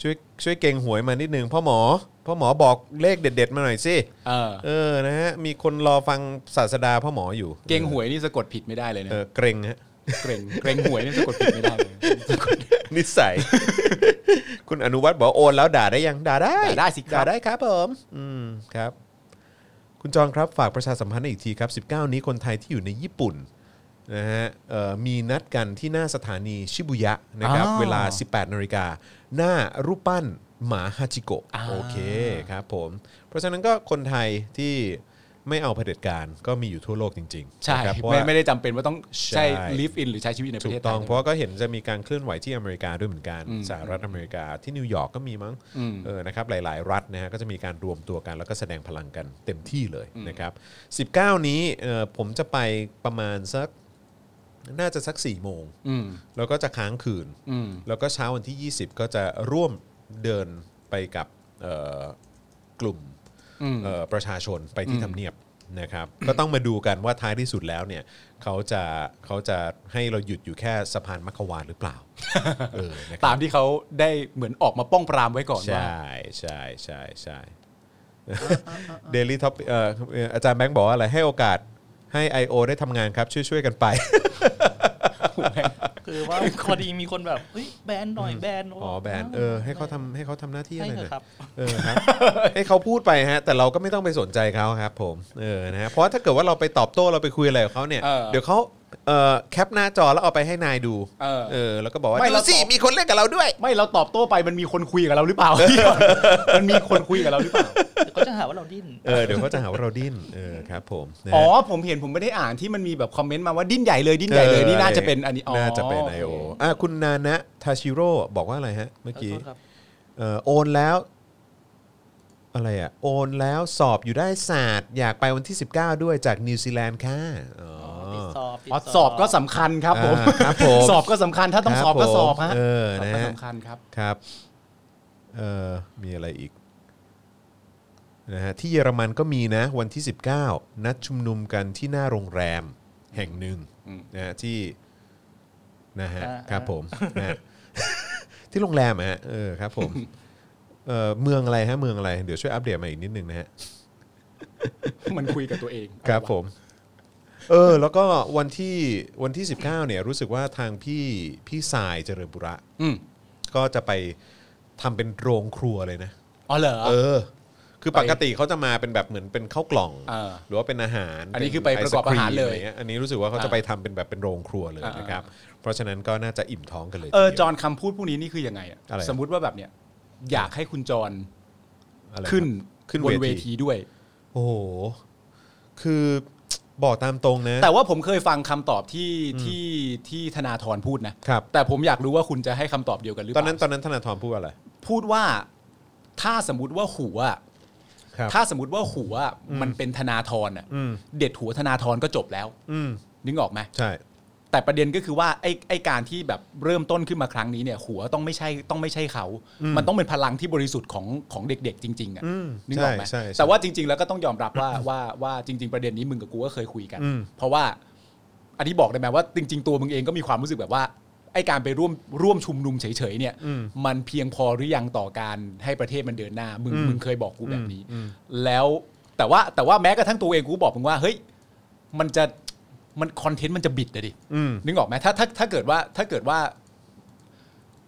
A: ช่วยช่วยเก่งหวยมานิดนึงพ่อหมอพ่อหมอบอกเลขเด็ด ๆ มาหน่อยสิ
B: เออ
A: เออนะฮะมีคนรอฟังศาสดาพ่อหมออยู่
B: เกรงหวยนี่สะกดผิดไม่ได้เลยนะ
A: เออเกรงฮะ
B: เกรงเกรงหวยนี่สะกดผิดไม่ได้เลย
A: นิสัย คุณอนุวัฒน์บอกว่าโอนแล้วด่าได้ยังด่าได้
B: ด่าได้สิค
A: ด่า
B: รับ
A: ได้ครับผมอืมครับ คุณจองครับฝากประชาสัมพันธ์อีกทีครับ 19 นี้คนไทยที่อยู่ในญี่ปุ่นนะฮะเอ่อมีนัดกันที่หน้าสถานีชิบุยะนะครับ เวลา 18นาฬิกาหน้ารูปปั้นหมาฮาจิโกะโอเคครับผม เพราะฉะนั้นก็คนไทยที่ไม่เอาเผด็จการก็มีอยู่ทั่วโลกจริงๆ
B: ใช่
A: นะครับเพราะ
B: ไม่
A: ว่า
B: ไม่ได้จำเป็นว่าต้อง
A: ใช่
B: ใช้ live in หรือใช้ชีวิตในประ
A: ถู
B: เท
A: ก
B: ศไทย
A: ต้องเพราะว่าก็เห็นจะมีการเคลื่อนไหวที่อเมริกาด้วยเหมือนกันสหรัฐอเมริกาที่นิวยอร์กก็มีมั้งเออนะครับหลายๆ รัฐนะฮะก็จะมีการรวมตัวกันแล้วก็แสดงพลังกันเต็มที่เลยนะครับ 19 นี้เอ่อผมจะไปประมาณสักน่าจะสัก 4 โมง
B: อืม
A: แล้วก็จะค้างคืน
B: อืม
A: แล้วก็เช้าวันที่ 20 ก็จะร่วมเดินไปกับเอ่อกลุ่ม
B: อืม
A: เอ่อประชาชนไปที่ทำเนียบนะครับ ก็ต้องมาดูกันว่าท้ายที่สุดแล้วเนี่ยเขาจะเขาจะให้เราหยุดอยู่แค่สะพานมัคควานหรือเปล่า เออนะค
B: ตา
A: รับ
B: มที่เขาได้เหมือนออกมาป้องปรามไว้ก่อนว่า
A: ใช่ใช่ใช่ใช่เดลี่ท็อปอาจารย์แบงค์บอกว่าอะไรให้โอกาสให้ I.O. ได้ทำงานครับ ช่วยๆกันไป
C: คือว่าพอดีมีคนแบบเฮ้ยแบนหน่อยแบน
A: อ๋อแบรนด์เออให้เขาทำให้เขาทำหน้าที่อะ
C: ให้
A: ไรห
C: เถ
A: น่อย
C: อะครับ
A: เออครับ ให้เขาพูดไปฮะ แต่เราก็ไม่ต้องไปสนใจเขาครับผมเออนะฮะเพราะถ้าเกิดว่าเราไปตอบโต้เราไปคุยอะไรกับเขาเนี่ย
B: เออ
A: ยวเขาเอ่อแคปหน้าจอแล้วเอาไปให้นายดู
B: เออ
A: แล้วก็บอกว่า
B: ไม่
A: ดู
B: เรา
A: สิ
B: ตอบ
A: มีคนเล่นกับเราด้วย
B: ไม่เราตอบโต้ไปมันมีคนคุยกับเราห รือเปล่า มันมีคนคุยกับเราหรือเปล่า
C: ก็จะหาว่าเราดิ้น
A: เออเดี๋ยวเขาจะหาว่าเราดิ้นเออครับผมนะฮะ
B: อ๋อผมเห็นผมไม่ได้อ่านที่มันมีแบบคอมเมนต์มาว่าดิ้นใหญ่เลยดิ้นใหญ่เลยนี่น่าจะเป็นอันนี้อ๋อ
A: น่าจะเป็นไอโออ่ะคุณนานะทาชิโร่บอกว่าอะไรฮะ เมื่อกี้
C: ขอโทษครับ
A: เออโอนแล้ว อะไรอ่ะ โอนแล้วสอบอยู่ได้ศาสตร์อยากไปวันที่ 19 ด้วยจากนิวซีแลนด์ค่ะอ๋ออ
C: ติดสอบติด
B: อ๋อสอบก็สำคัญครับผม
A: อ่าครับผม
B: สอบก็สำคัญถ้าต้องสอบก็สอบ
A: ครั
B: ฮะ
A: บผมเออ
B: สอบ
A: นะ
B: ก็
A: ฮะ
B: สำคัญครับ
A: ครับเออมีอะไรอีกนะฮะที่เยอรมันก็มีนะวันที่ 19 นัดชุมนุมกันที่หน้าโรงแรมแห่งหนึ่งนะฮะที่นะฮะครับผมนะฮะ ที่โรงแรมอะฮะเออครับผมเออเมืองอะไรฮะเมืองอะไร เดี๋ยวช่วยอัปเดตมาอีกนิดนึงนะฮะ
B: มันคุยกับตัวเอง
A: ครับผม เออ แล้วก็วันที่วันที่ 19 เนี่ย รู้สึกว่าทางพี่พี่สายเจริญบุระ
B: อืม
A: ก็จะไปทำเป็นโรงครัวเลยนะ
B: อ๋อเหรอ
A: เออ ค คือปกติเขาจะมาเป็นแบบเหมือนเป็นข้าวกล่อง
B: เออ
A: หรือว่าเป็นอาหาร
B: อันนี้คือไป
A: ศ
B: ประกอบอาหารเลย
A: ะไงี้อันนี้รู้สึกว่าเขาจะไปทำเป็นแบบเป็นโรงครัวเลยนะครับ เพราะฉะนั้นก็น่าจะอิ่มท้องกันเลย
B: เออ
A: ทีดียว
B: จอนคำพูดพวกนี้นี่คือยังไงอะ
A: อะไร
B: สมมุติว่าแบบเนี้ยอยากให้คุณจอน
A: อะไระ
B: ขึ้น
A: ขึ้น
B: บนเว
A: เวที
B: ทีด้วย
A: โอ้โหคือบอกตามตรงนะ
B: แต่ว่าผมเคยฟังคำตอบที่ที่ที่ธนาธรพูดนะ
A: ครับ
B: แต่ผมอยากรู้ว่าคุณจะให้คำตอบเดียวกันหรือเป
A: ตอ
B: ล่าน
A: นั้นตอนนั้นธนาธรพูดว่าอะไร
B: พูดว่าถ้าสมมติว่าหัวอะ
A: ครับ
B: ถ้าสมมติว่าหัวอะมันเป็นธนาธรอ่ะ
A: อืม
B: เด็ดหัวธนาธรก็จบแล้ว
A: อืม
B: นึกออกไหม
A: ใช่
B: แต่ประเด็นก็คือว่าไอ้ไอ้การที่แบบเริ่มต้นขึ้นมาครั้งนี้เนี่ย หัวต้องไม่ใช่ต้องไม่ใช่เขา มันต้องเป็นพลังที่บริสุทธิ์ของของเด็ก ๆ จริง ๆอ่ะ
A: อืม
B: นึกออกไหม
A: ใช่ใช่ใช่
B: แต่ว่าจริง ๆ แล้วก็ต้องยอมรับว่าว่าว่าจริง ๆ ประเด็นนี้มึงกับกูก็เคยคุยกัน
A: อืม
B: เพราะว่าอันนี้บอกได้ไหมว่า จริง ๆ ตัวมึงเองก็มีความรู้สึกแบบว่าไอ้การไปร่วมร่วมชุมนุมเฉยๆเนี่ย มันเพียงพอหรือยังต่อการให้ประเทศมันเดินหน้ามึงมึงเคยบอกกูแบบนี้ แล้วแต่ว่าแต่ว่าแม้กระทั่งตัวเองกูบอกมึงว่าเฮ้ย มันจะมันคอนเทนต์มันจะบิดนะดิ
A: อืม
B: นึกออกไหมถ้าถ้าถ้าเกิดว่าถ้าเกิดว่า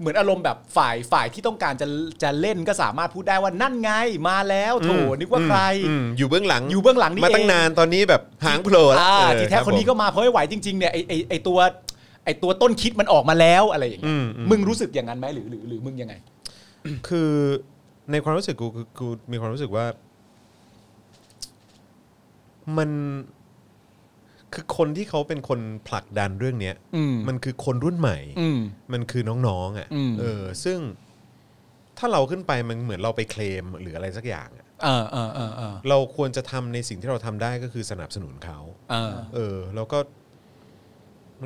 B: เหมือนอารมณ์แบบฝ่ายฝ่ายที่ต้องการจะจะเล่นก็สามารถพูดได้ว่านั่นไงมาแล้วโถนึกว่าใคร
A: อืมอยู่เบื้องหลัง
B: อยู่เบื้องหลังนี่
A: มาตั้ง
B: เอง
A: นานตอนนี้แบบหางโผล่แล้ว
B: อ่า
A: เออ
B: ทีแท้
A: รับ
B: คนนี้
A: ผม
B: ก็มาเพราะไม่ไหวจริง ๆเนี่ยไอไอไอตัวไอตัวต้นคิดมันออกมาแล้วอะไรอย่างเงี้
A: อื
B: ย
A: มอืม
B: มึงรู้สึกอย่างนั้นไหมหรือหรือหรือมึงยังไง
A: คือในความรู้สึกกูคือกูมีความรู้สึกว่า มันคือคนที่เขาเป็นคนผลักดันเรื่องเนี้ย
B: อืม
A: มันคือคนรุ่นใหม่
B: อืม
A: มันคือน้องๆอ่ะ
B: อืม
A: เออ ซึ่งถ้าเราขึ้นไปมันเหมือนเราไปเคลมหรืออะไรสักอย่างอะ
B: เออเออเออเออ
A: เราควรจะทำในสิ่งที่เราทำได้ก็คือสนับสนุนเขา
B: เออ
A: เออ แล้วก็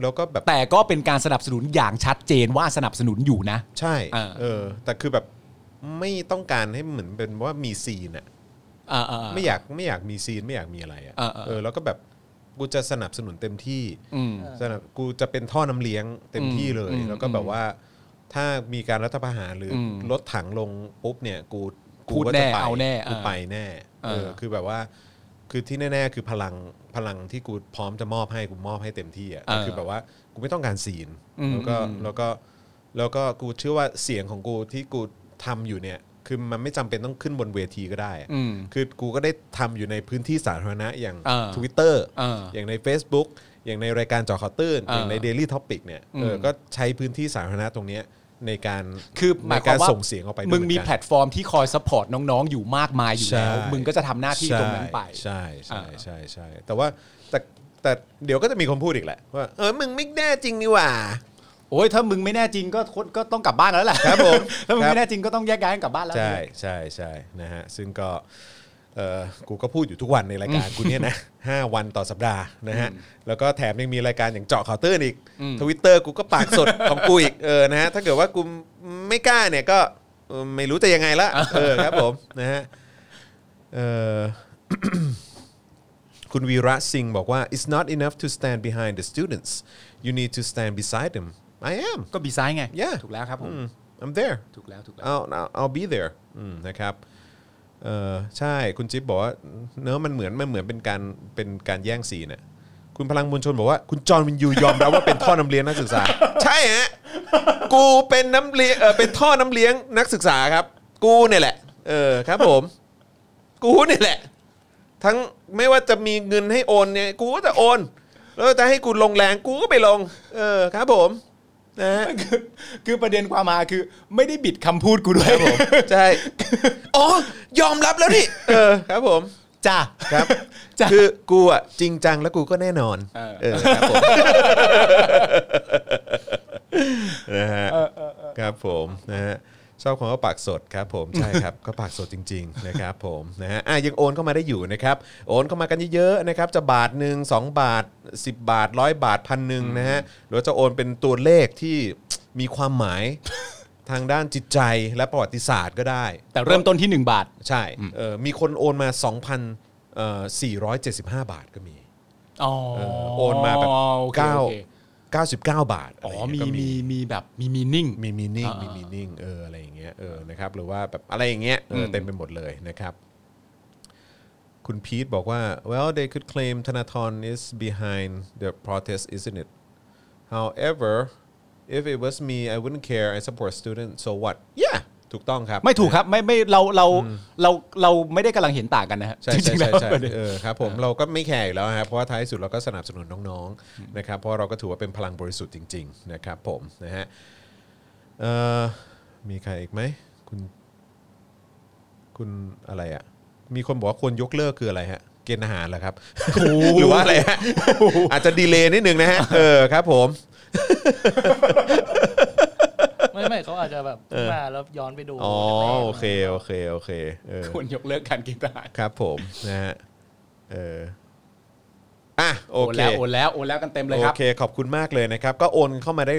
A: แล้วก็แบบ
B: แต่ก็เป็นการสนับสนุนอย่างชัดเจนว่าสนับสนุนอยู่นะ
A: ใช่
B: อ่า
A: เออ แต่คือแบบไม่ต้องการให้เหมือนเป็นว่ามีซีนอะ
B: เออเออ
A: ไม่อยากไม่อยากมีซีนไม่อยากมีอะไรอะ
B: อ่าอ่า
A: เออ แล้วก็แบบกูจะสนับสนุนเต็มที่
B: อืม
A: สนับกูจะเป็นท่อน้ำเลี้ยงเต็มที่เลย
B: อืม
A: แล้วก็แบบว่า ถ้ามีการรัฐประหารหรืออ
B: ม
A: ลดถังลงปุ๊บเนี่ย กูกู
B: พูด
A: ก็
B: แน่
A: จะไป
B: เอาแน่
A: กู
B: อ่า
A: ไปแน่เออ
B: อ่า
A: คือแบบว่า คือที่แน่ ๆ คือพลังพลังที่กูพร้อมจะมอบให้กูมอบให้เต็มที่อ่ะ
B: อ่า
A: คือแบบว่ากูไม่ต้องการซีน
B: อืม
A: แล้วก็
B: อืม
A: แล้วก็ แล้วก็กูเชื่อว่าเสียงของกูที่กูทำอยู่เนี่ย คือมันไม่จำเป็นต้องขึ้นบนเวทีก็ได้อะ
B: อืม
A: คือกูก็ได้ทำอยู่ในพื้นที่สาธารณะอย่าง
B: อ่า
A: Twitter
B: เอออ
A: อย่างใน Facebook อย่างในรายการเจอข่าวตื้น
B: อ่า
A: อย่างใน Daily Topic เนี่ย
B: อืม
A: เออก็ใช้พื้นที่สาธารณะตรงเนี้ยในการ
B: คือหมายความว่า
A: ในกรส่งเสียงออกไปด้วย
B: มึงมี
A: เหอน
B: แพล
A: กัน
B: ตฟอร์มที่คอยซัพพอร์ตน้องๆ อยู่มากมายอยู่แล้ว
A: ใช่
B: มึงก็จะทำหน้าที่ตรงนั้นไป
A: ใช่ใช่
B: อ่า
A: ใช่ใช่แต่ว่าแต่แต่เดี๋ยวก็จะมีคนพูดอีกแหละว่าเออมึงไม่แน่จริงนี่หว่า
B: โอ้ยถ้ามึงไม่แน่จริงก็คก็ต้องกลับบ้านแล้วแหละ
A: ครับผม
B: ถ้ามึงไม่แน่จริงก็ต้องแยกย้ายกันกลับบ้านแล้ว
A: ใช่ใช่ใช่นะฮะซึ่งก็เออกูก็พูดอยู่ทุกวันในรายการกูเนี่ยนะ ห้าวันต่อสัปดาห์นะฮะแล้วก็แถมยังมีรายการอย่างเจาะข่าวตื้นอีกทวิตเตอร์กูก็ปาก สด ของกูอีกเออนะฮะถ้าเกิดว่ากูไม่กล้าเนี่ยก็เออไม่รู้จะยังไง ละเออครับผมนะฮะเออ คุณวีระสิงห์บอกว่า it's not enough to stand behind the students you need to stand beside them I am
B: ก็บีไซน์ไง
A: Yeah
B: ถูกแล้วครับผม
A: Mm, I'm there
B: ถูกแล้วถูกแล้ว
A: I'll I'll I'll be there อืมนะครับเออใช่คุณจิ๊บบอกว่าเนอะมันเหมือนมันเหมือนเป็นการเป็นการแย่งซีนน่ะคุณพลังมวลชนบอกว่า คุณจอห์นวินยูยอมรับว่าเป็นท่อน้ำเลี้ยงนักศึกษา ใช่ฮะกูเป็นน้ำเลี้ยงเออเป็นท่อน้ำเลี้ยงนักศึกษาครับ กูเนี่ยแหละ เออครับผม กูเนี่ยแหละ ทั้งไม่ว่าจะมีเงินให้โอนเนี่ย กูก็จะโอน แล้วจะให้กูลงแรงกูก็ไปลง เออครับผมนะฮะ
B: คือคือประเด็นความมาคือไม่ได้บิดคำพูดกูด้วย
A: ใช่ อ๋อยอมรับแล้วนี่ เออครับผม
B: จ้า
A: ครับ
B: จ้ะ
A: คือกูอ่ะจริงจังแล้วกูก็แน่นอน
B: เออ
A: เออครับผม นะฮะครับผมนะฮะชอบของเขาปากสดครับผม ใช่ ครับก็ปากสดจริง ๆ นะครับผมนะฮะอ่ะยังโอนเข้ามาได้อยู่นะครับ โอนเข้ามากันเยอะๆนะครับ จะบาทหนึ่ง2 บาท 10 บาทร้อยบาทพันหนึ่งนะฮะหรือว่าจะโอนเป็นตัวเลขที่มีความหมาย ทางด้านจิตใจและประวัติศาสตร์ก็ได้
B: แต่เริ่มต้นที่ 1 บาท
A: ใช่เออมีคนโอนมา 2,000เอ่อ475 บาทก็มี
B: อ๋อ
A: เออโอนมาแบบ
B: โอเค
A: เก้า
B: โอเค
A: เก้าสิบเก้าบาท
B: อ๋อ
A: อะไร
B: มี
A: ย่าง
B: มี
A: เงี้ย
B: มีแบบมีมีนิ่ง
A: ก็มีมีมีนิ่ง
B: อ่ามี
A: มีมีนิ่งเอออะไรอย่างเงี้ยเออนะครับหรือว่าแบบอะไรอย่างเงี้ยเอออ
B: ม
A: เต็มไปหมดเลยนะครับ คุณพีทบอกว่า well they could claim ธนาธร is behind the protest isn't it however if it was me I wouldn't care I support students so what yeah ถูกต้องครับ
B: ไม่ถูกครับไม่ไม่เราเราเราเราไม่ได้กำลังเห็นต่างกันนะฮะ
A: ใช่
B: จริ
A: ใช่
B: งๆแล้
A: ใช่
B: ว
A: ใช่เออครับผมเราก็ไม่แคร์อยู่แล้วนะครับเพราะว่าท้ายสุดเราก็สนับสนุนน้องๆนะครับเพราะเราก็ถือว่าเป็นพลังบริสุทธิ์จริง ๆ นะครับผมนะฮะเอ่อมีใครอีกไหมคุณ คุณอะไรอ่ะ มีคนบอกว่าควรยกเลิกคืออะไรฮะ เกณฑ์อาหารเหรอครับ หรือว่าอะไรฮะอาจจะดีเลย์นิดนึงนะฮะเออครับผม
C: ไม่ไม่เขาอาจจะแบบมาแล้วย้อนไปดู
A: อ๋อโอเคโอเคโอเคเออ
B: ควรยกเลิกการเกณฑ์ทหาร
A: ครับผมนะฮะเอออ่ะโอ
B: โอน
A: เค
B: แล้วโอนแล้วโอนแล้วกันเต็มเลยครับ
A: โอเค ขอบคุณมากเลยนะครับ ก็โอนเข้ามาได้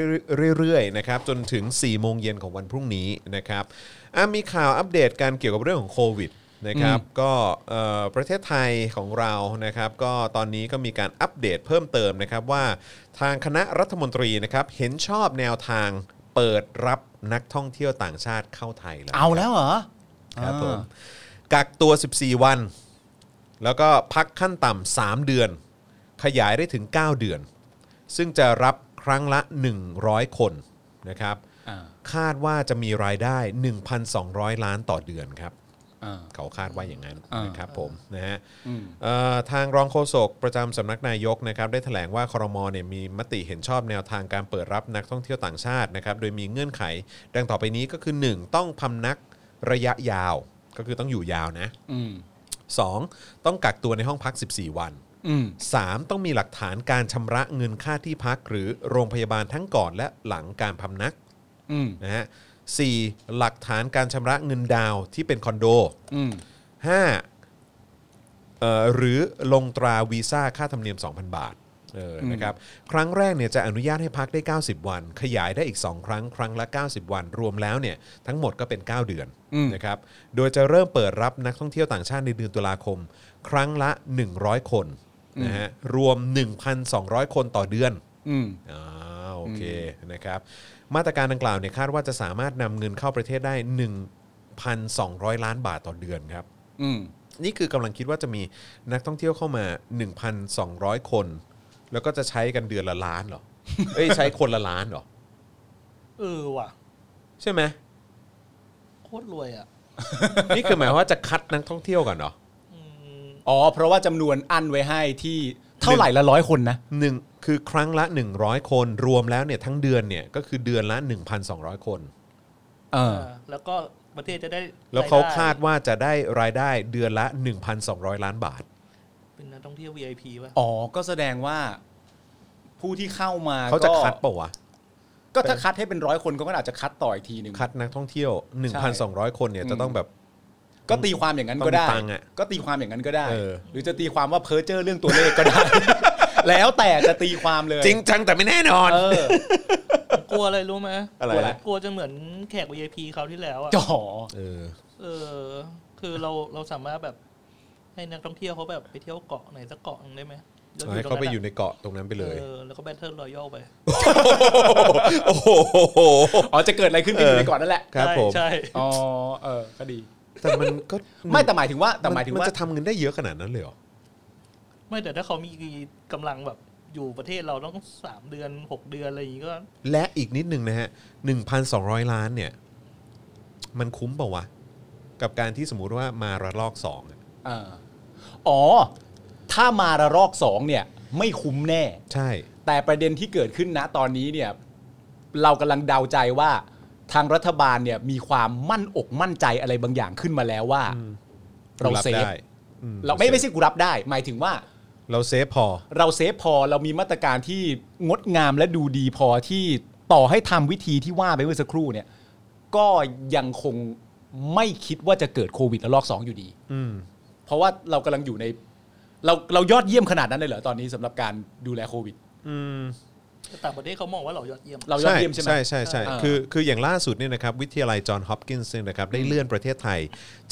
A: เรื่อยๆนะครับจนถึง 4 โมงเย็นของวันพรุ่งนี้นะครับอ่ะมีข่าวอัปเดตการเกี่ยวกับเรื่องของโควิดนะครับก็เอ่อประเทศไทยของเรานะครับ ก็ตอนนี้ก็มีการอัปเดตเพิ่มเติมนะครับว่าทางคณะรัฐมนตรีนะครับเห็นชอบแนวทางเปิดรับนักท่องเที่ยวต่างชาติเข้าไทยแล้ว
B: เอาแล้วเหรอ
A: ครับผม
B: อ่า
A: กักตัว 14 วัน แล้วก็พักขั้นต่ำ3เดือน ขยายได้ถึง 9 เดือน ซึ่งจะรับครั้งละ 100 คนนะครับ
B: อ่า
A: คาดว่าจะมีรายได้ 1,200 ล้านต่อเดือนครับ
B: อ่า
A: เขาคาดว่าอย่างนั้น
B: อ่าน
A: นะครับผมนะฮะ
B: อืม
A: เอ่อทางรองโฆษกประจำสำนักนายกนะครับได้แถลงว่าครมเนี่ยมีมติเห็นชอบแนวทางการเปิดรับนักท่องเที่ยวต่างชาตินะครับโดยมีเงื่อนไข ดังต่อไปนี้ก็คือ 1. ต้องพำนักระยะยาว ก็คือต้องอยู่ยาวนะ
B: อืม
A: 2. ต้องกักตัวในห้องพัก 14 วัน
B: อืม
A: 3. ต้องมีหลักฐานการชำระเงินค่าที่พัก หรือโรงพยาบาลทั้งก่อนและหลังการพำนัก
B: อืม
A: นะฮะ 4. หลักฐานการชำระเงินดาวน์ที่เป็นคอนโด
B: อืม
A: 5เอ่อหรือลงตราวีซ่าค่าธรรมเนียม 2,000 บาทเอออ
B: ม
A: นะครับครั้งแรกเนี่ยจะอนุญาตให้พักได้ 90 วัน ขยายได้อีก 2 ครั้ง ครั้งละ 90 วัน รวมแล้วเนี่ยทั้งหมดก็เป็น 9 เดือนนะครับโดยจะเริ่มเปิดรับนักท่องเที่ยวต่างชาติในเดือนตุลาคม ครั้งละ 100 คนนะฮะรวม 1,200 คนต่อเดือน
B: อืม
A: อ่าโอเคนะครับมาตรการดังกล่าวเนี่ยคาดว่าจะสามารถนำเงินเข้าประเทศได้ 1,200 ล้านบาทต่อเดือนครับ
B: อืม
A: นี่คือกำลังคิดว่าจะมีนักท่องเที่ยวเข้ามา 1,200 คน แล้วก็จะใช้กันเดือนละล้านเหรอ เอ้ยใช้คนละล้านเหรอ
C: เออว่ะ
A: ใช่ไหม
C: โคตรรวยอ่ะ
A: นี่คือหมายความว่าจะคัดนักท่องเที่ยวกันเหรอ
C: อืม
B: อ๋อ เพราะว่าจำนวนอันไว้ให้ที่เท่าไหร่ละร้อยคนนะ
A: หนึ่งคือครั้งละ 100 คนรวมแล้วเนี่ยทั้งเดือนเนี่ยก็คือเดือนละ 1,200 คน
B: เออ
C: เออแล้วก็ประเทศจะได้
A: แล้วเขา
C: รยได้
A: คาดว่าจะได้รายได้เดือนละ 1,200 ล้านบาท
C: เป็นนักท่องเที่ยว VIP ป่ะ
B: อ๋อ ก็แสดงว่า ผู้ที่เข้ามา
A: เขาจะ
B: ก็
A: คัดเปล่าวะ
B: ก็ถ้าคัดให้เป็นร้อยคนก็อาจจะคัดต่ออีกทีหนึ่ง
A: คัดนักท่องเที่ยว
B: ใช่
A: 1,200 คนเนี่ยจะต้องแบบ
B: ก็ตีความอย่างนั้น
A: ต้อง
B: ก็ได้
A: มีตังค์อะ
B: ก็ตีความอย่างนั้นก็ได้
A: เออ
B: หรือจะตีความว่าเพ้อเจ้อเรื่องตัวเลขก็ ได้ แล้วแต่จะตีความเลย
A: จริงจังแต่ไม่แน่นอน
B: เออ
C: ผมกลัวอะไรรู้ไหม
A: อะไร
C: กลัว
A: นะ
C: กลัวจะเหมือนแขก VIP เขาวที่แล้วอ่ะ
B: จ่อ
A: เออ
C: เออคือเราเราสามารถแบบให้นักท่องเที่ยวเขาแบบไปเที่ยวเกาะไหนสักเกาะหนึงได้ไหมแล้ว
A: ให้
C: ตรง
A: เขาไป
C: นั้น
A: อยู่ในเกาะตรงนั้นไปเลย
C: เออแล้วก็แบทเทิลรอยัลไป
A: โอ้โห
B: อ๋อ จะเกิดอะไรขึ้นไปดู
A: เออ
B: ไปก่อนนั่นแหละ
A: ครับ
C: ใช่
A: ผม
C: ใช่
B: อ๋อ เออ ก็ดี
A: แต่มันก็
B: ไม่แต่หมายถึงว่า แต่หมายถึง
A: น
B: ว่าม
A: จะทำเงินได้เยอะขนาดนั้นเลยเหรอ
C: ไม่แต่ถ้าเขามีกำลังแบบอยู่ประเทศเราต้องสามเดือนหกเดือนอะไรอย่างงี้ก็
A: และอีกนิดนึงนะฮะ 1,200 ล้านเนี่ย มันคุ้มเปล่าวะ กับการที่สมมุติว่ามาระลอกสองอะ
B: เอออ๋อ ถ้ามาระลอกสองเนี่ย ไม่คุ้มแน่
A: ใช่
B: แต่ประเด็นที่เกิดขึ้นนะตอนนี้เนี่ย เรากำลังเดาใจว่า ทางรัฐบาลเนี่ย มีความมั่นอกมั่นใจอะไรบางอย่างขึ้นมาแล้วว่า เรา
A: รับ
B: เซฟ
A: ได้อื
B: เราไม่ไม่ใช่กูรับได้ หมายถึงว่า
A: เราเซฟพอ
B: เราเซฟพอเรามีมาตรการที่งดงามและดูดีพอที่ต่อให้ทำวิธีที่ว่าไปเมื่อสักครู่เนี่ย ก็ยังคงไม่คิดว่าจะเกิดโควิดระลอกสองอยู่ดี
A: อืม
B: เพราะว่าเรากำลังอยู่ใน เราเรายอดเยี่ยมขนาดนั้นเลยเหรอตอนนี้สำหรับการดูแลโควิด
A: อืม
C: แต่ต่างประเทศเขามองว่าเรายอดเยี่ยม
B: เรายอดเยี่ยมใช่ไหม
A: ใช่ใช่ใช่
B: อ่า
A: คือคืออย่างล่าสุดเนี่ยนะครับวิทยาลัยจอห์นฮอปกินส์เนี่ยนะครับได้เลื่อนประเทศไทย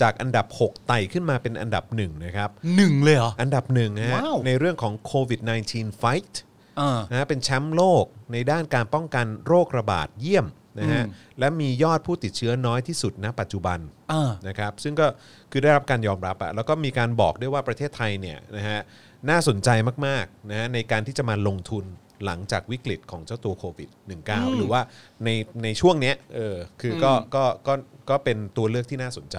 A: จากอันดับ 6 ไต่ขึ้นมาเป็นอันดับหนึ่งนะครับ
B: หนึ่งเลยเหรอ
A: อันดับหนึ่งนะฮะ
B: ว้าว
A: ในเรื่องของโควิด -19 Fight
B: อ่า
A: นะฮะเป็นแชมป์โลกในด้านการป้องกันโรคระบาดเยี่ยมนะฮะ
B: อืม
A: และมียอดผู้ติดเชื้อน้อยที่สุดณปัจจุบัน
B: อ่า
A: นะครับซึ่งก็คือได้รับการยอมรับอะแล้วก็มีการบอกด้วยว่าประเทศไทยเนี่ยนะฮะน่าสนใจมากๆนะฮะในการที่จะมาลงทุน หลังจากวิกฤตของเจ้าตัวโควิด -19 หรือว่าในในช่วงเนี้ยเออคือก็ก็ก็ก็เป็นตัวเลือกที่น่าสนใจ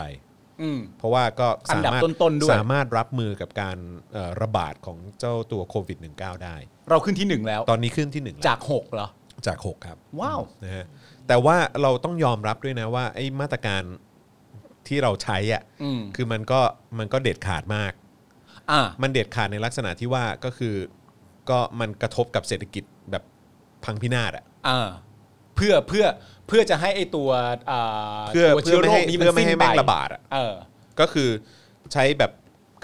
B: อืม
A: เพราะว่าก็
B: อั
A: สาน
B: ดับ
A: มารถ
B: ต้นๆด้วย
A: สามารถรับมือกับการเอ่อระบาดของเจ้าตัวโควิด -19 ได้
B: เราขึ้นที่หนึ่งแล้ว
A: ตอนนี้ขึ้นที่หนึ่งแล้ว
B: จากหกเหรอ
A: จาก 6 ครับ
B: ว้าว
A: นะฮะแต่ว่าเราต้องยอมรับด้วยนะว่าไอ้มาตรการที่เราใช้อ่ะ
B: อืม
A: คือมันก็มันก็เด็ดขาดมาก
B: อ่า
A: มันเด็ดขาดในลักษณะที่ว่าก็คือก็มันกระทบกับเศรษฐกิจแบบพังพินาศอ่ะ
B: อ่า เพื่อเพื่อเพื่อจะให้ไอตัวอ่า
A: เพื่อ
B: ตัว
A: เพื่อ
B: เชื้อ
A: ไม่
B: โรค
A: ให้
B: นี้มัน
A: เพื่อไม่
B: สิ้น
A: ให้
B: ไป
A: แม่งระบาดอ่ะ
B: เออ
A: ก็คือใช้แบบ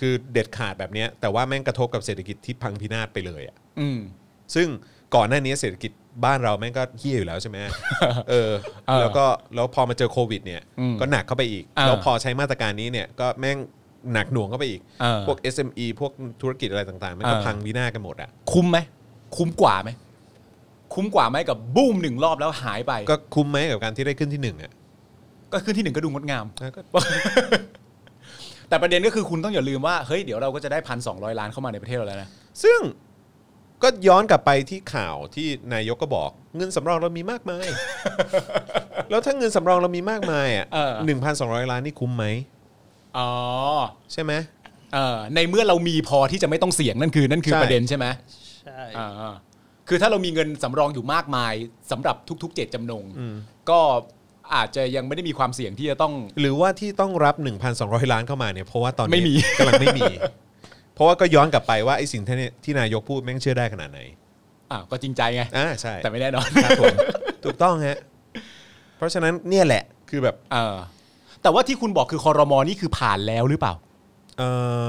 A: คือเด็ดขาดแบบเนี้ยแต่ว่าแม่งกระทบกับเศรษฐกิจที่พังพินาศไปเลยอ่ะ
B: อืม
A: ซึ่งก่อนหน้านี้เศรษฐกิจบ้านเราแม่งก็เฮี้ยอยู่แล้วใช่ไห ม เออ
B: เออ
A: แล้วก็แล้วพอมาเจอโควิดเนี่ย
B: อืม
A: ก็หนักเข้าไปอีก
B: เออ
A: แล้วพอใช้มาตรการนี้เนี่ยก็แม่งหนักหน่วงเข้าไปอีก
B: เออ
A: พวก SME พวกธุรกิจอะไรต่างๆแมันก็
B: เออ
A: พังวินาศกันหมดอ่ะ
B: คุ้มไหม คุ้มกว่าไหม คุ้มกว่าไหมกับบูมหนึ่งรอบแล้วหายไป
A: ก็คุ้มไหมกับการที่ได้ขึ้นที่หนึ่งอ่ะ
B: ก็ขึ้นที่หนึ่งก็ดูงดงาม
A: แล้วก็
B: แต่ประเด็นก็คือคุณต้องอย่าลืมว่า เฮ้ย เดี๋ยวเราก็จะได้พันสองร้อยล้านเข้ามาในประเทศเราแล้วนะ
A: ซึ่งก็ย้อนกลับไปที่ข่าวที่นายกก็บอก เงินสำรองเรามีมากมาย แล้วถ้าเงินสำรองเรามีมากมายอ่ะ
B: เออ
A: หนึ่งพันสองร้อยล้านนี่คุ้มไหม
B: อ๋อ
A: ใช่ไหม
B: เออในเมื่อเรามีพอที่จะไม่ต้องเสี่ยงนั่นคือนั่นคือ
A: ใช่
B: ประเด็นใช่ไหม
C: ใช่
B: อ่าคือถ้าเรามีเงินสำรองอยู่มากมายสำหรับทุกๆเจ็ดจำนง ก็อาจจะยังไม่ได้มีความเสี่ยงที่จะต้อง
A: หรือว่าที่ต้องรับ 1,200 ล้านเข้ามาเนี่ยเพราะว่าตอนนี้
B: ไม่มี
A: กำลังไม่มี เพราะว่าก็ย้อนกลับไปว่าไอ้สิ่งที่เนี่ยที่นายกพูดแม่งเชื่อได้ขนาดไหน
B: อ่าก็จริงใจไง
A: อ่าใช่
B: แต่ไม่แน่นอน
A: ครับผมถูกต้องฮะเพราะฉะนั้นเนี่ยแหละคือแบบ
B: เออแต่ว่าที่คุณบอกคือคอรมอนี่คือผ่านแล้วหรือเปล่า
A: เอ่อ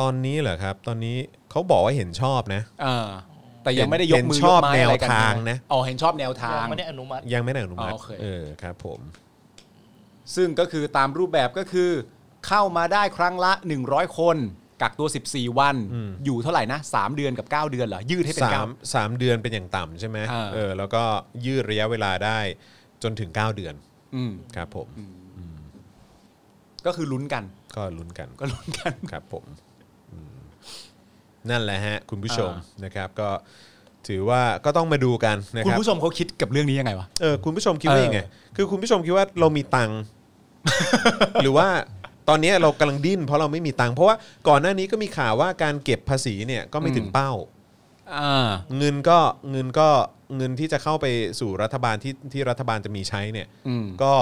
A: ตอนนี้เหรอครับ ตอนนี้เขาบอกว่าเห็นชอบนะ
B: เออ แต่ยังไม่ได้ยกมือ
A: เห็นชอบ
B: ยกไม้อะไรกั
A: แนวทางนะ
B: อ๋อเห็นชอบแนวทาง
C: ยังไม่ได้อนุมัติ
A: ยังไม่ได้อนุมัติ
B: อ๋อโอเค
A: เออครับผม
B: ซึ่งก็คือตามรูปแบบก็คือ เข้ามาได้ครั้งละ 100 คน กักตัว 14 วัน
A: อืม
B: อยู่เท่าไหร่นะ 3 เดือนกับ 9 เดือนเหรอ ยืดให้เป็น
A: สาม
B: 9
A: สามเดือนเป็นอย่างต่ำใช่ไหม
B: อ่า
A: เออแล้วก็ยืดระยะเวลาได้จนถึง 9 เดือน
B: อืม
A: ครับผม
B: ก็คือลุ้นกัน
A: ก็ลุ้นกัน
B: ก็ลุ้นกัน
A: ครับผมอืมนั่นแหละฮะ คุณผู้ชม
B: อ่
A: นะครับก็ถือว่าก็ต้องมาดูกันนะ
B: คุณ
A: ครับ
B: ผู้ชมเขาคิดกับเรื่องนี้ยังไงวะ
A: เออคุณผู้ชมคิดว่า
B: เออ
A: ยังไงคือคุณผู้ชมคิดว่าเรามีตังค์ หรือว่าตอนนี้เรากำลังดิ้นเพราะเราไม่มีตังค์เพราะว่าก่อนหน้านี้ก็มีข่าวว่าการเก็บภาษีเนี่ยก็ไม่ถึงเป้า
B: อ่า
A: เงินก็เงินก็เงินที่จะเข้าไปสู่รัฐบาลที่ที่รัฐบาลจะมีใช้เนี่ย
B: อืม
A: ก็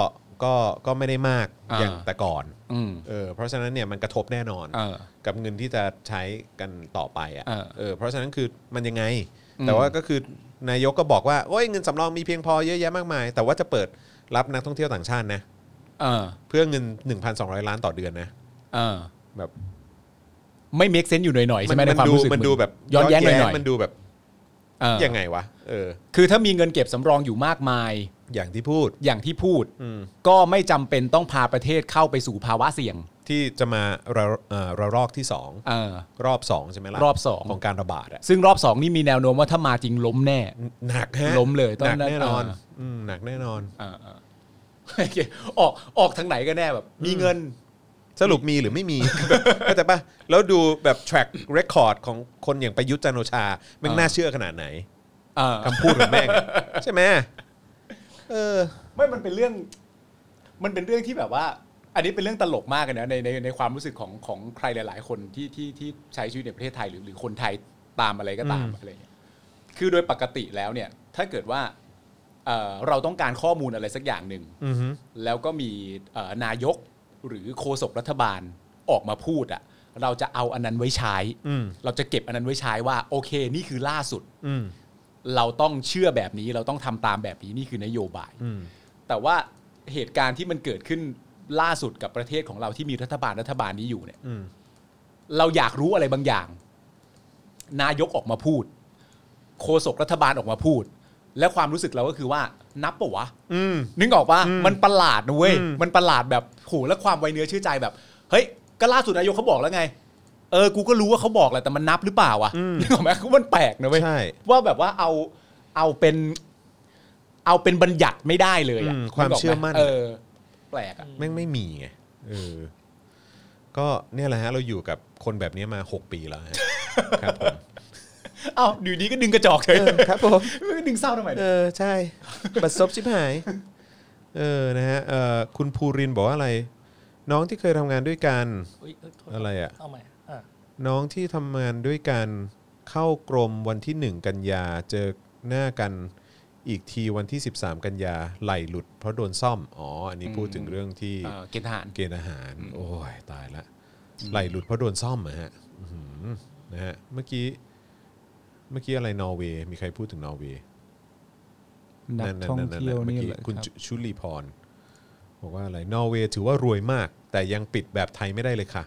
A: ก็ก็ไม่ได้มาก
B: อ่า
A: อย่างแต่ก่อน
B: อืม
A: เออเพราะฉะนั้นเนี่ยมันกระทบแน่นอน
B: เออ
A: กับเงินที่จะใช้กันต่อไป
B: เออ
A: อะ่ะ เออ เพราะฉะนั้นคือมันยังไง
B: อืม
A: แต่ว่าก็คือนายกก็บอกว่าโอ้ยเงินสำรองมีเพียงพอเยอะแยะมากมาย แต่ว่าจะเปิดรับนักท่องเที่ยวต่างชาตินะ
B: เออ
A: เพื่อเงิน 1,200 ล้านต่อเดือนนะ
B: เออ
A: แบบ
B: ไม่เมคเซนต์อยู่หน่อยๆใช่ไหมในความ
A: ดู
B: รู้สึก
A: มันดูแบบ
B: ย้อนแย้งหน่อย
A: มันดูแบบ
B: ๆเออ
A: ยังไงวะ เออ
B: คือถ้ามีเงินเก็บสำรองอยู่มากมาย
A: อย่างที่พูด
B: อย่างที่พูด
A: อืม
B: ก็ไม่จำเป็นต้องพาประเทศเข้าไปสู่ภาวะเสี่ยง
A: ที่จะมาระเอ่อระลอกที่ 2
B: เออ
A: รอบ 2 ใช่ไหมล่ะ
B: รอบสอง
A: ของการระบาดอะ
B: ซึ่งรอบสองนี่มีแนวโน้มว่าถ้ามาจริงล้มแน่
A: หนักฮะ
B: ล้มเลยตอ
A: ห
B: น
A: นัก
B: นั้น
A: แน่นอน
B: อ่า
A: อืมหนักแน่นอน
B: อ่า ๆโอเคออกออกทางไหนกันแน่แบบ มีเงิน
A: สรุปมีหรือไม่มี เข้าใจปะแล้วดูแบบ track record ของคนอย่างประยุทธ์จันทร์โอชาแม่ง
B: อ่า
A: น่าเชื่อขนาดไหน
B: เออ
A: คำพูดของแม่งอะ ใช่ไหมเออ
B: ไม่มันเป็นเรื่อง มันเป็นเรื่องที่แบบว่า อันนี้เป็นเรื่องตลกมากเลยนะในในในความรู้สึกของของใครหลาย ๆ คนที่ที่ที่ใช้ชีวิตในประเทศไทยหรือหรือคนไทยตามอะไรก็ตาม
A: อืม
B: อะไรเงี้ยคือโดยปกติแล้วเนี่ย ถ้าเกิดว่าเอ่อเราต้องการข้อมูลอะไรสักอย่างหนึ่ง
A: อือฮึ
B: แล้วก็มีเอ่อนายกหรือโฆษกรัฐบาลออกมาพูดอะ่ะ เราจะเอาอันนั้นไว้ใช้
A: อืม
B: เราจะเก็บอันนั้นไว้ใช้ว่า โอเค นี่คือล่าสุด
A: อืม
B: เราต้องเชื่อแบบนี้ เราต้องทำตามแบบนี้นี่คือนโยบาย
A: อืม
B: แต่ว่าเหตุการณ์ที่มันเกิดขึ้นล่าสุดกับประเทศของเราที่มีรัฐบาลรัฐบาลนี้อยู่เนี่ย
A: อืม
B: เราอยากรู้อะไรบางอย่าง นายกออกมาพูด โฆษกรัฐบาลออกมาพูด และความรู้สึกเราก็คือว่า นับปะวะ
A: อืม
B: นึกออกปะ
A: อืม
B: มันประหลาดนะเว้ย
A: อืม
B: มันประหลาดแบบโหแล้วความไวเนื้อเชื่อใจแบบ เฮ้ย ก็ล่าสุดนายกเขาบอกแล้วไง เออ กูก็รู้ว่าเขาบอกแหละ แต่มันนับหรือเปล่าวะนึกออกไหมคือมันแปลกนะเว้ย
A: ใช่
B: ว่าแบบว่าเอา เอาเป็น เอาเป็นบัญญัติไม่ได้เลยอะ
A: อืมควา
B: กก
A: ม
B: ไห
A: เชื่อมั่น
B: เออ แปลกอะ
A: แม่งไม่มีไงเออ ก็เนี่ยแหละฮะ เราอยู่กับคนแบบนี้มา 6 ปีแล้วฮะ ครับผม
B: เอ้าอยู่ดีก็ดึงกระจอกเฉย
A: ครับผม
B: ดึงเศร้าท ำไม
A: เอ
B: เนี่ย
A: อ ใช่ บัดซบชิบหาย เออ นะฮะเอ่อคุณภูรินทร์บอกว่าอะไร น้องที่เคยทำงานด้วยกัน
C: อุ๊ยเอ้ยโทษ
A: อะไรอ่ะ
C: เอาใหม่อ่ะ
A: น้องที่ทำงานด้วยกันเข้ากรมวันที่ 1 กันยาเจอหน้ากันอีกทีวันที่ 13 กันยาไหลหลุด เพราะโดนซ่อม อ๋อ อันนี้พูดถึงเรื่องที่
B: เออเกณฑ์ทหาร
A: เกณฑ์อาหาร โอ้ย ตายละไหลหลุดเพราะโดนซ่อมเหรอะฮะอื้อหือนะฮะ เมื่อกี้ เมื่อกี้อะไรนอร์เวย์ มีใครพูดถึงนอร์เวย์
B: นักท่องเที่ยวนี่
A: มื่อกี้
B: แหละ
A: คุณ
B: รับ
A: จุชุลีพร บอกว่าอะไร นอร์เวย์ถือว่ารวยมาก แต่ยังปิดแบบไทยไม่ได้เลยค่ะ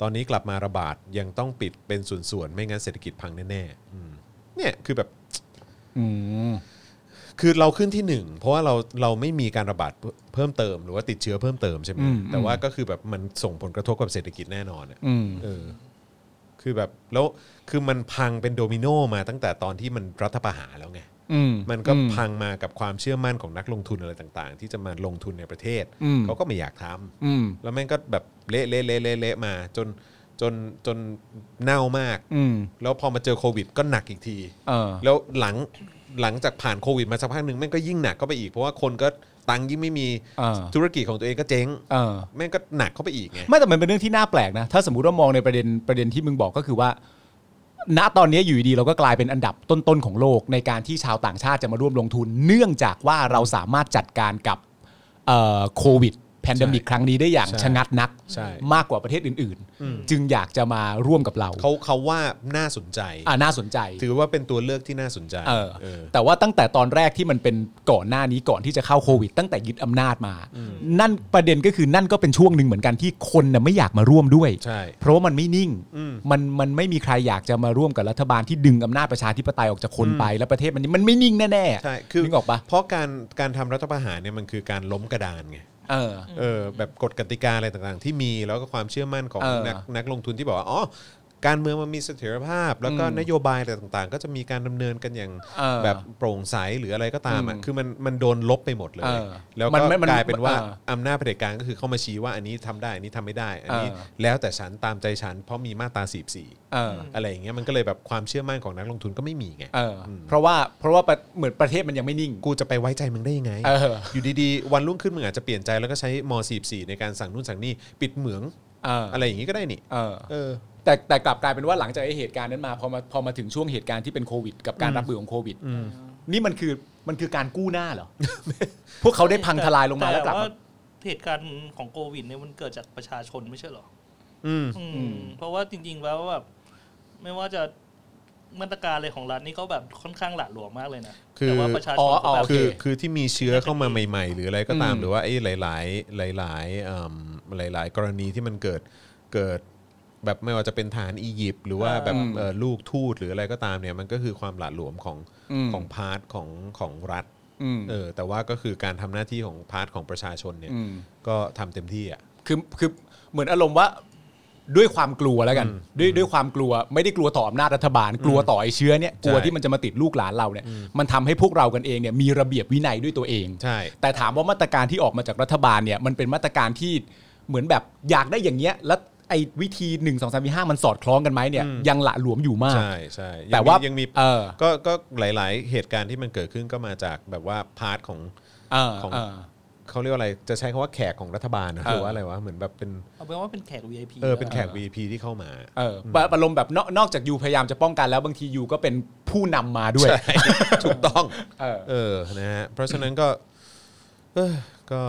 A: ตอนนี้กลับมาระบาดยังต้องปิดเป็นส่วนๆ ไม่งั้นเศรษฐกิจพังแน่ๆอืมเนี่ยคือแบบ คือเราขึ้นที่หนึ่งเพราะว่าเราเราไม่มีการระบาดเพิ่มเพิ่มเติม หรือว่าติดเชื้อเพิ่มเติมใช่ไหม
B: อืม
A: แต่ว่าก็คือแบบมันส่งผลกระทบกับเศรษฐกิจแน่นอนอะ
B: อืม
A: เออคือแบบแล้วคือมันพังเป็นโดมิโนมาตั้งแต่ตอนที่มันรัฐประหารแล้วไง
B: อืม
A: มันก็
B: อืม
A: พังมากับความเชื่อมั่นของนักลงทุนอะไรต่างๆ ที่จะมาลงทุนในประเทศ
B: อืม
A: เขาก็ไม่อยากทำ
B: อืม
A: แล้วแม่งก็แบบเละเละเละเละเละมา จนจนจนเน่ามาก
B: อืม
A: แล้วพอมาเจอโควิดก็หนักอีกที
B: เออ
A: แล้วหลังหลังจากผ่านโควิดมาสักพักหนึ่งแม่งก็ยิ่งหนักเข้าไปอีกเพราะว่าคนก็ตังค์ยิ่งไม่มี
B: อ่า
A: ธุรกิจของตัวเองก็เจ๊ง
B: เออ
A: แม่งก็หนักเข้าไปอีกไง
B: ไม่แต่มันเป็นเรื่องที่น่าแปลกนะ ถ้าสมมติว่ามองในประเด็นประเด็นที่มึงบอกก็คือว่า ณตอนนี้อยู่ดีๆเราก็กลายเป็นอันดับต้นๆของโลกในการที่ชาวต่างชาติจะมาร่วมลงทุน เนื่องจากว่าเราสามารถจัดการกับเอ่อโควิดแพนดมิกครั้งนี้ได้อย่าง
A: ใช่
B: ชะงัดนัก
A: ใช่
B: มากกว่าประเทศอื่นๆ จึงอยากจะมาร่วมกับเรา
A: เขาเขาว่าน่าสนใจ
B: อ่าน่าสนใจ
A: ถือว่าเป็นตัวเลือกที่น่าสนใจ
B: เออ
A: เออ
B: แต่ว่าตั้งแต่ตอนแรกที่มันเป็นก่อนหน้านี้ก่อนที่จะเข้าโควิด ตั้งแต่ยึดอำนาจมา นั่นประเด็นก็คือนั่นก็เป็นช่วงหนึ่งเหมือนกันที่คนน่ะไม่อยากมาร่วมด้วย
A: ใช่
B: เพราะว่ามันไม่นิ่ง มันมันไม่มีใครอยากจะมาร่วมกับรัฐบาลที่ดึงอำนาจประชาธิปไตยออกจากคนไป แล้วประเทศมันมันไม่นิ่งแน่ๆ
A: ใช่ คือ
B: นึกออกปะ
A: เพราะการการทำรัฐประหารเนี่ยมันคือการล้มกระดานไง
B: เออ
A: เออ แบบกฎกติกาอะไรต่างๆ ที่มี แล้วก็ความเชื่อมั่นของ
B: เออ
A: นักนักลงทุนที่บอกว่า อ๋อ การเมืองมันมีเสถียรภาพ แล้วก็
B: อืม
A: นโยบายอะไรต่างๆ ก็จะมีการดำเนินกันอย่าง
B: เออ
A: แบบโปร่งใสหรืออะไรก็ตามอ่ะ
B: อืม
A: คือมันมันโดนลบไปหมดเลย
B: เออ
A: แล้ว
B: มัน
A: ก็
B: ไม่มัน
A: กลายเป็นว่า
B: เออ
A: อำนาจเผด็จการก็คือเข้ามาชี้ว่าอันนี้ทำได้ อันนี้ทำไม่ได้ อันนี้
B: เออ
A: แล้วแต่ฉันตามใจฉัน เพราะมีมาตราสีสี่
B: เออ
A: อะไรอย่างเงี้ย มันก็เลยแบบความเชื่อมั่นของนักลงทุนก็ไม่มีไง
B: เอออเพราะว่าเพราะว่าประเหมือนประเทศมันยังไม่นิ่ง
A: กูจะไปไว้ใจมึงได้ยังไง
B: เออ
A: อยู่ดีๆ วันรุ่งขึ้นมึงอาจจะเปลี่ยนใจแล้วก็ใช้ม .44 ในการสั่งนู่นสั่งนี่ ปิดเหมือง
B: เออ
A: อะไรอย่างนี้ก็ได้นี่
B: เออ
A: เออ
B: แต่แต่กลับกลายเป็นว่าหลังจากไอ้เหตุการณ์นั้นมาพอมาพอมาถึงช่วงเหตุการณ์ที่เป็นโควิด กับการรับมือของโควิดนี่มันคือมันคือการกู้หน้าเหรอ พวกเขาได้พังทลายลงมาแล้วกลับ
C: ต่
B: มา
C: เหตุการณ์ของโควิดเนี่ยมันเกิดจากประชาชนไม่ใช่เหรอ
A: อืม
C: อืม
B: อืม
C: เพราะว่าจริงๆแล้วแบบไม่ว่าจะมาตรการอะไรของรัฐนี่ก็แบบค่อนข้างหละหลวมมากเลยนะ
A: คือ
C: แต่ว่าประชาชน
B: อ๋
C: ก็
B: อ
C: แบ
B: อ๋
C: บ
B: อ
A: คือ
B: โเค
A: คือที่มีเชื้อเข้ามาใหม่ ๆ หรืออะไรก็ตาม
B: อืม
A: หรือว่าไอ้หลายๆ หลายๆเอิ่มหลาย ๆ กรณีที่มันเกิดเกิดแบบไม่ว่าจะเป็นฐานอียิปต์หรือว่าแบบ
B: อืม
A: เอ่อลูกทูตหรืออะไรก็ตามเนี่ยมันก็คือความหละหลวมของ
B: อืม
A: ของพาร์ทของของรัฐ
B: อืม
A: เออแต่ว่าก็คือการทำหน้าที่ของพาร์ทของประชาชนเนี่ย
B: อืม
A: ก็ทำเต็มที่อ่ะ
B: คือคือเหมือนอารมณ์ว่าด้วยความกลัวแล้วกัน ด้วยด้วยความกลัวไม่ได้กลัวต่ออำนาจรัฐบาล กลัวต่อไอ้เชื้อเนี่ยกลัวที่มันจะมาติดลูกหลานเราเนี่ยมันทำให้พวกเรากันเองเนี่ยมีระเบียบวินัยด้วยตัวเอง
A: ใช่
B: แต่ถามว่ามาตรการที่ออกมาจากรัฐบาลเนี่ยมันเป็นมาตรการที่เหมือนแบบอยากได้อย่างเงี้ยแล้วไอ้วิธี1 2 3 4 5มันสอดคล้องกันไหมเนี่ยยังหละหลวมอยู่มาก
A: ใช่ใช่ยัง
B: แต่ว่า
A: ยังมี
B: เออ
A: ก็ก็หลาย ๆ เหตุการณ์ที่มันเกิดขึ้นก็มาจากแบบว่าพาร์ทของ
B: เออ
A: ของ
B: เออ
A: เขาเรียกว่าอะไรจะใช้คำว่าแขกของรัฐบาลนะ
B: เออ
A: หรือว่าอะไรวะเหมือนแบบเป็น
C: เอาเป็นว่าเป็นแขก VIP
A: เออเป็นแขก
B: เออ
A: VP ที่เข้ามา
B: เออปะอารมณ์แบบนอกนอกจากยูพยายามจะป้องกันแล้วบางทียูก็เป็นผู้นำมาด้วย
A: ใช่ ถูกต้อง
B: เออ
A: เออนะฮะเพราะฉะนั้นก็เออก็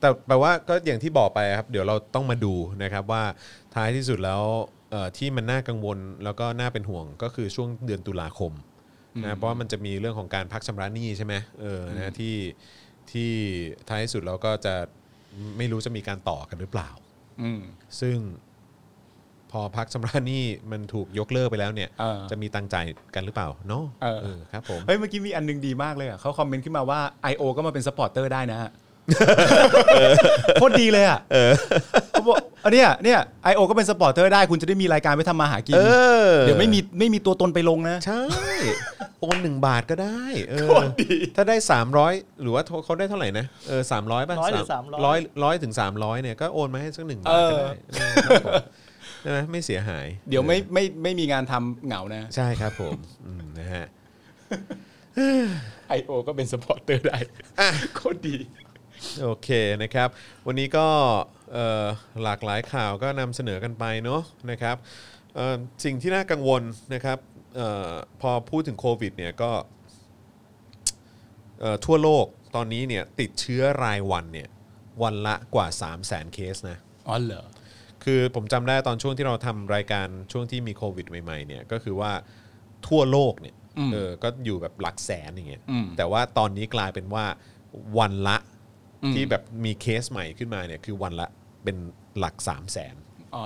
A: แต่แปลว่าก็อย่างที่บอกไปครับ เดี๋ยวเราต้องมาดูนะครับว่าท้ายที่สุดแล้วเอ่อที่มันน่ากังวลแล้วก็น่าเป็นห่วงก็คือช่วงเดือนตุลาคมนะเพราะว่ามันจะมีเรื่องของการพักชำระหนี้ใช่ไหมเออนะที่ที่ท้ายที่สุดแล้วก็จะไม่รู้จะมีการต่อกันหรือเปล่า
B: อืม
A: ซึ่งพอพักชำระหนี้มันถูกยกเลิกไปแล้วเนี่ย
B: เออ
A: จะมีตังค์จ่ายกันหรือเปล่าเนาะ
B: เออ
A: เออครับผม
B: เฮ้ยเมื่อกี้มีอันหนึงดีมากเลยอ่ะเขาคอมเมนต์ขึ้นมาว่า I.O. ก็มาเป็นสปอร์เตอร์ได้นะฮะโคตรดีเลยอ่ะเขาบอกอันเนี้ยเนี่ยไอโอก็เป็นสปอร์เตอร์ได้คุณจะได้มีรายการไปทำมาหากิน
A: เออ
B: เดี๋ยวไม่มีไม่มีตัวตนไปลงนะ
A: ใช่โอนหนึ่งบาทก็ได้เออ
B: โคตรดี
A: ถ้าได้ 300 หรือว่าเขาได้เท่าไหร่นะเออสามร้อยป่ะ
C: ร้อยหรือ
A: สาม
C: 300
A: ร้อยร้อยถึง 300เนี่ยก็โอนมาให้สักหนึ่งบาทก็ได้เออครับผม ใช่ไหมไม่เสียหาย
B: เดี๋ยวไม่ไม่ไม่มีงานทำเหงานะ
A: ใช่ครับผมอืมนะฮะ
B: ไอโอก็เป็นสปอร์ตเตอร์ได้โคตรดี
A: โอเคนะครับ วันนี้ก็เอ่อหลากหลายข่าวก็นำเสนอกันไปเนาะนะครับเอ่อสิ่งที่น่ากังวลนะครับเอ่อพอพูดถึงโควิดเนี่ยก็เอ่อทั่วโลกตอนนี้เนี่ยติดเชื้อรายวันเนี่ยวันละกว่า 3 0 0 0 0 0 เคสนะ
B: อ๋อเหรอ
A: คือผมจำได้ตอนช่วงที่เราทำรายการช่วงที่มีโควิดใหม่ๆเนี่ยก็คือว่าทั่วโลกเนี่ย
B: อืม
A: เออก็อยู่แบบหลักแสนอย่างเงี้ย
B: อืม
A: แต่ว่าตอนนี้กลายเป็นว่าวันละ
B: อืม
A: ที่แบบมีเคสใหม่ขึ้นมาเนี่ยคือวันละเป็นหลัก 3 0 0แสน
B: อ๋อ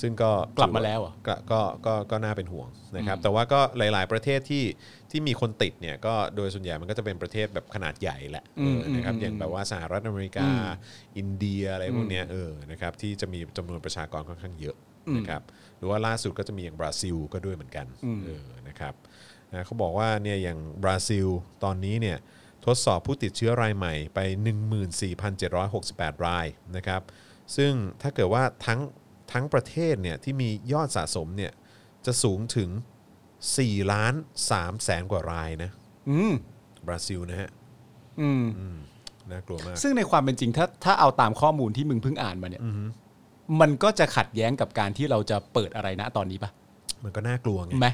A: ซึ่งก็
B: กลับมาแล้วเหรอ
A: ก็ก็ก็ก็น่าเป็นห่วงนะครับ แต่ว่าก็หลาย ๆ ประเทศที่ที่มีคนติดเนี่ยก็โดยส่วนใหญ่มันก็จะเป็นประเทศแบบขนาดใหญ่แหละ
B: อืม
A: เออนะครับ
B: อืม
A: อย่างแบบว่าสหรัฐอเมริกา อินเดียอะไรพวกเนี้ยเออนะครับที่จะมีจำนวนประชากรค่อนข้างเยอะ
B: อืม
A: นะครับหรือว่าล่าสุดก็จะมีอย่างบราซิลก็ด้วยเหมือนกัน
B: อืม
A: เออนะครับนะเขาบอกว่าเนี่ยอย่างบราซิลตอนนี้เนี่ยทดสอบผู้ติดเชื้อรายใหม่ไป 14,768 รายนะครับซึ่งถ้าเกิดว่าทั้ง ทั้งประเทศเนี่ยที่มียอดสะสมเนี่ยจะสูงถึง4ล้าน3แสนกว่ารายนะ
B: อืม
A: บราซิลนะฮะ
B: อืม
A: น่ากลัวมาก
B: ซึ่งในความเป็นจริงถ้าถ้าเอาตามข้อมูลที่มึงเพิ่งอ่านมาเนี่ยมันก็จะขัดแย้งกับการที่เราจะเปิดอะไรนะตอนนี้ปะ
A: มันก็น่ากลัวไง
B: ไหม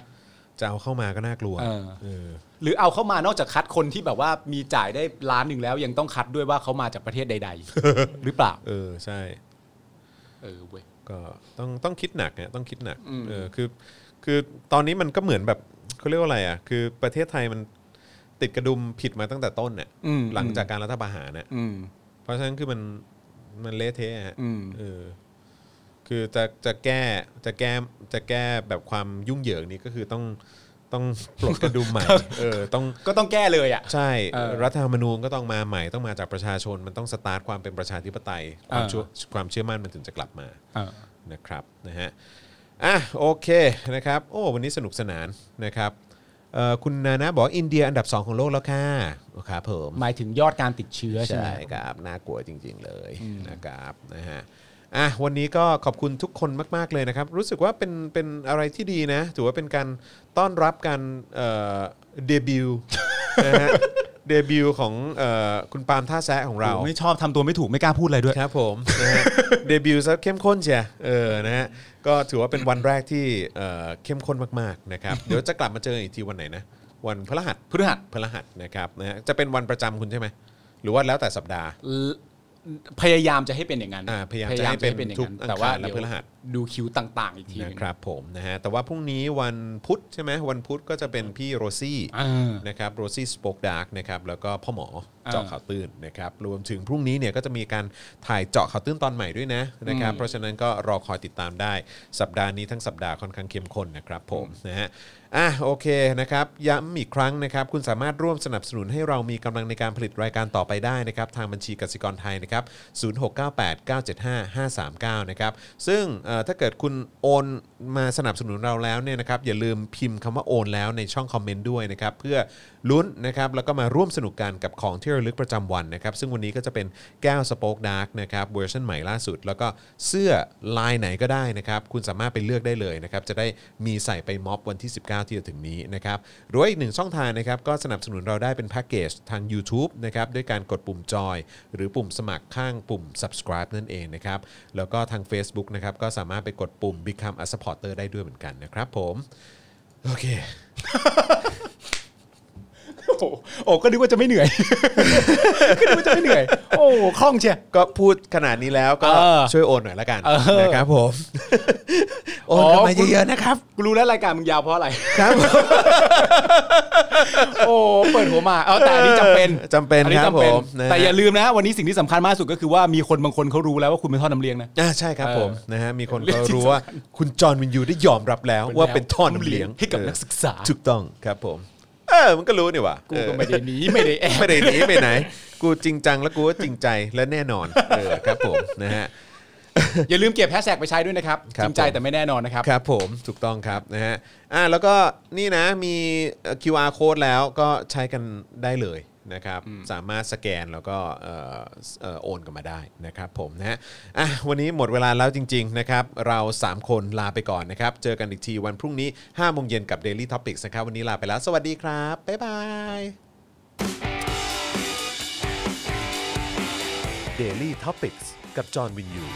A: จะเอาเข้ามาก็น่ากลัว
B: เออ
A: เออ
B: หรือเอาเข้ามานอกจากคัดคนที่แบบว่ามีจ่ายได้ล้านหนึ่งแล้ว ยังต้องคัดด้วยว่าเขามาจากประเทศใด ๆ หรือเปล่า
A: เออใช่
B: เออเว้ย
A: ก็ต้องต้องคิดหนักนะต้องคิดหนัก
B: อืม
A: เออคือคือตอนนี้มันก็เหมือนแบบเขาเรียกว่าอะไรอ่ะคือประเทศไทยมันติดกระดุมผิดมาตั้งแต่ต้นเนี่ย
B: อืม
A: หลังจากการรัฐประหารเนี่ย
B: อืม
A: เพราะฉะนั้นคือมันมันเละเทะฮะ
B: อืม
A: เออคือจะจะแก้จะแก้จะแก้แบบความยุ่งเหยิงนี้ก็คือต้องต้องปลดกระดุมใหม่ เออต้อง
B: ก็ต้องแก้เลยอ่ะ
A: ใช่
B: เออ
A: รัฐธรรมนูญก็ต้องมาใหม่ต้องมาจากประชาชน มันต้องสตาร์ทความเป็นประชาธิปไตยความ
B: เออ
A: เชื่อความเชื่อมั่นมันถึงจะกลับมา
B: เออ
A: นะครับนะฮะอ่ะโอเคนะครับโอ้วันนี้สนุกสนานนะครับเอ่อคุณนานะบอกว่าอินเดียอันดับ 2 ของโลกแล้วค่ะครับผม
B: หมายถึงยอดการติดเชื้อใช่ไหม
A: ครับน่ากลัวจริง ๆ เลยนะครับนะฮะอ่ะวันนี้ก็ขอบคุณทุกคนมาก ๆ เลยนะครับ รู้สึกว่าเป็นเป็นอะไรที่ดีนะ ถือว่าเป็นการต้อนรับการเอ่อเดบิวต์ นะฮะ เดบิวต์ของเอ่อคุณปาล์มท่าแซะของเรา
B: ไม่ชอบทำตัวไม่ถูกไม่กล้าพูดอะไรด้วย
A: ครับผมนะฮะ เดบิวต์ซะเข้มข้นเชียเออนะฮะก็ถือว่าเป็นวันแรกที่เอ่อเข้มข้นมากๆ นะครับ เดี๋ยวจะกลับมาเจออีกทีวันไหนนะ วันพฤหัส
B: พฤหัส
A: พฤหัสนะครับนะฮะจะเป็นวันประจำคุณใช่ไหมหรือว่าแล้วแต่สัปดาห์
B: พยายามจะให้เป็นอย่างนั้น
A: อ่าพยายามจะให้เป็น
B: อย่า
A: ทุ
B: ง
A: ก
B: นั้น
A: อังคาร
B: แต่ว่า
A: และ
B: เดี๋ยว
A: พฤหัส
B: ดูคิวต่าง ๆ อีกทีห
A: นะ
B: นึง
A: ครับผมนะฮะแต่ว่าพรุ่งนี้วันพุธใช่ไหมวันพุธก็จะเป็นพี่โรซี่
B: อ่า
A: นะครับโรซี่สป็อกดาร์กนะครับแล้วก็พ่อหมอ
B: อ่า
A: เจาะข่าวตื้นนะครับรวมถึงพรุ่งนี้เนี่ยก็จะมีการถ่ายเจาะข่าวตื้นตอนใหม่ด้วยนะนะครับ
B: อืม
A: เพราะฉะนั้นก็รอคอยติดตามได้สัปดาห์นี้ทั้งสัปดาห์ค่อนข้างเข้มข้นนะครับผมนะฮะอ่ะโอเคนะครับย้ำอีกครั้งนะครับคุณสามารถร่วมสนับสนุนให้เรามีกำลังในการผลิตรายการต่อไปได้นะครับทางบัญชีกสิกรไทยนะครับ0698975539นะครับซึ่งเอ่อถ้าเกิดคุณโอนมาสนับสนุนเราแล้วเนี่ยนะครับอย่าลืมพิมพ์คำว่าโอนแล้วในช่องคอมเมนต์ด้วยนะครับเพื่อลุ้นนะครับแล้วก็มาร่วมสนุกกันกับของที่ระลึกประจำวันนะครับซึ่งวันนี้ก็จะเป็นแก้วสป็อกดาร์กนะครับเวอร์ชันใหม่ล่าสุด แล้วก็เสื้อลายไหนก็ได้นะครับคุณสามารถไปเลือกได้เลยนะครับจะได้มีใส่ไปม็อบวันที่ 19 ที่จะถึงนี้นะครับหรือว่าอีกหนึ่งช่องทางนะครับก็สนับสนุนเราได้เป็นแพ็กเกจทาง YouTube นะครับด้วยการกดปุ่มจอยหรือปุ่มสมัครข้างปุ่ม subscribe นั่นเองนะครับแล้วก็ทาง Facebook นะครับก็สามารถไปกดปุ่ม become a supporter ได้ด้วยเหมือนกันนะครับผมโอเค
B: โอ้โหโอ้ก็นึกว่าจะไม่เห นื่อย ก็นึกว่าจะไม่เหนื่อย โอ้โหคล่องเชีย
A: ก็พูดขนาดนี้แล้วก็
B: เออ
A: ช่วยโอนหน่อยละกัน
B: เออ
A: นะครับผมโอนกันมาเยอะๆนะครับ
B: กูรู้แล้วรายการมึงยาวเพราะอะไร
A: ครับ
B: โอ้เปิดหัวมาเอาแต่อันนี้จำเป็น
A: เออจำเป็น
B: อันี้
A: ครับ
B: จำเป็น
A: ผมนะฮะ
B: แต่อย่าลืมนะ วันนี้สิ่งที่สำคัญมากสุดก็คือว่ามีคนบางคนเขารู้แล้วว่าคุณเป็นท่อน้ำเลี้ยงนะ
A: อ่าใช่ครับผม
B: เออ
A: นะฮะมีคน
B: เรื่
A: ก็
B: องที่
A: รู้ว่าคุณจอห์นวินยูได้ยอมรับแล้ว
B: เป็น
A: ว่า
B: แล้ว
A: เป็นท่อนำเลี้ยง
B: ให้กับ
A: เออ
B: นักศึกษา
A: ถูกต้องครับผม เออมันก็รู้นี่หว่า
B: กู
A: เออ
B: ก็ไม่ได้หนีไม่ได้แอบ
A: ไม่ได้หนีไปไหน กูจริงจังแล้วกูก็จริงใจและแน่นอนเออครับผมนะฮะ
B: อย่าลืมเก็บแฮชแท็กไปใช้ด้วยนะครับ
A: ครับ
B: จริงใจ
A: ผม
B: แต่ไม่แน่นอนนะครับ
A: ครับผมถูกต้องครับนะฮะอ่าแล้วก็นี่นะมีเอ่อ QR code แล้วก็ใช้กันได้เลย นะครับสามารถสแกนแล้วก็เอ่อเอ่อโอนกันมาได้นะครับผมนะฮะอ่ะวันนี้หมดเวลาแล้วจริงๆนะครับเรา 3 คนลาไปก่อนนะครับ เจอกันอีกทีวันพรุ่งนี้5โมงเย็นกับ Daily Topics นะครับ วันนี้ลาไปแล้ว สวัสดีครับ บ๊ายบาย Daily Topics กับจอห์นวินยู